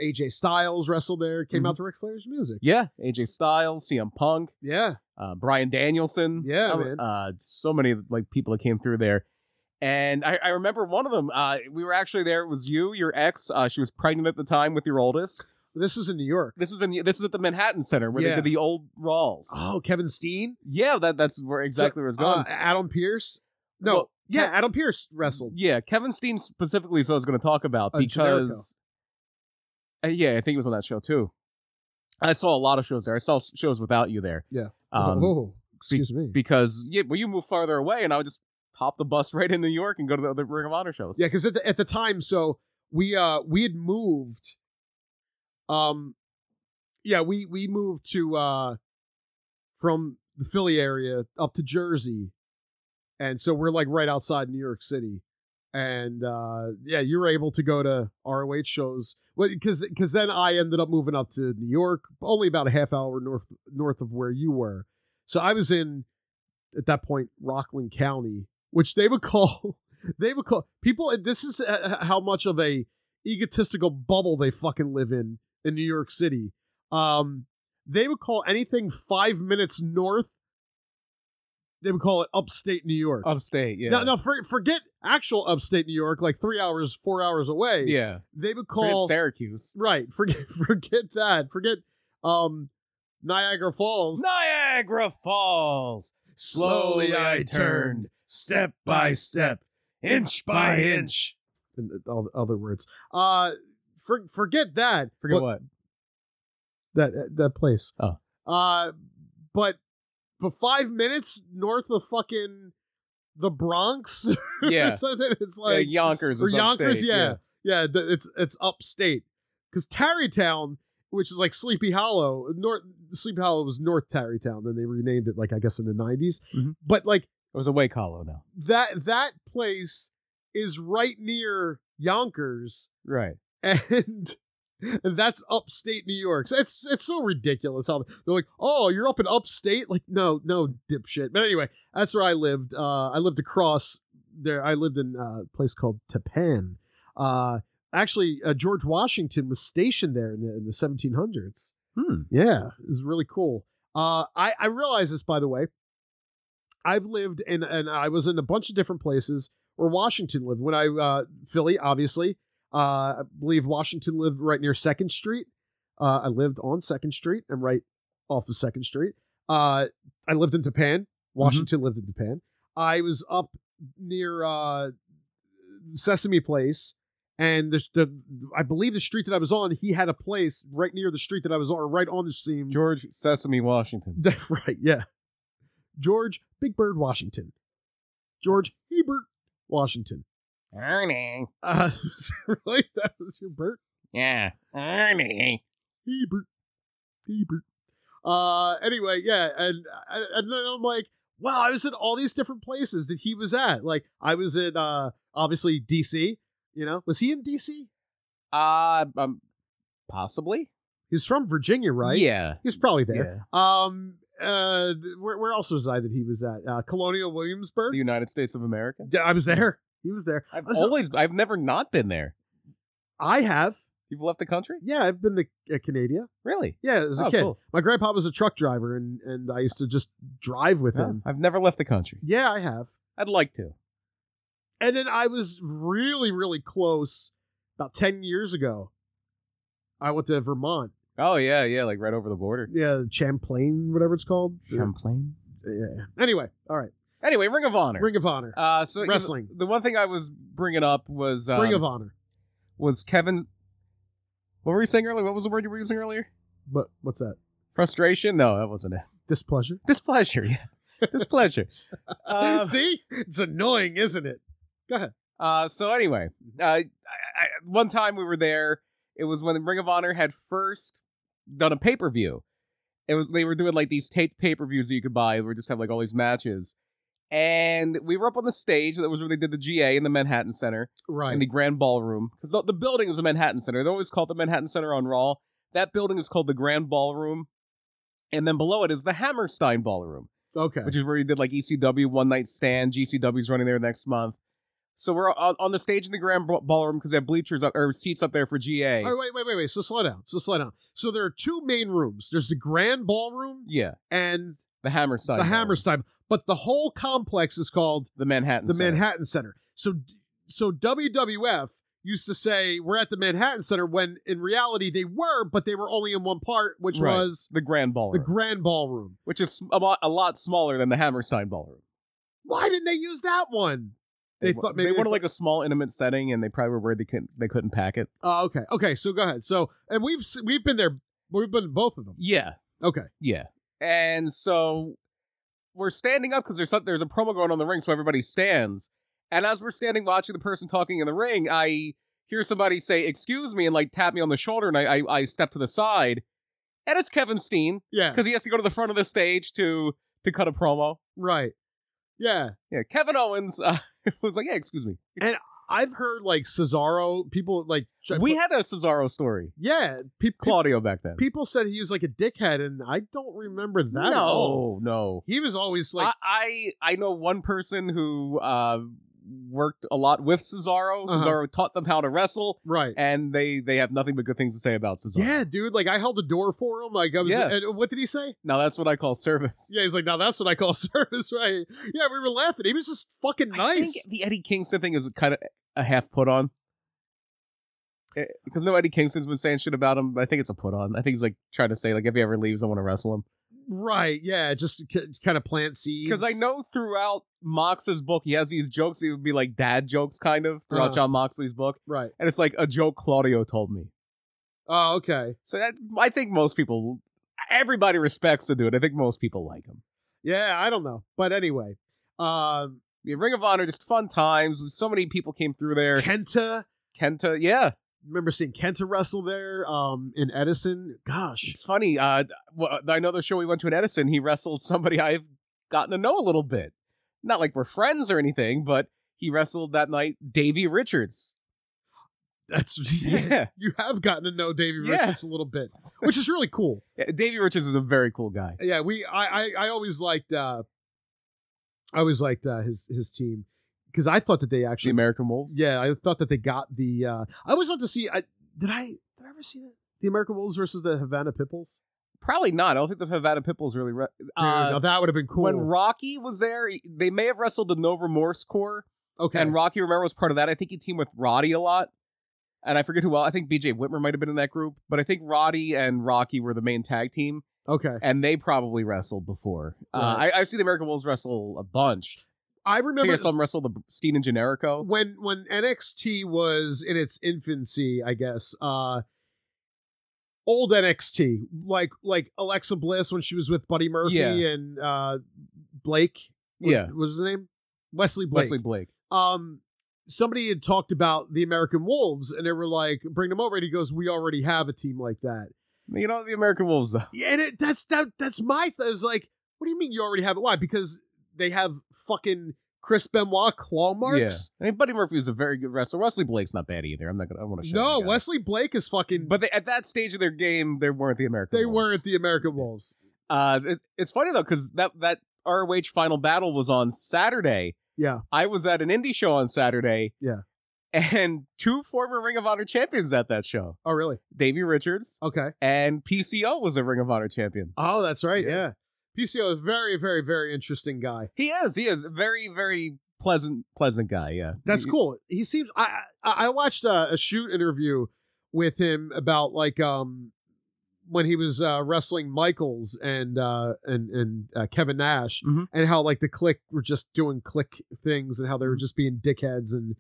Speaker 2: AJ Styles wrestle there.
Speaker 3: Mm-hmm.
Speaker 2: Came out to Ric Flair's music.
Speaker 3: yeah. AJ Styles, CM Punk.
Speaker 2: Yeah,
Speaker 3: uh, Brian Danielson.
Speaker 2: Yeah,
Speaker 3: uh,
Speaker 2: man.
Speaker 3: Uh, so many like people that came through there. And I, I remember one of them. Uh, we were actually there. It was you, your ex. Uh, she was pregnant at the time with your oldest.
Speaker 2: this is in New York.
Speaker 3: This is in this is at the Manhattan Center where
Speaker 2: Yeah.
Speaker 3: they did the old Rawls.
Speaker 2: Oh, Kevin Steen,
Speaker 3: Yeah, that that's where exactly where it's going.
Speaker 2: Uh, Adam Pierce. No,
Speaker 3: Well,
Speaker 2: yeah,
Speaker 3: Ke-
Speaker 2: Adam Pierce wrestled.
Speaker 3: yeah, Kevin Steen specifically is what I was going to talk about
Speaker 2: Uh,
Speaker 3: because, Uh, yeah, I think he was on that show too. I saw a lot of shows there. I saw s- shows without you there.
Speaker 2: Yeah.
Speaker 3: Um,
Speaker 2: oh, excuse me.
Speaker 3: because yeah, well, you move farther away, and I would just hop the bus right in New York and go to the other Ring of Honor shows.
Speaker 2: Yeah, because at the, at the time, so we uh we had moved. Um, yeah, we we moved to uh from the Philly area up to Jersey, and so we're like right outside New York City, and uh yeah, you were able to go to ROH shows because because then I ended up moving up to New York, only about a half hour north north of where you were, so I was in at that point Rockland County, which they would call they would call people and this is uh, how much of a egotistical bubble they fucking live in in new york city um they would call anything five minutes north they would call it upstate new york
Speaker 3: upstate. Oh, Yeah,
Speaker 2: no no for, forget actual upstate new york like three hours four hours away
Speaker 3: yeah.
Speaker 2: they would
Speaker 3: Forget
Speaker 2: call
Speaker 3: Syracuse,
Speaker 2: right forget forget that forget um niagara falls
Speaker 3: Niagara Falls. step by step, inch by inch.
Speaker 2: and all the other words uh for, forget that
Speaker 3: Forget
Speaker 2: But-
Speaker 3: what?
Speaker 2: that that place.
Speaker 3: Oh.
Speaker 2: Uh but for five minutes north of fucking the Bronx or
Speaker 3: Yeah.
Speaker 2: something, it's
Speaker 3: Yeah,
Speaker 2: like
Speaker 3: Yonkers
Speaker 2: or
Speaker 3: is
Speaker 2: Yonkers,
Speaker 3: upstate,
Speaker 2: yeah. Yeah, th- it's it's upstate. Cause Tarrytown, which is like Sleepy Hollow, North Sleepy Hollow was North Tarrytown, then they renamed it like I guess in the 90s
Speaker 3: Mhm.
Speaker 2: But like
Speaker 3: It was a wake hollow now.
Speaker 2: that that place is right near Yonkers
Speaker 3: Right.
Speaker 2: and and that's upstate New York. So it's it's so ridiculous how they're like, oh, you're up in upstate. Like, no, no, dipshit. But anyway, that's where I lived. Uh, I lived across there. I lived in uh, a place called Tapan. Uh, actually, uh, George Washington was stationed there in the, in the 1700s.
Speaker 3: Hmm.
Speaker 2: Yeah, it was really cool. Uh, I I realize this by the way. I've lived in and I was in a bunch of different places where Washington lived. When I uh, Philly, obviously, uh, I believe Washington lived right near Second Street. Uh, I lived on Second Street and right off of Second Street. Uh, I lived in Japan. Washington lived in Japan. I was up near uh, Sesame Place, and the, the I believe the street that I was on, he had a place right near the street that I was on, or right on the same.
Speaker 3: George Sesame Washington.
Speaker 2: That- right, yeah. George Big Bird Washington. George Hebert Washington.
Speaker 3: Ernie.
Speaker 2: Uh, really? That was your Bert?
Speaker 3: Yeah. Ernie.
Speaker 2: Hebert. Hebert. Uh, anyway, yeah. And, and and then I'm like, wow, I was in all these different places that he was at. Like, I was in, uh, obviously, D.C., you know? Was he in D.C.?
Speaker 3: Uh, um, possibly.
Speaker 2: He's from Virginia, right?
Speaker 3: Yeah.
Speaker 2: He's probably there.
Speaker 3: yeah.
Speaker 2: Um, uh, where, where else was I that he was at? Uh, Colonial Williamsburg?
Speaker 3: The United States of America.
Speaker 2: Yeah, I was there. He was there.
Speaker 3: I've
Speaker 2: Also-
Speaker 3: always, I've never not been there.
Speaker 2: I have.
Speaker 3: You've left the country?
Speaker 2: Yeah, I've been to uh, Canada.
Speaker 3: Really?
Speaker 2: Yeah, as a
Speaker 3: Oh,
Speaker 2: kid.
Speaker 3: cool.
Speaker 2: My grandpa was a truck driver, and, and I used to just drive with
Speaker 3: No,
Speaker 2: him.
Speaker 3: I've never left the country.
Speaker 2: Yeah, I have.
Speaker 3: I'd like to.
Speaker 2: And then I was really, really close about 10 years ago. I went to Vermont.
Speaker 3: Oh yeah, yeah, like right over the border.
Speaker 2: Yeah, Champlain, whatever it's called.
Speaker 3: Champlain.
Speaker 2: Yeah. Anyway, all right.
Speaker 3: Anyway, Ring of Honor.
Speaker 2: Ring of Honor.
Speaker 3: uh, so
Speaker 2: Wrestling.
Speaker 3: The one thing I was bringing up was um,
Speaker 2: Ring of Honor.
Speaker 3: was Kevin. What were you saying earlier? What was the word you were using earlier?
Speaker 2: But what's that?
Speaker 3: Frustration? No, that wasn't it.
Speaker 2: Displeasure?
Speaker 3: Displeasure. Yeah, displeasure. Uh,
Speaker 2: See? It's annoying, isn't it? Go ahead.
Speaker 3: Uh, so anyway, uh, I, I, one time we were there. It was when Ring of Honor had first done a pay per view. It was they were doing like these taped pay per views that you could buy. We just have like all these matches, and we were up on the stage. That was where they did the GA in the Manhattan Center in the
Speaker 2: Right.
Speaker 3: Grand Ballroom because the, the building is the Manhattan Center. They always call it the Manhattan Center on Raw. That building is called the Grand Ballroom, and then below it is the Hammerstein Ballroom
Speaker 2: Okay.
Speaker 3: which is where he did like ECW One Night Stand. GCW's running there next month. So we're on, on the stage in the Grand Ball- Ballroom because they have bleachers up or seats up there for GA.
Speaker 2: All right, wait, wait, wait, wait. So slow down. So slow down. So there are two main rooms. There's the grand ballroom
Speaker 3: Yeah,
Speaker 2: and
Speaker 3: the Hammerstein,
Speaker 2: the
Speaker 3: Ballroom,
Speaker 2: Hammerstein, but the whole complex is called
Speaker 3: the Manhattan,
Speaker 2: the
Speaker 3: Center.
Speaker 2: Manhattan Center. So, so WWF used to say we're at the Manhattan Center when in reality they were, but they were only in one part, which
Speaker 3: Right.
Speaker 2: was
Speaker 3: the
Speaker 2: the
Speaker 3: Grand Ballroom,
Speaker 2: grand ballroom.
Speaker 3: which is a lot, a lot smaller than the Hammerstein Ballroom.
Speaker 2: Why didn't they use that one? They,
Speaker 3: wa-
Speaker 2: thought
Speaker 3: they
Speaker 2: maybe
Speaker 3: wanted
Speaker 2: thought-
Speaker 3: like a small, intimate setting, and they probably were worried they couldn't they couldn't pack it.
Speaker 2: Oh, okay, okay. So go ahead. So, and we've s- we've been there. We've been to both of them.
Speaker 3: Yeah,
Speaker 2: Okay.
Speaker 3: Yeah. And so we're standing up because there's some, there's a promo going on in the ring, so everybody stands. And as we're standing watching the person talking in the ring, I hear somebody say, "Excuse me," and like tap me on the shoulder, and I I, I step to the side, and it's Kevin Steen
Speaker 2: Yeah.
Speaker 3: because he has to go to the front of the stage to to cut a promo.
Speaker 2: Right. Yeah.
Speaker 3: Yeah, Kevin Owens uh, was like, "Yeah, excuse me."
Speaker 2: I've heard like Cesaro people like try-
Speaker 3: We had a Cesaro story,
Speaker 2: yeah people
Speaker 3: Claudio back then.
Speaker 2: people said he was like a dickhead, and I don't remember that. At all.
Speaker 3: no, no.
Speaker 2: He was always like,
Speaker 3: I, I I know one person who uh, worked a lot with Cesaro.
Speaker 2: Uh-huh.
Speaker 3: Cesaro taught them how to wrestle,
Speaker 2: right.
Speaker 3: and they they have nothing but good things to say about Cesaro.
Speaker 2: Yeah, dude. Like I held the door for him. Like I was.
Speaker 3: Yeah.
Speaker 2: And what did he say?
Speaker 3: Now that's what I call service.
Speaker 2: Yeah, he's like, now that's what I call service, right? Yeah, we were laughing. He was just fucking
Speaker 3: I think
Speaker 2: nice.
Speaker 3: the Eddie Kingston thing is kind of a half put on. Because Eh, no Eddie Kingston's been saying shit about him. but I think it's a put on. I think he's like trying to say like if he ever leaves, I want to wrestle him.
Speaker 2: Right. Yeah. Just c- kind of plant seeds.
Speaker 3: Because I know throughout Mox's book, he has these jokes. It would be like dad jokes, kind of throughout
Speaker 2: Uh-huh.
Speaker 3: John Moxley's book,
Speaker 2: Right.
Speaker 3: and it's like a joke Claudio told me.
Speaker 2: Oh, okay.
Speaker 3: So that I think most people, everybody respects the dude. I think most people like him.
Speaker 2: Yeah, I don't know, but anyway, um,
Speaker 3: Yeah, Ring of Honor, just fun times. So many people came through there.
Speaker 2: Kenta.
Speaker 3: Kenta, yeah,
Speaker 2: Remember seeing Kenta wrestle there um, in Edison? Gosh.
Speaker 3: it's funny. Uh, well, I know the show we went to in Edison. He wrestled somebody I've gotten to know a little bit. Not like we're friends or anything, but he wrestled that night Davey Richards.
Speaker 2: That's
Speaker 3: Yeah.
Speaker 2: you have gotten to know Davy
Speaker 3: Yeah.
Speaker 2: Richards a little bit, which is really cool.
Speaker 3: yeah. Davey Richards is a very cool guy.
Speaker 2: Yeah, we I I, I always liked uh I always liked uh, his his team because I thought that they
Speaker 3: The
Speaker 2: actually
Speaker 3: American Wolves.
Speaker 2: yeah I thought that they got the uh I always want to see I did I did I ever see that the American Wolves versus the Havana Pipples
Speaker 3: Probably not. I don't think the Havana Pipples really. Re-
Speaker 2: Dude,
Speaker 3: uh,
Speaker 2: now that would have been cool
Speaker 3: When Rocky was there, he- they may have wrestled the No Remorse Corps,
Speaker 2: okay
Speaker 3: and Rocky Romero was part of that. I think he teamed with Roddy a lot, and I forget who else. I think B.J. Whitmer might have been in that group, but I think Roddy and Rocky were the main tag team,
Speaker 2: okay
Speaker 3: and they probably wrestled before. Uh, I,
Speaker 2: Right.
Speaker 3: I've seen the American Wolves wrestle a bunch.
Speaker 2: I
Speaker 3: I think
Speaker 2: remember
Speaker 3: I saw them wrestle the Steen and Generico.
Speaker 2: when when NXT was in its infancy, I guess. Uh old NXT, like like Alexa Bliss when she was with Buddy Murphy
Speaker 3: Yeah.
Speaker 2: and uh Blake. was-
Speaker 3: Yeah,
Speaker 2: was his name Wesley Blake.
Speaker 3: Wesley Blake.
Speaker 2: Um, somebody had talked about the American Wolves, and they were like, "Bring them over," and he goes, "We already have a team like that."
Speaker 3: You know the American Wolves. Though.
Speaker 2: Yeah, and it, that's that that's my thing. Is like, what do you mean you already have it? Why? Because they have fucking Chris Benoit claw marks.
Speaker 3: Yeah. I mean, Buddy Murphy is a very good wrestler. Wesley Blake's not bad either. I'm not gonna. I want to.
Speaker 2: No, Wesley Blake is fucking
Speaker 3: But they, at that stage of their game, they weren't the American.
Speaker 2: They
Speaker 3: Wolves.
Speaker 2: weren't the American Wolves.
Speaker 3: Uh, it, it's funny though because that that ROH Final Battle was on Saturday.
Speaker 2: Yeah.
Speaker 3: I was at an indie show on Saturday.
Speaker 2: Yeah.
Speaker 3: and two former Ring of Honor champions at that show,
Speaker 2: Oh, really?
Speaker 3: Davey Richards
Speaker 2: Okay.
Speaker 3: and PCO was a Ring of Honor champion.
Speaker 2: Oh, that's right.
Speaker 3: Yeah.
Speaker 2: Yeah. PCO is very, very, very interesting guy.
Speaker 3: He is. He is a very very pleasant pleasant guy. Yeah,
Speaker 2: That's
Speaker 3: He-
Speaker 2: cool. He seems. I I, I watched uh, a, a shoot interview with him about like um when he was uh, wrestling Michaels and uh and and uh, Kevin Nash
Speaker 3: Mhm.
Speaker 2: and how like the click were just doing click things and how
Speaker 3: Mm-hmm.
Speaker 2: they were just being dickheads and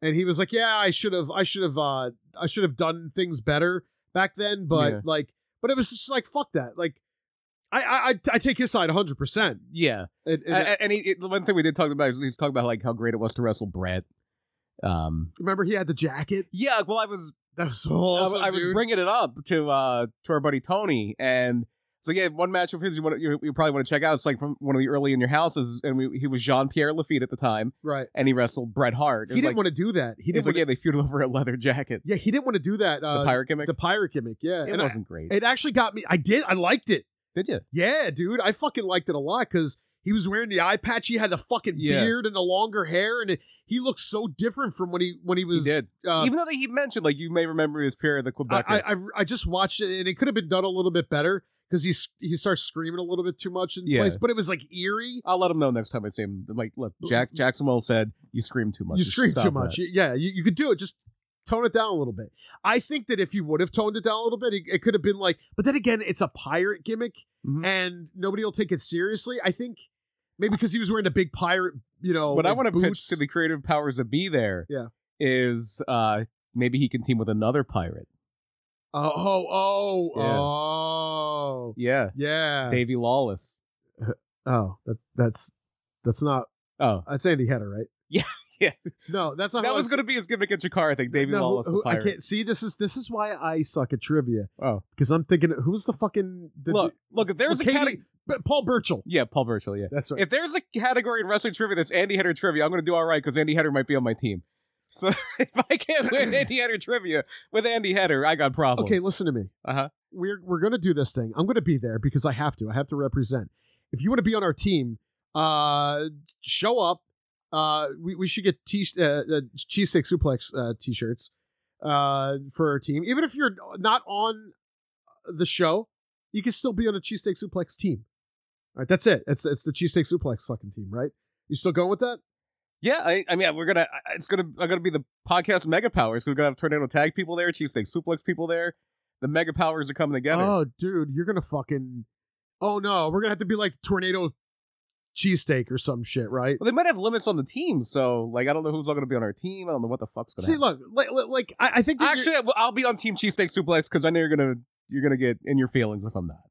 Speaker 2: and he was like, yeah, I should have I should have uh I should have done things better back then, but
Speaker 3: Yeah.
Speaker 2: like but it was just like fuck that like. I, I I- I take his side 100. percent
Speaker 3: Yeah, A- a- and, he, it- the one thing we did talk about is he's talking about like how great it was to wrestle Brett. Um,
Speaker 2: Remember, he had the jacket.
Speaker 3: yeah, well, I was
Speaker 2: That was so
Speaker 3: I-
Speaker 2: awesome.
Speaker 3: I, was
Speaker 2: dude.
Speaker 3: bringing it up to uh to our buddy Tony, and so yeah, one match of his you want you, you probably want to check out. It's like from one of the early in your houses, and we, he was Jean Pierre Lafitte at the time,
Speaker 2: right.
Speaker 3: and he wrestled Bret Hart.
Speaker 2: He
Speaker 3: It was
Speaker 2: didn't
Speaker 3: like,
Speaker 2: want to do that. He
Speaker 3: He was
Speaker 2: didn't.
Speaker 3: like,
Speaker 2: wanna,
Speaker 3: yeah, they feud over a leather jacket,
Speaker 2: yeah. he didn't want to do that. Uh,
Speaker 3: the pirate gimmick.
Speaker 2: the pirate gimmick. Yeah,
Speaker 3: it
Speaker 2: and I-
Speaker 3: wasn't great.
Speaker 2: it actually got me. I did. I liked it.
Speaker 3: did you?
Speaker 2: Yeah, dude. I fucking liked it a lot because he was wearing the eye patch. He had the fucking
Speaker 3: Yeah.
Speaker 2: beard and the longer hair, and it, he looked so different from when he when he
Speaker 3: He
Speaker 2: was.
Speaker 3: did.
Speaker 2: Uh,
Speaker 3: Even though he mentioned, like, you may remember his period the
Speaker 2: I,
Speaker 3: Quebec.
Speaker 2: I I I just watched it, and it could have been done a little bit better because he s- he starts screaming a little bit too much in
Speaker 3: Yeah.
Speaker 2: place, but it was like eerie.
Speaker 3: I'll let him know next time I see him. I'm Like, look, Jack Jackson Wells said, "You scream too much.
Speaker 2: You
Speaker 3: should
Speaker 2: scream too
Speaker 3: stop
Speaker 2: much.
Speaker 3: that."
Speaker 2: You- Yeah, you, you could do it. Just tone it down a little bit. I think that if you would have toned it down a little bit, it, it could have been like. But then again, it's a pirate gimmick,
Speaker 3: Mhm.
Speaker 2: and nobody will take it seriously. I think maybe because he was wearing a big pirate, you know.
Speaker 3: What I
Speaker 2: like,
Speaker 3: want to pitch
Speaker 2: boots.
Speaker 3: to the creative powers that be there
Speaker 2: Yeah.
Speaker 3: is uh, maybe he can team with another pirate.
Speaker 2: Oh, oh, oh,
Speaker 3: Yeah.
Speaker 2: oh,
Speaker 3: Yeah.
Speaker 2: yeah.
Speaker 3: Davy Lawless.
Speaker 2: oh, that, that's that's not
Speaker 3: Oh.
Speaker 2: that's Andy Header, right?
Speaker 3: Yeah, yeah.
Speaker 2: No, that's not.
Speaker 3: That
Speaker 2: how I
Speaker 3: was going to be his gimmick in Chikara, I think. Davy
Speaker 2: No, who-
Speaker 3: Lawless,
Speaker 2: who-
Speaker 3: the pirate.
Speaker 2: I can't see. This is this is why I suck at trivia
Speaker 3: Oh.
Speaker 2: because I'm thinking, who's the fucking the,
Speaker 3: look, look, if there's
Speaker 2: Well,
Speaker 3: a
Speaker 2: Katie-
Speaker 3: category.
Speaker 2: but Paul Burchill.
Speaker 3: Yeah, Paul Burchill, yeah.
Speaker 2: That's right.
Speaker 3: If there's a category in wrestling trivia that's Andy Header trivia, I'm going to do all right because Andy Header might be on my team. So if I can't win Andy Header trivia with Andy Header, I got problems.
Speaker 2: okay, listen to me.
Speaker 3: Uh-huh.
Speaker 2: We're we're gonna do this thing. I'm gonna be there because I have to. I have to represent. If you want to be on our team, uh, show up. Uh, we, we should get t uh, uh, cheesesteak suplex uh t-shirts uh for our team. Even if you're not on the show, you can still be on a cheesesteak suplex team. All right, that's it. It's it's the cheesesteak suplex fucking team, right? You still going with that?
Speaker 3: Yeah, I, I mean, we're gonna. I- It's gonna. I'm gonna be the podcast mega powers. 'cause We're gonna have tornado tag people there, cheesesteak suplex people there. The mega powers are coming together.
Speaker 2: Oh, dude, you're gonna fucking. Oh no, we're gonna have to be like tornado cheesesteak or some shit, right?
Speaker 3: Well, they might have limits on the team, so like, I don't know who's all gonna be on our team. I don't know what the fuck's gonna.
Speaker 2: See, look,
Speaker 3: happen.
Speaker 2: like, like- like I, I think that you're-
Speaker 3: actually, I- well, I'll be on team cheesesteak suplex because I know you're gonna you're gonna get in your feelings if I'm not.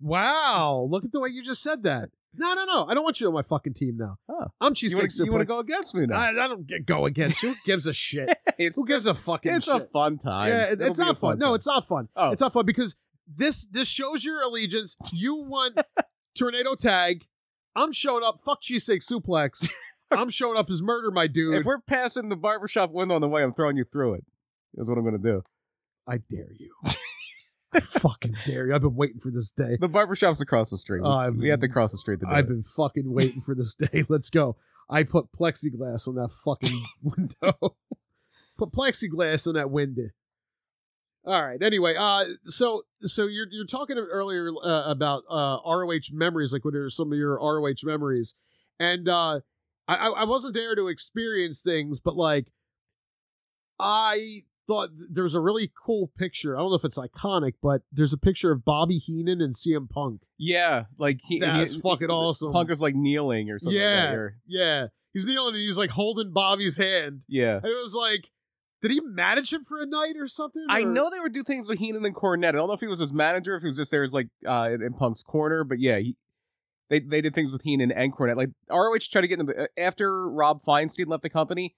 Speaker 2: wow, look at the way you just said that. No, no, no, I don't want you on my fucking team now.
Speaker 3: Oh.
Speaker 2: I'm
Speaker 3: You wanna-
Speaker 2: cheesesteak
Speaker 3: you want to
Speaker 2: suplex.
Speaker 3: go against me now?
Speaker 2: I, I don't get go against you. Who gives a shit?
Speaker 3: it's
Speaker 2: Who gives a fucking
Speaker 3: it's
Speaker 2: shit?
Speaker 3: a fun time.
Speaker 2: yeah, it-
Speaker 3: It'll
Speaker 2: it's
Speaker 3: be a
Speaker 2: not fun. No,
Speaker 3: time.
Speaker 2: it's not fun.
Speaker 3: Oh.
Speaker 2: It's not fun because this this shows your allegiance. You want tornado tag. I'm showing up. Fuck cheesesteak suplex. I'm showing up as murder, my dude.
Speaker 3: if we're passing the barbershop window on the way, I'm throwing you through it. That's what I'm gonna do.
Speaker 2: I dare you. I fucking dare you. I've been waiting for this day.
Speaker 3: The barbershop's across the street.
Speaker 2: Uh,
Speaker 3: we had to cross the street to do
Speaker 2: I've
Speaker 3: it.
Speaker 2: been fucking waiting for this day. Let's go. I put plexiglass on that fucking window. put plexiglass on that window. All right. Anyway, uh, so so you're you're talking earlier uh, about uh ROH memories, like what are some of your ROH memories, and uh, I I I wasn't there to experience things, but like I thought th- there's a really cool picture. I don't know if it's iconic, but there's a picture of Bobby Heenan and CM Punk.
Speaker 3: Yeah, like he,
Speaker 2: That's
Speaker 3: he-
Speaker 2: fucking awesome.
Speaker 3: Punk is like kneeling or something. like that,
Speaker 2: Yeah.
Speaker 3: or-
Speaker 2: Yeah. He's kneeling and he's like holding Bobby's hand.
Speaker 3: yeah.
Speaker 2: And it was like, did he manage him for a night or something?
Speaker 3: I
Speaker 2: Or-
Speaker 3: know they would do things with Heenan and Cornette. I don't know if he was his manager, if he was just there as like uh, in, in Punk's corner, but yeah, he, they they did things with Heenan and Cornette. Like ROH tried to get into after Rob Feinstein left the company,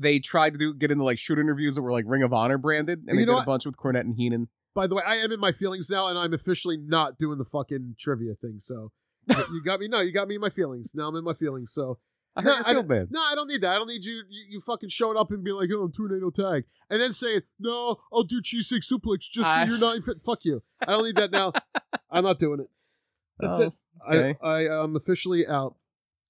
Speaker 3: they tried to do get into like shoot interviews that were like Ring of Honor branded, and
Speaker 2: You
Speaker 3: they
Speaker 2: know
Speaker 3: did
Speaker 2: what?
Speaker 3: a bunch with Cornette and Heenan.
Speaker 2: By the way, I am in my feelings now and I'm officially not doing the fucking trivia thing. So you got me. No, you got me in my feelings. Now I'm in my feelings. So
Speaker 3: I
Speaker 2: No,
Speaker 3: heard
Speaker 2: I
Speaker 3: your field band.
Speaker 2: no, I don't need that. I don't need you. You, you fucking showing up and being like, oh, I'm tornado tag. And then saying, no, I'll do cheese steak suplex just so
Speaker 3: I-
Speaker 2: you're not fit. Fuck you. I don't need that now. I'm not doing it. That's
Speaker 3: Oh,
Speaker 2: it.
Speaker 3: okay.
Speaker 2: I, I am officially out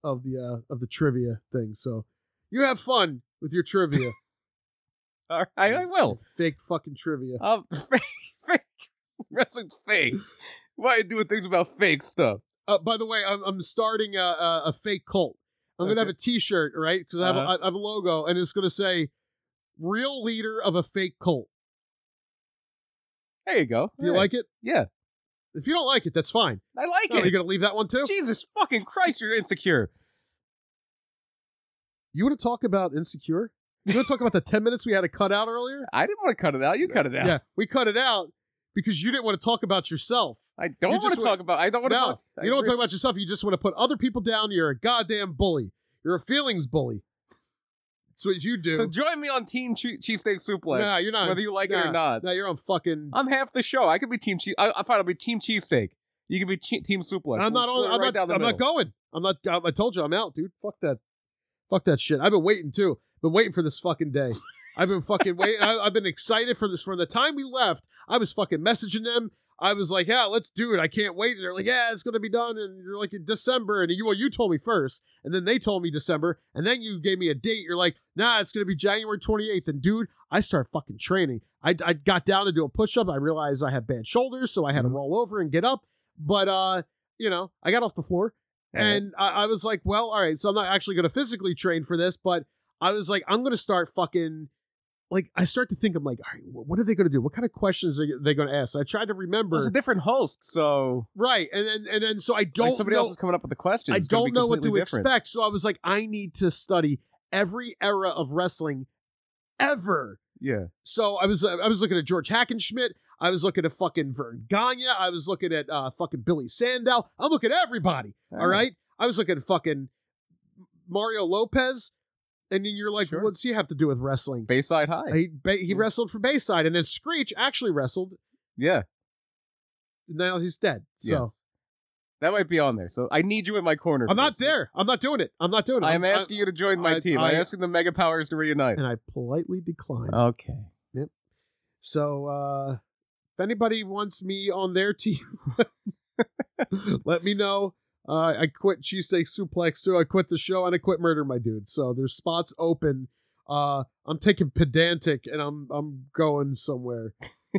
Speaker 2: of the uh, of the trivia thing. So you have fun with your trivia.
Speaker 3: All right, I, I will.
Speaker 2: Fake fucking trivia.
Speaker 3: Um, fake, fake wrestling fake. Why are you doing things about fake stuff?
Speaker 2: Uh, by the way, I'm, I'm starting a, a, a fake cult. I'm gonna
Speaker 3: Okay. Uh-huh.
Speaker 2: have a T-shirt, right? Because I, have a- I have a logo, and it's gonna say "Real Leader of a Fake Cult."
Speaker 3: There you go.
Speaker 2: Do you
Speaker 3: All right.
Speaker 2: like it?
Speaker 3: Yeah,
Speaker 2: If you don't like it, that's fine.
Speaker 3: I like
Speaker 2: Oh,
Speaker 3: it.
Speaker 2: you're gonna leave that one too.
Speaker 3: Jesus fucking Christ, you're insecure.
Speaker 2: You want to talk about insecure? You want to talk about the ten minutes we had to cut out earlier?
Speaker 3: I didn't want to cut it out. You cut it out.
Speaker 2: yeah, we cut it out because you didn't want to talk about yourself.
Speaker 3: I
Speaker 2: You
Speaker 3: don't want
Speaker 2: just
Speaker 3: to
Speaker 2: wa-
Speaker 3: talk about. I don't want to.
Speaker 2: no,
Speaker 3: talk, I
Speaker 2: you don't want to
Speaker 3: re-
Speaker 2: talk about yourself. You just want to put other people down. You're a goddamn bully. You're a feelings bully. That's what you do.
Speaker 3: So join me on Team che- Cheesesteak Suplex.
Speaker 2: Nah, you're not-
Speaker 3: Whether you like it
Speaker 2: nah.
Speaker 3: or not,
Speaker 2: now you're on fucking.
Speaker 3: I'm half the show. I could be Team Cheese. I, I thought I'll be Team Cheesesteak. You could be che- Team Suplex.
Speaker 2: I'm
Speaker 3: We'll
Speaker 2: not.
Speaker 3: split
Speaker 2: On,
Speaker 3: it
Speaker 2: I'm,
Speaker 3: right down
Speaker 2: not
Speaker 3: the
Speaker 2: I'm not
Speaker 3: middle.
Speaker 2: going. I'm not. I, I told you, I'm out, dude. Fuck that. Fuck that shit. I've been waiting too. Been waiting for this fucking day. I've been fucking waiting. I, I've been excited for this from the time we left. I was fucking messaging them. I was like, yeah, let's do it. I can't wait. And they're like, yeah, it's gonna be done. And you're like in December. And you well, you told me first, and then they told me December, and then you gave me a date. You're like, nah, it's gonna be January 28th. And dude, I start fucking training. I, I got down to do a push up. I realized I have bad shoulders, so I had to
Speaker 3: Mhm.
Speaker 2: roll over and get up. But uh, you know, I got off the floor and I, I was like, well, all right, so I'm not actually going to physically train for this, but I was like, I'm going to start fucking. Like, I start to think, I'm like, all right, wh- what are they going to do? What kind of questions are they going to ask? I tried to remember.
Speaker 3: Well, it's a different host, so
Speaker 2: right. And then, and then, so I
Speaker 3: like,
Speaker 2: don't
Speaker 3: somebody
Speaker 2: know.
Speaker 3: else is coming up with the questions.
Speaker 2: I
Speaker 3: It's gonna
Speaker 2: don't
Speaker 3: be
Speaker 2: know what to
Speaker 3: completely different.
Speaker 2: expect. So I was like, I need to study every era of wrestling ever.
Speaker 3: Yeah,
Speaker 2: So I was I was looking at George Hackenschmidt. I was looking at fucking Vern Gagne. I was looking at uh, fucking Billy Sandow. I'm looking at everybody.
Speaker 3: All
Speaker 2: all right? I was looking at fucking Mario Lopez, and then you're like,
Speaker 3: Sure.
Speaker 2: what's he have to do with wrestling?
Speaker 3: Bayside High.
Speaker 2: He ba- he wrestled for Bayside, and then Screech actually wrestled.
Speaker 3: yeah,
Speaker 2: Now he's dead. So
Speaker 3: yes. that might be on there. So I need you in my corner.
Speaker 2: I'm not
Speaker 3: please.
Speaker 2: there. I'm not doing it. I'm not doing it.
Speaker 3: I am asking you to join my
Speaker 2: I-
Speaker 3: team.
Speaker 2: I-
Speaker 3: I'm asking the Mega Powers to reunite.
Speaker 2: and I politely declined.
Speaker 3: Okay.
Speaker 2: So uh if anybody wants me on their team, let me know. Uh, I quit Cheesesteak Suplex too. I quit the show and I quit Murder My Dude. So there's spots open. Uh, I'm taking pedantic and I'm I'm going somewhere.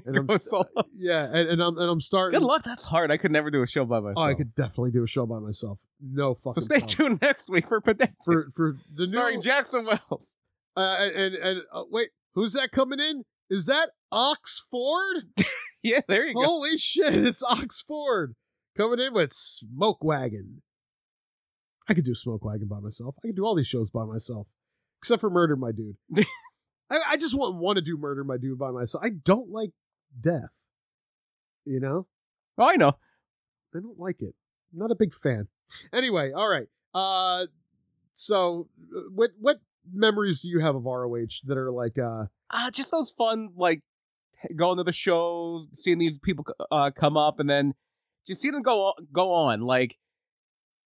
Speaker 2: And I'm
Speaker 3: Go
Speaker 2: st-
Speaker 3: solo.
Speaker 2: yeah, and, and I'm and I'm starting.
Speaker 3: Good luck. That's hard. I could never do a show by myself.
Speaker 2: Oh, I could definitely do a show by myself. No fucking.
Speaker 3: so stay
Speaker 2: problem.
Speaker 3: tuned next week for Pedantic.
Speaker 2: for for the
Speaker 3: starring
Speaker 2: new.
Speaker 3: Jackson Wells.
Speaker 2: uh, and and, and uh, wait, who's that coming in? Is that Oxford?
Speaker 3: Yeah, there you go.
Speaker 2: Holy shit, it's Oxford coming in with Smoke Wagon. I could do Smoke Wagon by myself. I could do all these shows by myself, except for Murder My Dude. I, I just wouldn't want to do Murder My Dude by myself. I don't like death. You know,
Speaker 3: Oh, I know.
Speaker 2: I don't like it. I'm not a big fan. Anyway, all right. Uh, so uh, what what memories do you have of ROH that are like uh
Speaker 3: Uh, just those fun, like going to the shows, seeing these people uh, come up, and then just seeing them go go on, like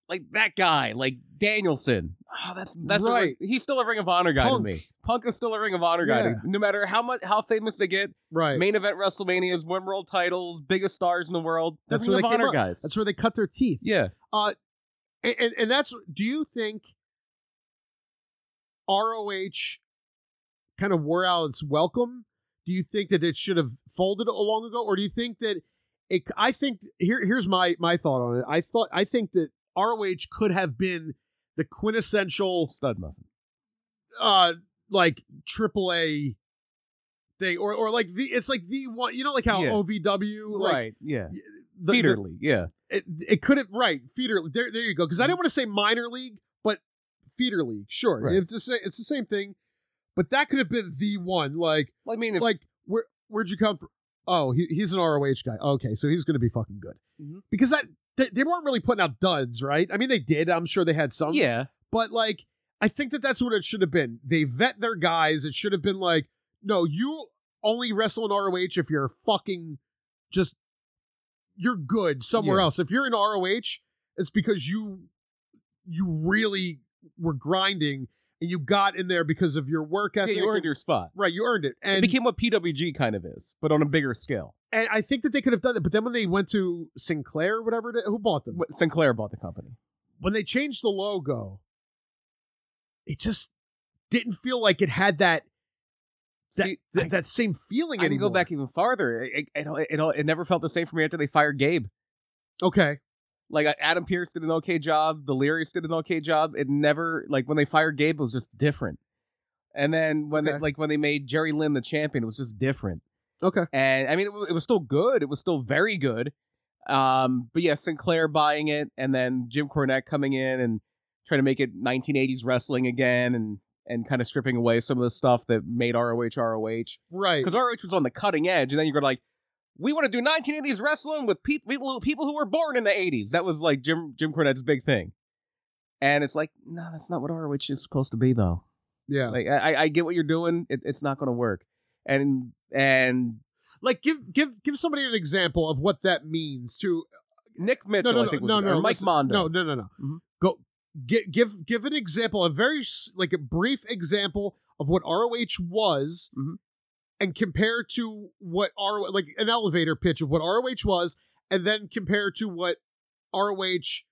Speaker 3: like that guy, like Danielson. oh, that's that's a-
Speaker 2: Right.
Speaker 3: he's still a Ring of Honor guy
Speaker 2: Punk.
Speaker 3: to me. Punk is still a Ring of Honor guy.
Speaker 2: Yeah.
Speaker 3: To, no matter how much how famous they get,
Speaker 2: Right.
Speaker 3: main event WrestleManias, win world titles, biggest stars in the world. they're
Speaker 2: That's
Speaker 3: Ring
Speaker 2: where
Speaker 3: of
Speaker 2: they came
Speaker 3: Honor
Speaker 2: up.
Speaker 3: guys.
Speaker 2: That's where they cut their teeth.
Speaker 3: yeah,
Speaker 2: And, and, and that's, do you think ROH kind of wore out its welcome? Do you think that it should have folded long ago? Or do you think that it, I think, here, here's my, my thought on it. I thought, I think that ROH could have been the quintessential,
Speaker 3: stud muffin.
Speaker 2: uh, like AAA thing, or, or like the, it's like the one, you know, like how
Speaker 3: Yeah.
Speaker 2: OVW, like
Speaker 3: right? Yeah,
Speaker 2: the, the-
Speaker 3: theater league. Yeah,
Speaker 2: it, it could have right feeder there there you go because I didn't want to say minor league but feeder league sure
Speaker 3: Right.
Speaker 2: it's the same it's the same thing but that could have been the one like
Speaker 3: Well, I mean, if,
Speaker 2: like where where'd you come from oh he, he's an ROH guy okay so he's gonna be fucking good
Speaker 3: Mhm.
Speaker 2: because that they, they weren't really putting out duds right I mean they did I'm sure they had some
Speaker 3: yeah,
Speaker 2: but like I think that that's what it should have been they vet their guys it should have been like no you only wrestle in ROH if you're fucking just you're good somewhere
Speaker 3: Yeah.
Speaker 2: else. If you're in ROH, it's because you you really were grinding and you got in there because of your work
Speaker 3: yeah,
Speaker 2: ethic.
Speaker 3: you earned your spot.
Speaker 2: right, you earned it.
Speaker 3: it
Speaker 2: And
Speaker 3: became what PWG kind of is, but on a bigger scale.
Speaker 2: and I think that they could have done it, but then when they went to Sinclair or whatever it is, who bought them?
Speaker 3: What- Sinclair bought the company.
Speaker 2: When they changed the logo, it just didn't feel like it had that that
Speaker 3: See,
Speaker 2: that,
Speaker 3: I-
Speaker 2: that same feeling
Speaker 3: I can
Speaker 2: anymore.
Speaker 3: go back even farther. It, it, it, it, all- it never felt the same for me after they fired Gabe.
Speaker 2: Okay.
Speaker 3: Like uh, Adam Pierce did an okay job, Delirious did an okay job. It never like when they fired Gabe it was just different. And then when they,
Speaker 2: Okay.
Speaker 3: like when they made Jerry Lynn the champion, it was just different.
Speaker 2: Okay.
Speaker 3: And I mean, it, wa- it was still good. It was still very good. Um, but yeah, Sinclair buying it, and then Jim Cornette coming in and trying to make it 1980s wrestling again, and and kind of stripping away some of the stuff that made ROH ROH
Speaker 2: Right.
Speaker 3: because ROH was on the cutting edge, and then you're like, we want to do 1980s wrestling with pe- people people who were born in the 80s. That was like Jim Jim Cornette's big thing, and it's like, no, that's not what ROH is supposed to be, though.
Speaker 2: Yeah.
Speaker 3: Like, I, I- I get what you're doing. It, it's not going to work, and and
Speaker 2: Like give give give somebody an example of what that means to
Speaker 3: Nick Mitchell, I think, was, or Mike
Speaker 2: listen, No,
Speaker 3: Mondo.
Speaker 2: no, no, no.
Speaker 3: Mhm.
Speaker 2: Go gi- give give an example, a very s- like a brief example of what ROH was,
Speaker 3: Mhm.
Speaker 2: and compare to what ROH like an elevator pitch of what ROH was, and then compare to what ROH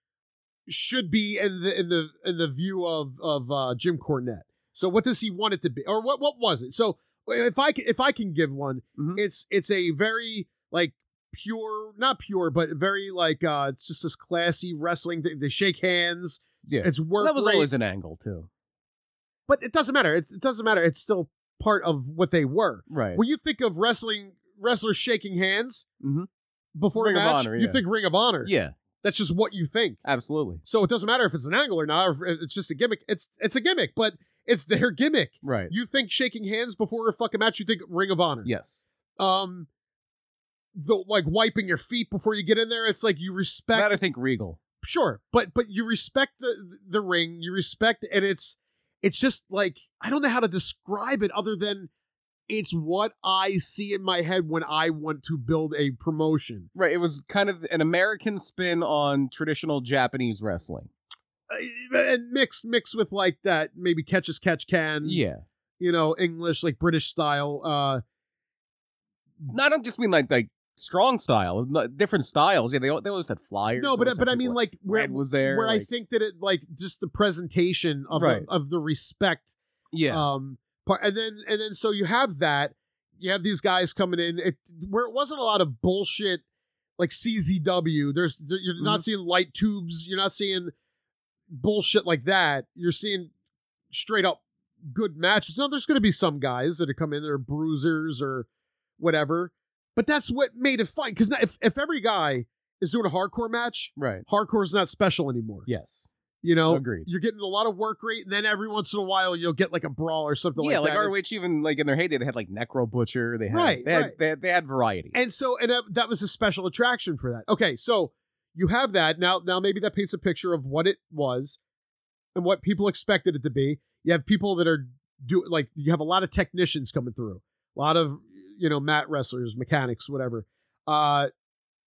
Speaker 2: should be in the in the in the view of of uh, Jim Cornette. So what does he want it to be, or what what was it? So if I c- if I can give one,
Speaker 3: Mhm.
Speaker 2: it's it's a very like pure, not pure, but very like uh it's just this classy wrestling. They, they shake hands.
Speaker 3: Yeah.
Speaker 2: It's work.
Speaker 3: that was
Speaker 2: rate,
Speaker 3: always an angle too,
Speaker 2: but it doesn't matter. It's, it doesn't matter. It's still part of what they were.
Speaker 3: right?
Speaker 2: When you think of wrestling, wrestlers shaking hands
Speaker 3: Mhm.
Speaker 2: before
Speaker 3: Ring
Speaker 2: a
Speaker 3: of
Speaker 2: match,
Speaker 3: Honor,
Speaker 2: you
Speaker 3: yeah.
Speaker 2: think Ring of Honor.
Speaker 3: yeah,
Speaker 2: that's just what you think.
Speaker 3: absolutely,
Speaker 2: So it doesn't matter if it's an angle or not. Or if it's just a gimmick. It's it's a gimmick, but it's their gimmick.
Speaker 3: right?
Speaker 2: You think shaking hands before a fucking match, you think Ring of Honor.
Speaker 3: yes,
Speaker 2: Um, the like wiping your feet before you get in there. It's like you respect
Speaker 3: that I think Regal.
Speaker 2: sure but but you respect the the ring you respect and it's it's just like i don't know how to describe it other than it's what i see in my head when i want to build a promotion
Speaker 3: Right, it was kind of an American spin on traditional Japanese wrestling.
Speaker 2: Uh, and mixed mixed with like that maybe catch as catch can
Speaker 3: Yeah,
Speaker 2: you know english like british style uh
Speaker 3: No, I don't just mean like like strong style, not- different styles. Yeah, they al- they always had flyers.
Speaker 2: no but
Speaker 3: always had
Speaker 2: but i
Speaker 3: people
Speaker 2: mean like where
Speaker 3: Red was there.
Speaker 2: where i
Speaker 3: like-
Speaker 2: think that it like just the presentation of
Speaker 3: Right.
Speaker 2: of the respect
Speaker 3: yeah,
Speaker 2: um part and then and then so you have that you have these guys coming in it, where it wasn't a lot of bullshit like czw there's there, you're not seeing light tubes you're not seeing bullshit like that you're seeing straight up good matches now there's going to be some guys that are come in that are bruisers or whatever but that's what made it fun because if, if every guy is doing a hardcore match
Speaker 3: right.
Speaker 2: hardcore's not special anymore
Speaker 3: Yes,
Speaker 2: you know
Speaker 3: agreed.
Speaker 2: you're getting a lot of work rate, and then every once in a while you'll get like a brawl or something
Speaker 3: Yeah,
Speaker 2: like
Speaker 3: like
Speaker 2: that.
Speaker 3: ROH even like in their heyday they had like Necro Butcher. They had
Speaker 2: Right,
Speaker 3: they had,
Speaker 2: right.
Speaker 3: They, had they had variety.
Speaker 2: and so, and that, that was a special attraction for that. Okay, so you have that now. Now maybe that paints a picture of what it was and what people expected it to be. You have people that are do like you have a lot of technicians coming through, a lot of you know mat wrestlers, mechanics, whatever. Uh,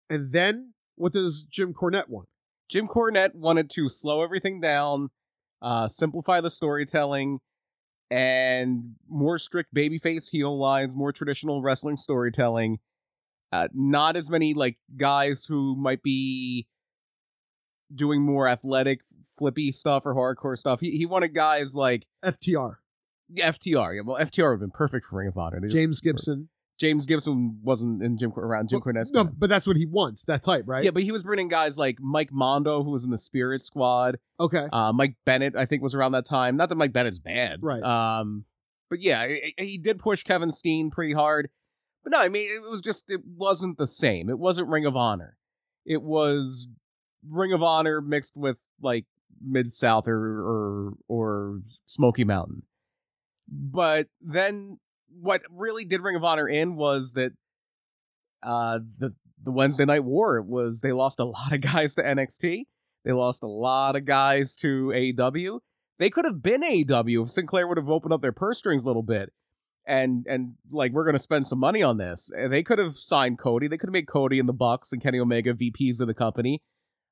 Speaker 2: and then what does Jim Cornette want?
Speaker 3: Jim Cornette wanted to slow everything down. uh, simplify the storytelling, and more strict babyface heel lines, more traditional wrestling storytelling. Uh, not as many like guys who might be doing more athletic, flippy stuff or hardcore stuff. He he wanted guys like
Speaker 2: FTR,
Speaker 3: FTR. Yeah, well, FTR would have been perfect for Ring of Honor. They just-
Speaker 2: James Gibson.
Speaker 3: James Gibson wasn't in Jim around Jim Cornette's
Speaker 2: No,
Speaker 3: time.
Speaker 2: but that's what he wants. That type, right?
Speaker 3: Yeah, but he was bringing guys like Mike Mondo, who was in the Spirit Squad.
Speaker 2: Okay.
Speaker 3: Uh, Mike Bennett, I think, was around that time. Not that Mike Bennett's bad,
Speaker 2: Right.
Speaker 3: Um, but yeah, i i- he did push Kevin Steen pretty hard. But no, I mean, it was just it wasn't the same. It wasn't Ring of Honor. It was Ring of Honor mixed with like Mid South or, or or Smoky Mountain. But then what really did Ring of Honor in was that uh the the Wednesday Night War was they lost a lot of guys to NXT. They lost a lot of guys to AEW. They could have been AEW if Sinclair would have opened up their purse strings a little bit and and like we're gonna spend some money on this. And They could have signed Cody. They could have made Cody and the Bucks and Kenny Omega VPs of the company.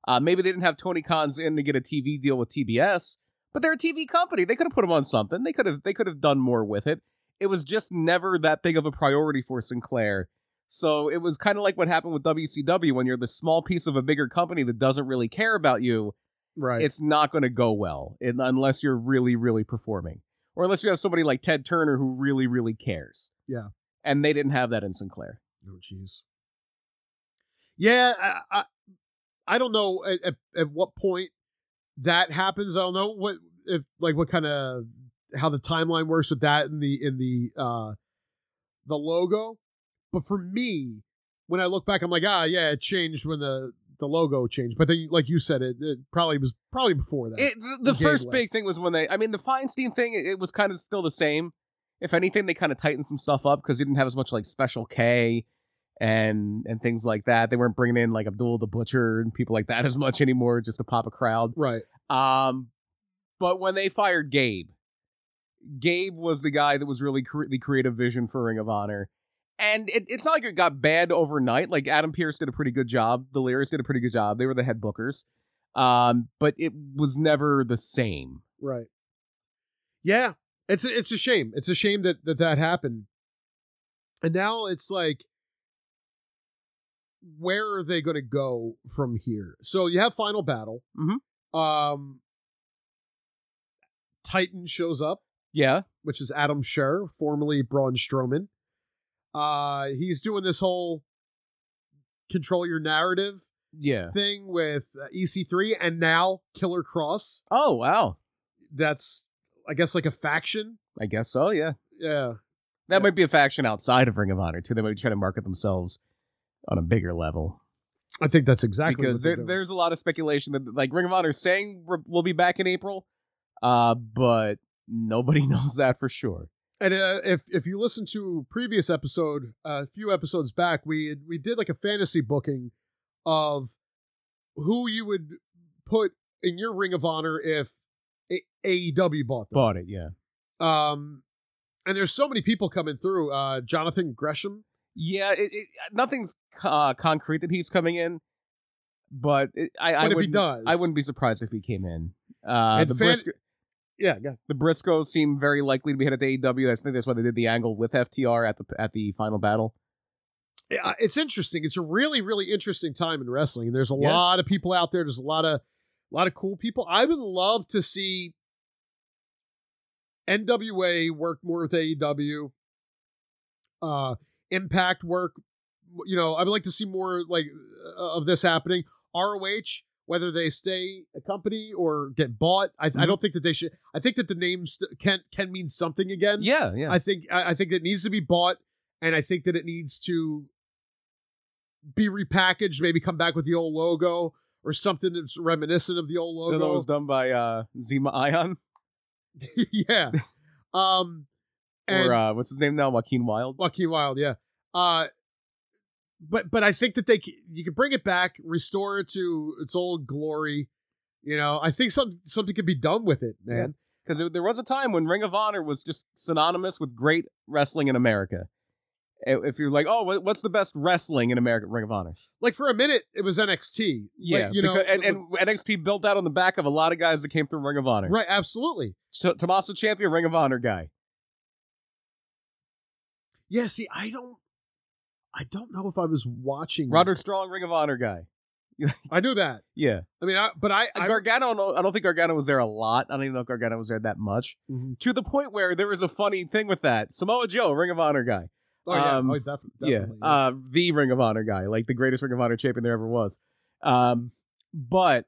Speaker 3: Uh, maybe they didn't have Tony Khan's in to get a TV deal with TBS, but they're a TV company. They could have put him on something. They could have they could have done more with it. It was just never that big of a priority for Sinclair. So it was kind of like what happened with WCW when you're the small piece of a bigger company that doesn't really care about you.
Speaker 2: right.
Speaker 3: It's not going to go well in, unless you're really, really performing, or unless you have somebody like Ted Turner who really, really cares.
Speaker 2: Yeah.
Speaker 3: and they didn't have that in Sinclair.
Speaker 2: Oh, jeez. Yeah, I, I, I don't know at, at, at what point that happens. I don't know what if like what kind of how the timeline works with that in the in the uh the logo. But for me, when I look back, I'm like, ah, yeah, it changed when the the logo changed. But then, like you said, it, it probably was probably before that.
Speaker 3: It, the- the
Speaker 2: gave
Speaker 3: first
Speaker 2: way.
Speaker 3: big thing was when they, I mean, the Feinstein thing, it, it was kind of still the same. If anything, they kind of tightened some stuff up because you didn't have as much like Special K and and things like that. They weren't bringing in like Abdul the Butcher and people like that as much anymore just to pop a crowd.
Speaker 2: right.
Speaker 3: Um, but when they fired Gabe, Gabe was the guy that was really cre- the creative vision for Ring of Honor. And it, it's not like it got bad overnight. Like Adam Pierce did a pretty good job. The Lyrics did a pretty good job. They were the head bookers. Um, but it was never the same.
Speaker 2: Right. Yeah, it's a, it's a shame. It's a shame that that that happened. And now it's like where are they going to go from here? So you have final battle.
Speaker 3: Mhm.
Speaker 2: Um Titan shows up,
Speaker 3: Yeah.
Speaker 2: which is Adam Scher, formerly Braun Strowman. Uh he's doing this whole control your narrative
Speaker 3: Yeah.
Speaker 2: thing with uh, EC3 and now Killer Cross.
Speaker 3: Oh, wow.
Speaker 2: That's I guess like a faction
Speaker 3: I guess so. Yeah.
Speaker 2: yeah.
Speaker 3: That
Speaker 2: Yeah.
Speaker 3: might be a faction outside of Ring of Honor, too. They might be trying to market themselves on a bigger level.
Speaker 2: I think that's exactly
Speaker 3: because
Speaker 2: what they're
Speaker 3: there,
Speaker 2: doing.
Speaker 3: there's a lot of speculation that like Ring of Honor is saying we're- we'll be back in April, uh, but nobody knows that for sure.
Speaker 2: And uh, if if you listen to previous episode, uh, a few episodes back, we we did like a fantasy booking of who you would put in your Ring of Honor if A- AEW bought them.
Speaker 3: Bought it, yeah,
Speaker 2: um, and there's so many people coming through. Uh, Jonathan Gresham,
Speaker 3: yeah. It, it, nothing's uh, concrete that he's coming in, but it, I, I
Speaker 2: but if he
Speaker 3: wouldn't,
Speaker 2: does,
Speaker 3: I wouldn't be surprised if he came in. Uh,
Speaker 2: And
Speaker 3: the,
Speaker 2: fan-
Speaker 3: Brisco-
Speaker 2: Yeah, yeah,
Speaker 3: the Briscoes seem very likely to be headed to AEW. I think that's why they did the angle with FTR at the at the final battle.
Speaker 2: Yeah, it's interesting. It's a really, really interesting time in wrestling. And there's a
Speaker 3: Yeah.
Speaker 2: lot of people out there. There's a lot of, a lot of cool people. I would love to see NWA work more with AEW. Uh, Impact work. You know, I would like to see more like uh, of this happening. ROH, whether they stay a company or get bought, I, I
Speaker 3: Mhm.
Speaker 2: don't think that they should. I think that the name st- can can mean something again.
Speaker 3: Yeah, yeah.
Speaker 2: I think I, I think it needs to be bought, and I think that it needs to be repackaged. Maybe come back with the old logo or something that's reminiscent of the old
Speaker 3: that
Speaker 2: logo.
Speaker 3: was done by uh, Zima Ion
Speaker 2: yeah. Um, and
Speaker 3: or uh, what's his name now, Joaquin Wild.
Speaker 2: Joaquin Wild, yeah. Uh, but but I think that they c- you could bring it back, restore it to its old glory. You know, I think something something could be done with it, man.
Speaker 3: because there was a time when Ring of Honor was just synonymous with great wrestling in America, i- if you're like, oh, what- what's the best wrestling in American Ring of Honor?
Speaker 2: Like for a minute, it was NXT.
Speaker 3: Yeah,
Speaker 2: Like, you know,
Speaker 3: because- and, and NXT built out on the back of a lot of guys that came through Ring of Honor.
Speaker 2: right, absolutely.
Speaker 3: So, Tommaso Champion, Ring of Honor guy.
Speaker 2: Yeah. See, I don't, I don't know if I was watching.
Speaker 3: Roderick Strong, Ring of Honor guy.
Speaker 2: I knew that.
Speaker 3: Yeah.
Speaker 2: I mean, I, but I,
Speaker 3: And
Speaker 2: I
Speaker 3: Gargano, I don't- I don't think Gargano was there a lot. I don't even know if Gargano was there that much.
Speaker 2: Mhm.
Speaker 3: To the point where there was a funny thing with that. Samoa Joe, Ring of Honor guy.
Speaker 2: oh yeah,
Speaker 3: um,
Speaker 2: oh, def- definitely.
Speaker 3: Yeah. Uh, the Ring of Honor guy, like the greatest Ring of Honor champion there ever was. Um, but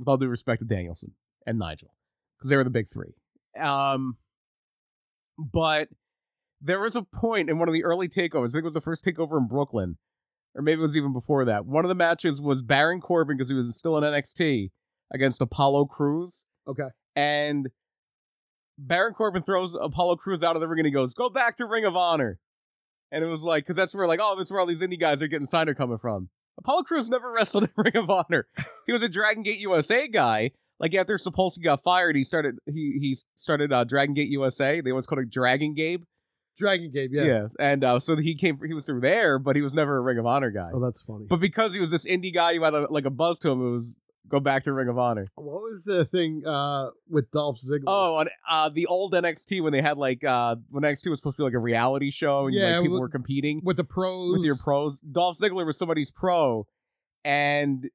Speaker 3: with all due respect to Danielson and Nigel, because they were the big three. Um, but there was a point in one of the early takeovers, I think it was the first takeover in Brooklyn, or maybe it was even before that. One of the matches was Baron Corbin, because he was still in NXT, against Apollo Cruz
Speaker 2: okay.
Speaker 3: and Baron Corbin throws Apollo Cruz out of the ring and he goes, "Go back to Ring of Honor," and it was like, because that's where like, oh, this is where all these indie guys are getting signed are coming from. Apollo Cruz never wrestled in Ring of Honor. He was a Dragon Gate USA guy. Like after Sapolsky got fired, he started he he started uh, Dragon Gate USA. They always called it Dragon Gabe.
Speaker 2: Dragon Game. Yeah.
Speaker 3: Yes, and uh, so he came he was through there, but he was never a Ring of Honor guy.
Speaker 2: Oh, that's funny.
Speaker 3: But because he was this indie guy who had a, like a buzz to him, it was go back to Ring of Honor.
Speaker 2: what was the thing uh, with Dolph Ziggler?
Speaker 3: Oh, on uh, the old NXT when they had like uh, when NXT was supposed to be like a reality show and
Speaker 2: Yeah,
Speaker 3: like, people
Speaker 2: with-
Speaker 3: were competing
Speaker 2: with the pros.
Speaker 3: with your pros. Dolph Ziggler was somebody's pro, and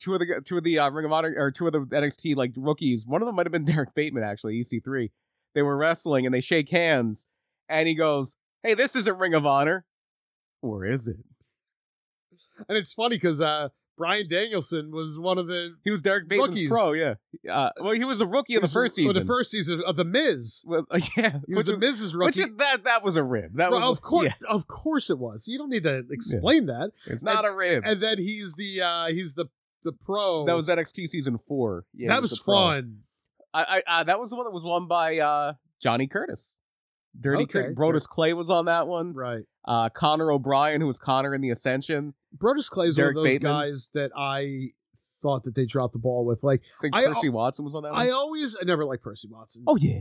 Speaker 3: two of the two of the uh, Ring of Honor or two of the NXT like rookies. One of them might have been Derek Bateman actually, EC3. They were wrestling and they shake hands, and he goes, "Hey, this isn't Ring of Honor, or is it?"
Speaker 2: and it's funny because uh, Brian Danielson was one of the
Speaker 3: He was Derek Bateman's
Speaker 2: Rookies.
Speaker 3: pro, yeah. Uh, well, he was a rookie in the first
Speaker 2: or
Speaker 3: season.
Speaker 2: the first season of the Miz.
Speaker 3: Well, yeah,
Speaker 2: He was
Speaker 3: which,
Speaker 2: the Miz's
Speaker 3: which
Speaker 2: rookie.
Speaker 3: is- that that was a rib. That
Speaker 2: Well,
Speaker 3: was
Speaker 2: of course,
Speaker 3: yeah,
Speaker 2: of course it was. You don't need to explain that.
Speaker 3: it's not a rib.
Speaker 2: And then he's the uh he's the the pro.
Speaker 3: That was NXT season four. Yeah,
Speaker 2: that
Speaker 3: he
Speaker 2: was
Speaker 3: the pro.
Speaker 2: fun.
Speaker 3: I, I, uh, that was the one that was won by uh, Johnny Curtis. Dirty
Speaker 2: Okay.
Speaker 3: Curtis. Brodus Clay was on that one.
Speaker 2: Right.
Speaker 3: Uh, Connor O'Brien, who was Connor in the Ascension.
Speaker 2: Brodus Clay is one of
Speaker 3: Derek
Speaker 2: those
Speaker 3: Bateman.
Speaker 2: guys that I thought that they dropped the ball with. Like
Speaker 3: I think
Speaker 2: I-
Speaker 3: Percy Watson was on that
Speaker 2: I
Speaker 3: one.
Speaker 2: always I never liked Percy Watson.
Speaker 3: Oh yeah,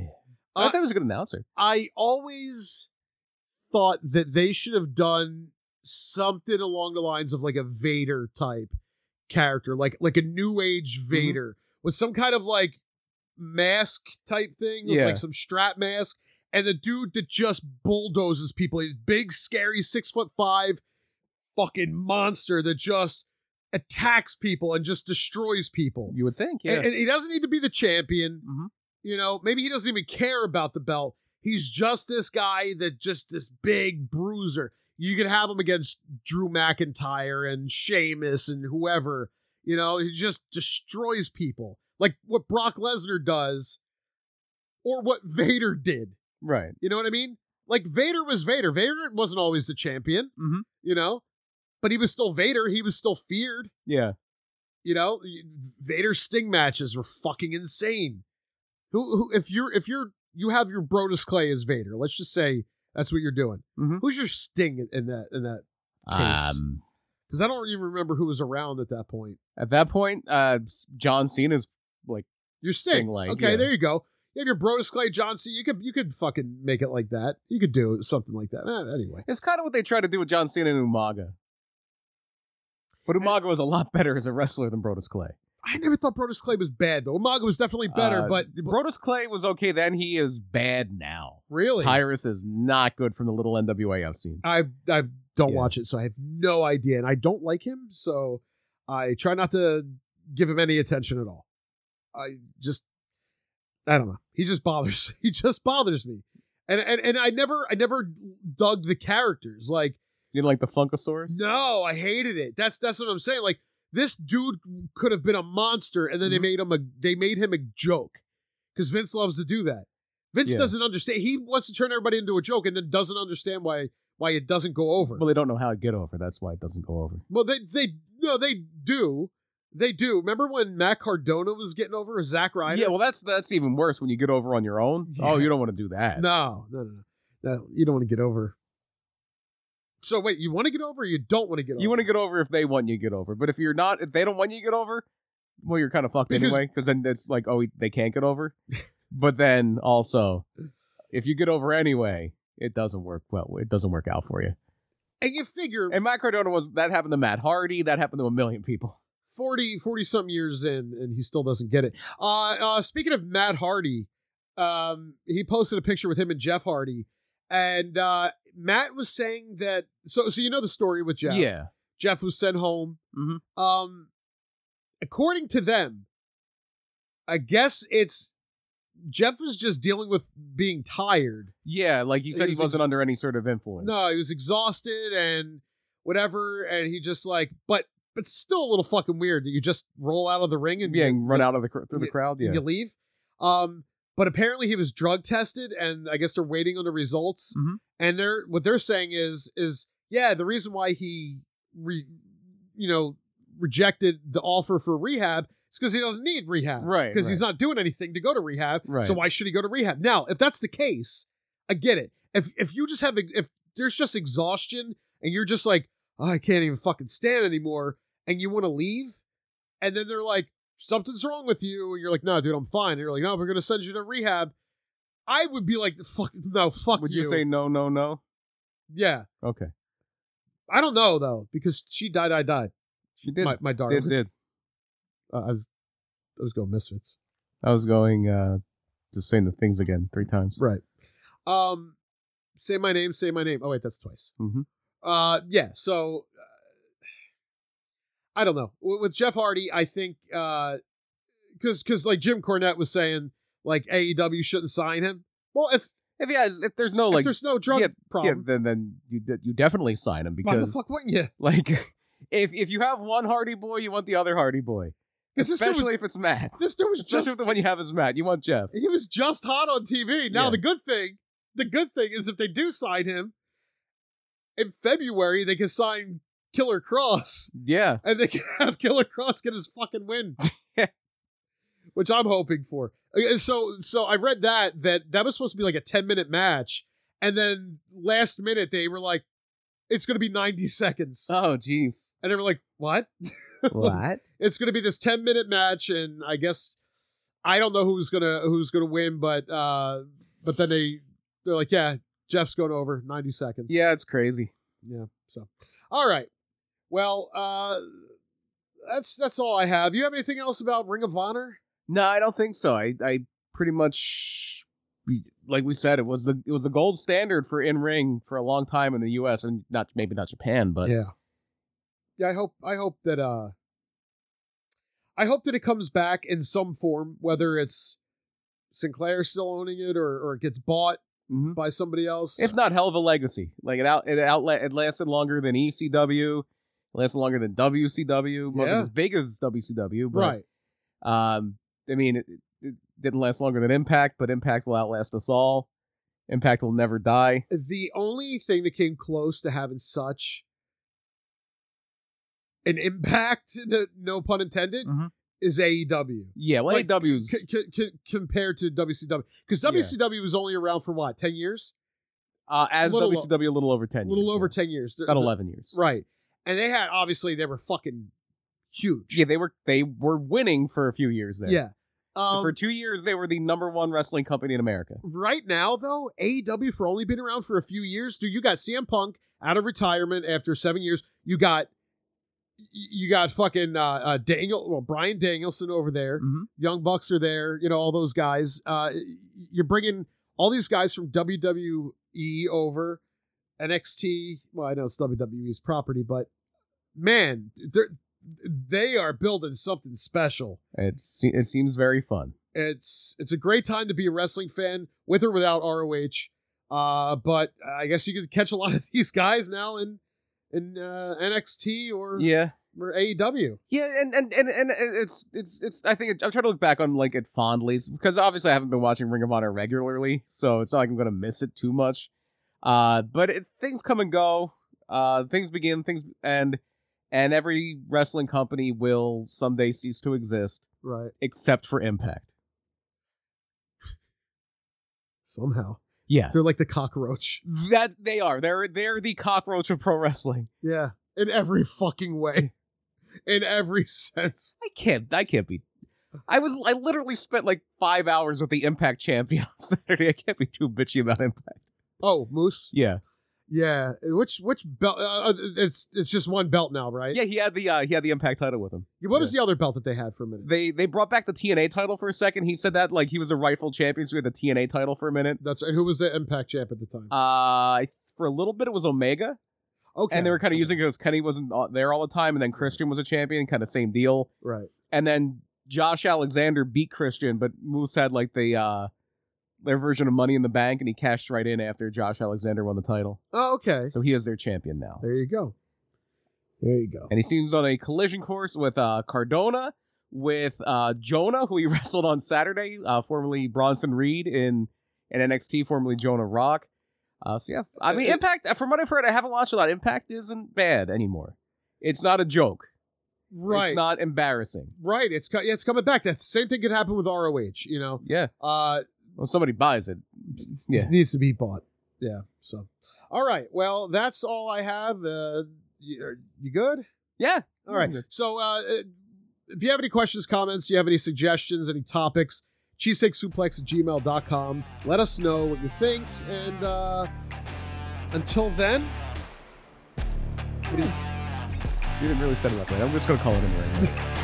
Speaker 3: I
Speaker 2: Uh,
Speaker 3: thought that was a good announcer.
Speaker 2: I always thought that they should have done something along the lines of like a Vader type character, like like a new age
Speaker 3: Mm-hmm.
Speaker 2: Vader with some kind of like mask type thing, with
Speaker 3: Yeah.
Speaker 2: like some strap mask, and the dude that just bulldozes people. He's big, scary, six foot five, fucking monster that just attacks people and just destroys people.
Speaker 3: You would think, yeah.
Speaker 2: And, and he doesn't need to be the champion.
Speaker 3: Mhm.
Speaker 2: You know, maybe he doesn't even care about the belt. He's just this guy that just this big bruiser. You could have him against Drew McIntyre and Sheamus and whoever. You know, he just destroys people like what Brock Lesnar does or what Vader did.
Speaker 3: right.
Speaker 2: You know what I mean? Like Vader was Vader. Vader wasn't always the champion,
Speaker 3: Mhm.
Speaker 2: you know, but he was still Vader. He was still feared.
Speaker 3: Yeah.
Speaker 2: You know, Vader's Sting matches were fucking insane. Who, who, if you're, if you're, you have your Brodus Clay as Vader. Let's just say that's what you're doing.
Speaker 3: Mhm.
Speaker 2: Who's your Sting in, in that, in that? Case.
Speaker 3: Um,
Speaker 2: Because I don't even remember who was around at that point.
Speaker 3: at that point, uh, John Cena's
Speaker 2: Your Sting,
Speaker 3: Sting, like,
Speaker 2: okay,
Speaker 3: yeah.
Speaker 2: there you go. You have your Brodus Clay, John C. You could, you could fucking make it like that. You could do something like that. Eh, anyway,
Speaker 3: It's kind of what they tried to do with John Cena and Umaga. But Umaga was a lot better as a wrestler than Brodus Clay.
Speaker 2: I never thought Brodus Clay was bad though. Umaga was definitely better,
Speaker 3: Uh,
Speaker 2: but, but
Speaker 3: Brodus Clay was okay then. He is bad now.
Speaker 2: really,
Speaker 3: Tyrus is not good from the little NWA I've seen.
Speaker 2: I I don't
Speaker 3: Yeah.
Speaker 2: watch it, so I have no idea, and I don't like him, so I try not to give him any attention at all. I just I don't know. He just bothers. He just bothers me, and and and I never I never dug the characters. Like
Speaker 3: You know, like the Funkasaurus?
Speaker 2: no, I hated it. That's that's what I'm saying. Like this dude could have been a monster, and then they
Speaker 3: Mhm.
Speaker 2: made him a they made him a joke because Vince loves to do that. Vince
Speaker 3: Yeah.
Speaker 2: doesn't understand. He wants to turn everybody into a joke, and then doesn't understand why why it doesn't go over.
Speaker 3: Well, they don't know how to get over. That's why it doesn't go over.
Speaker 2: Well, they they no, they do, they do. Remember when Matt Cardona was getting over Zach Ryder?
Speaker 3: yeah, well, that's that's even worse when you get over on your own. Oh,
Speaker 2: Yeah.
Speaker 3: you don't want to do that.
Speaker 2: no, no, no, no, no. You don't want to get over. So wait, you want to get over? or You don't want to get over?
Speaker 3: You want to get over if they want you to get over. But if you're not, if they don't want you to get over, well, you're kind of fucked anyway.
Speaker 2: Because-
Speaker 3: 'Cause anyway. Because then it's like, oh, they can't get over. but then also, if you get over anyway, it doesn't work well. It doesn't work out for you.
Speaker 2: And you figure
Speaker 3: And Matt Cardona was that happened to Matt Hardy. That happened to a million people.
Speaker 2: 40 40 some years in and he still doesn't get it uh, uh speaking of matt hardy um he posted a picture with him and jeff hardy and uh matt was saying that so so you know the story with jeff
Speaker 3: Yeah.
Speaker 2: jeff was sent home
Speaker 3: Mhm.
Speaker 2: um according to them i guess it's jeff was just dealing with being tired
Speaker 3: Yeah. Like he said,
Speaker 2: He
Speaker 3: he,
Speaker 2: was
Speaker 3: wasn't
Speaker 2: ex-
Speaker 3: under any sort of influence.
Speaker 2: no he was exhausted and whatever and he just like but but still a little fucking weird that you just roll out of the ring and
Speaker 3: yeah, and run out of the cr- through
Speaker 2: Yeah.
Speaker 3: the crowd. Yeah.
Speaker 2: you leave. Um, but apparently he was drug tested, and I guess they're waiting on the results.
Speaker 3: Mhm.
Speaker 2: And they're what they're saying is is yeah, the reason why he re, you know rejected the offer for rehab is because he doesn't need rehab,
Speaker 3: Right.
Speaker 2: Because he's not doing anything to go to rehab,
Speaker 3: Right.
Speaker 2: So why should he go to rehab now? If that's the case, I get it. If if you just have if there's just exhaustion and you're just like "Oh, I can't even fucking stand anymore, and you want to leave, and then they're like, something's wrong with you, and you're like, no, dude, I'm fine. And you're like, no, we're gonna send you to rehab. I would be like, fuck, no, fuck
Speaker 3: Would you say no, no, no?
Speaker 2: yeah,
Speaker 3: Okay.
Speaker 2: I don't know though because she died, I died.
Speaker 3: She did.
Speaker 2: my, my daughter.
Speaker 3: did did.
Speaker 2: Uh, I was, I was going misfits.
Speaker 3: I was going uh just saying the things again three times.
Speaker 2: Right. Um, say my name, say my name. Oh wait, that's twice.
Speaker 3: Mhm.
Speaker 2: Uh, yeah. So, uh, I don't know. With, with Jeff Hardy, I think because because like Jim Cornette was saying, like AEW shouldn't sign him. Well, if,
Speaker 3: If yeah, if there's no
Speaker 2: if
Speaker 3: like
Speaker 2: there's no drug
Speaker 3: yeah, yeah,
Speaker 2: problem,
Speaker 3: then then you de- you definitely sign him
Speaker 2: why the
Speaker 3: because
Speaker 2: fuck wouldn't you?
Speaker 3: like if if you have one Hardy boy, you want the other Hardy boy,
Speaker 2: Because this dude
Speaker 3: especially
Speaker 2: was,
Speaker 3: if it's Matt.
Speaker 2: this dude was
Speaker 3: Especially
Speaker 2: just
Speaker 3: if the one you have is Matt, you want Jeff.
Speaker 2: he was just hot on TV. Now
Speaker 3: Yeah.
Speaker 2: the good thing, the good thing is if they do sign him in February, they can sign Killer Cross.
Speaker 3: Yeah,
Speaker 2: and they can have Killer Cross get his fucking win,
Speaker 3: Yeah.
Speaker 2: which I'm hoping for. Uh, So, so I read that that that was supposed to be like a 10 minute match, and then last minute they were like, "It's going to be 90 seconds,"
Speaker 3: Oh, jeez.
Speaker 2: and they were like, "What?
Speaker 3: What?
Speaker 2: It's going to be this 10 minute match?" And I guess I don't know who's gonna who's gonna win, but uh, but then they they're like, "Yeah, Jeff's going over 90 seconds."
Speaker 3: yeah, it's crazy.
Speaker 2: yeah so all right well uh that's that's all i have you have anything else about ring of honor
Speaker 3: No, I don't think so. I, I pretty much, like we said, it was the it was the gold standard for in ring for a long time in the U.S. and not maybe not Japan, but
Speaker 2: yeah yeah i hope i hope that uh i hope that it comes back in some form whether it's sinclair still owning it or or it gets bought
Speaker 3: Mhm.
Speaker 2: by somebody else
Speaker 3: if not, hell of a legacy. Like it out it outlet it lasted longer than ECW, it lasted longer than WCW, wasn't
Speaker 2: Yeah.
Speaker 3: as big as WCW, but
Speaker 2: right
Speaker 3: Um, I mean, it, it didn't last longer than Impact, but Impact will outlast us all. Impact will never die.
Speaker 2: the only thing that came close to having such an impact no- no pun intended
Speaker 3: Mhm.
Speaker 2: is E aew
Speaker 3: Yeah, well,
Speaker 2: Like,
Speaker 3: AEW's
Speaker 2: c- c- c- compared to WCW because WCW was only around for what ten years,
Speaker 3: uh, as
Speaker 2: little-
Speaker 3: WCW a little over ten,
Speaker 2: a little
Speaker 3: years,
Speaker 2: over
Speaker 3: yeah.
Speaker 2: ten years, They're-
Speaker 3: about
Speaker 2: they're-
Speaker 3: eleven years.
Speaker 2: right? And they had obviously they were fucking huge,
Speaker 3: Yeah, they were they were winning for a few years there.
Speaker 2: yeah.
Speaker 3: And
Speaker 2: Um,
Speaker 3: for two years they were the number one wrestling company in America.
Speaker 2: right now though, AEW for only been around for a few years. Dude, you got CM Punk out of retirement after seven years. You got you got fucking uh, uh, Daniel, well Brian Danielson over there.
Speaker 3: Mhm.
Speaker 2: Young Bucks are there. You know all those guys. Uh, y- you're bringing all these guys from WWE over NXT. Well, I know it's WWE's property, but man, they're they are building something special.
Speaker 3: It se- it seems very fun.
Speaker 2: It's it's a great time to be a wrestling fan, with or without ROH. Uh, but I guess you could catch a lot of these guys now in in uh, NXT or,
Speaker 3: Yeah.
Speaker 2: or E AEW.
Speaker 3: Yeah, and, and, and, and it's it's it's I think it, I'm trying to look back on like it fondly it's because obviously I haven't been watching Ring of Honor regularly, so it's not like I'm gonna miss it too much. Uh, but it, things come and go, uh, things begin, things end, and every wrestling company will someday cease to exist
Speaker 2: Right.
Speaker 3: except for Impact.
Speaker 2: Somehow
Speaker 3: Yeah,
Speaker 2: they're like the cockroach.
Speaker 3: that they are. They're they're the cockroach of pro wrestling.
Speaker 2: Yeah. In every fucking way. In every sense.
Speaker 3: I can't. I can't be. I was. I literally spent like five hours with the Impact champion on Saturday. I can't be too bitchy about Impact.
Speaker 2: Oh, Moose.
Speaker 3: Yeah.
Speaker 2: Yeah, which which belt? Uh, it's it's just one belt now, right?
Speaker 3: Yeah, he had the uh, he had the Impact title with him.
Speaker 2: What was the other belt that they had for a minute?
Speaker 3: They they brought back the TNA title for a second. He said that like he was the rightful champion, so he had the TNA title for a minute.
Speaker 2: That's and who was the Impact champ at the time?
Speaker 3: Uh, for a little bit it was Omega,
Speaker 2: okay,
Speaker 3: and they were kind of using it because Kenny wasn't all- there all the time, and then Christian was a champion, kind of same deal.
Speaker 2: right.
Speaker 3: And then Josh Alexander beat Christian, but Moose had like the uh their version of Money in the Bank, and he cashed right in after Josh Alexander won the title,
Speaker 2: Oh, okay.
Speaker 3: so he is their champion now.
Speaker 2: There you go. There you go.
Speaker 3: and he seems on a collision course with uh, Cardona, with uh, Jonah, who he wrestled on Saturday, uh, formerly Bronson Reed in, in NXT, formerly Jonah Rock. Uh, so yeah, I mean,
Speaker 2: Uh, uh,
Speaker 3: Impact. From what I've heard, I haven't watched a lot. Impact isn't bad anymore. It's not a joke.
Speaker 2: right.
Speaker 3: It's not embarrassing.
Speaker 2: right. It's co- yeah, it's coming back. That same thing could happen with ROH. You know,
Speaker 3: Yeah.
Speaker 2: uh,
Speaker 3: Well, somebody buys it. Yeah.
Speaker 2: needs to be bought. Yeah. So, all right. Well, that's all I have. Uh, you, are you good?
Speaker 3: Yeah.
Speaker 2: All right.
Speaker 3: Mhm.
Speaker 2: So, uh, if you have any questions, comments, you have any suggestions, any topics, cheesesteaksuplex at gmail.com. Let us know what you think. And uh, until then,
Speaker 3: You didn't really set it up right. I'm just gonna call it in right now.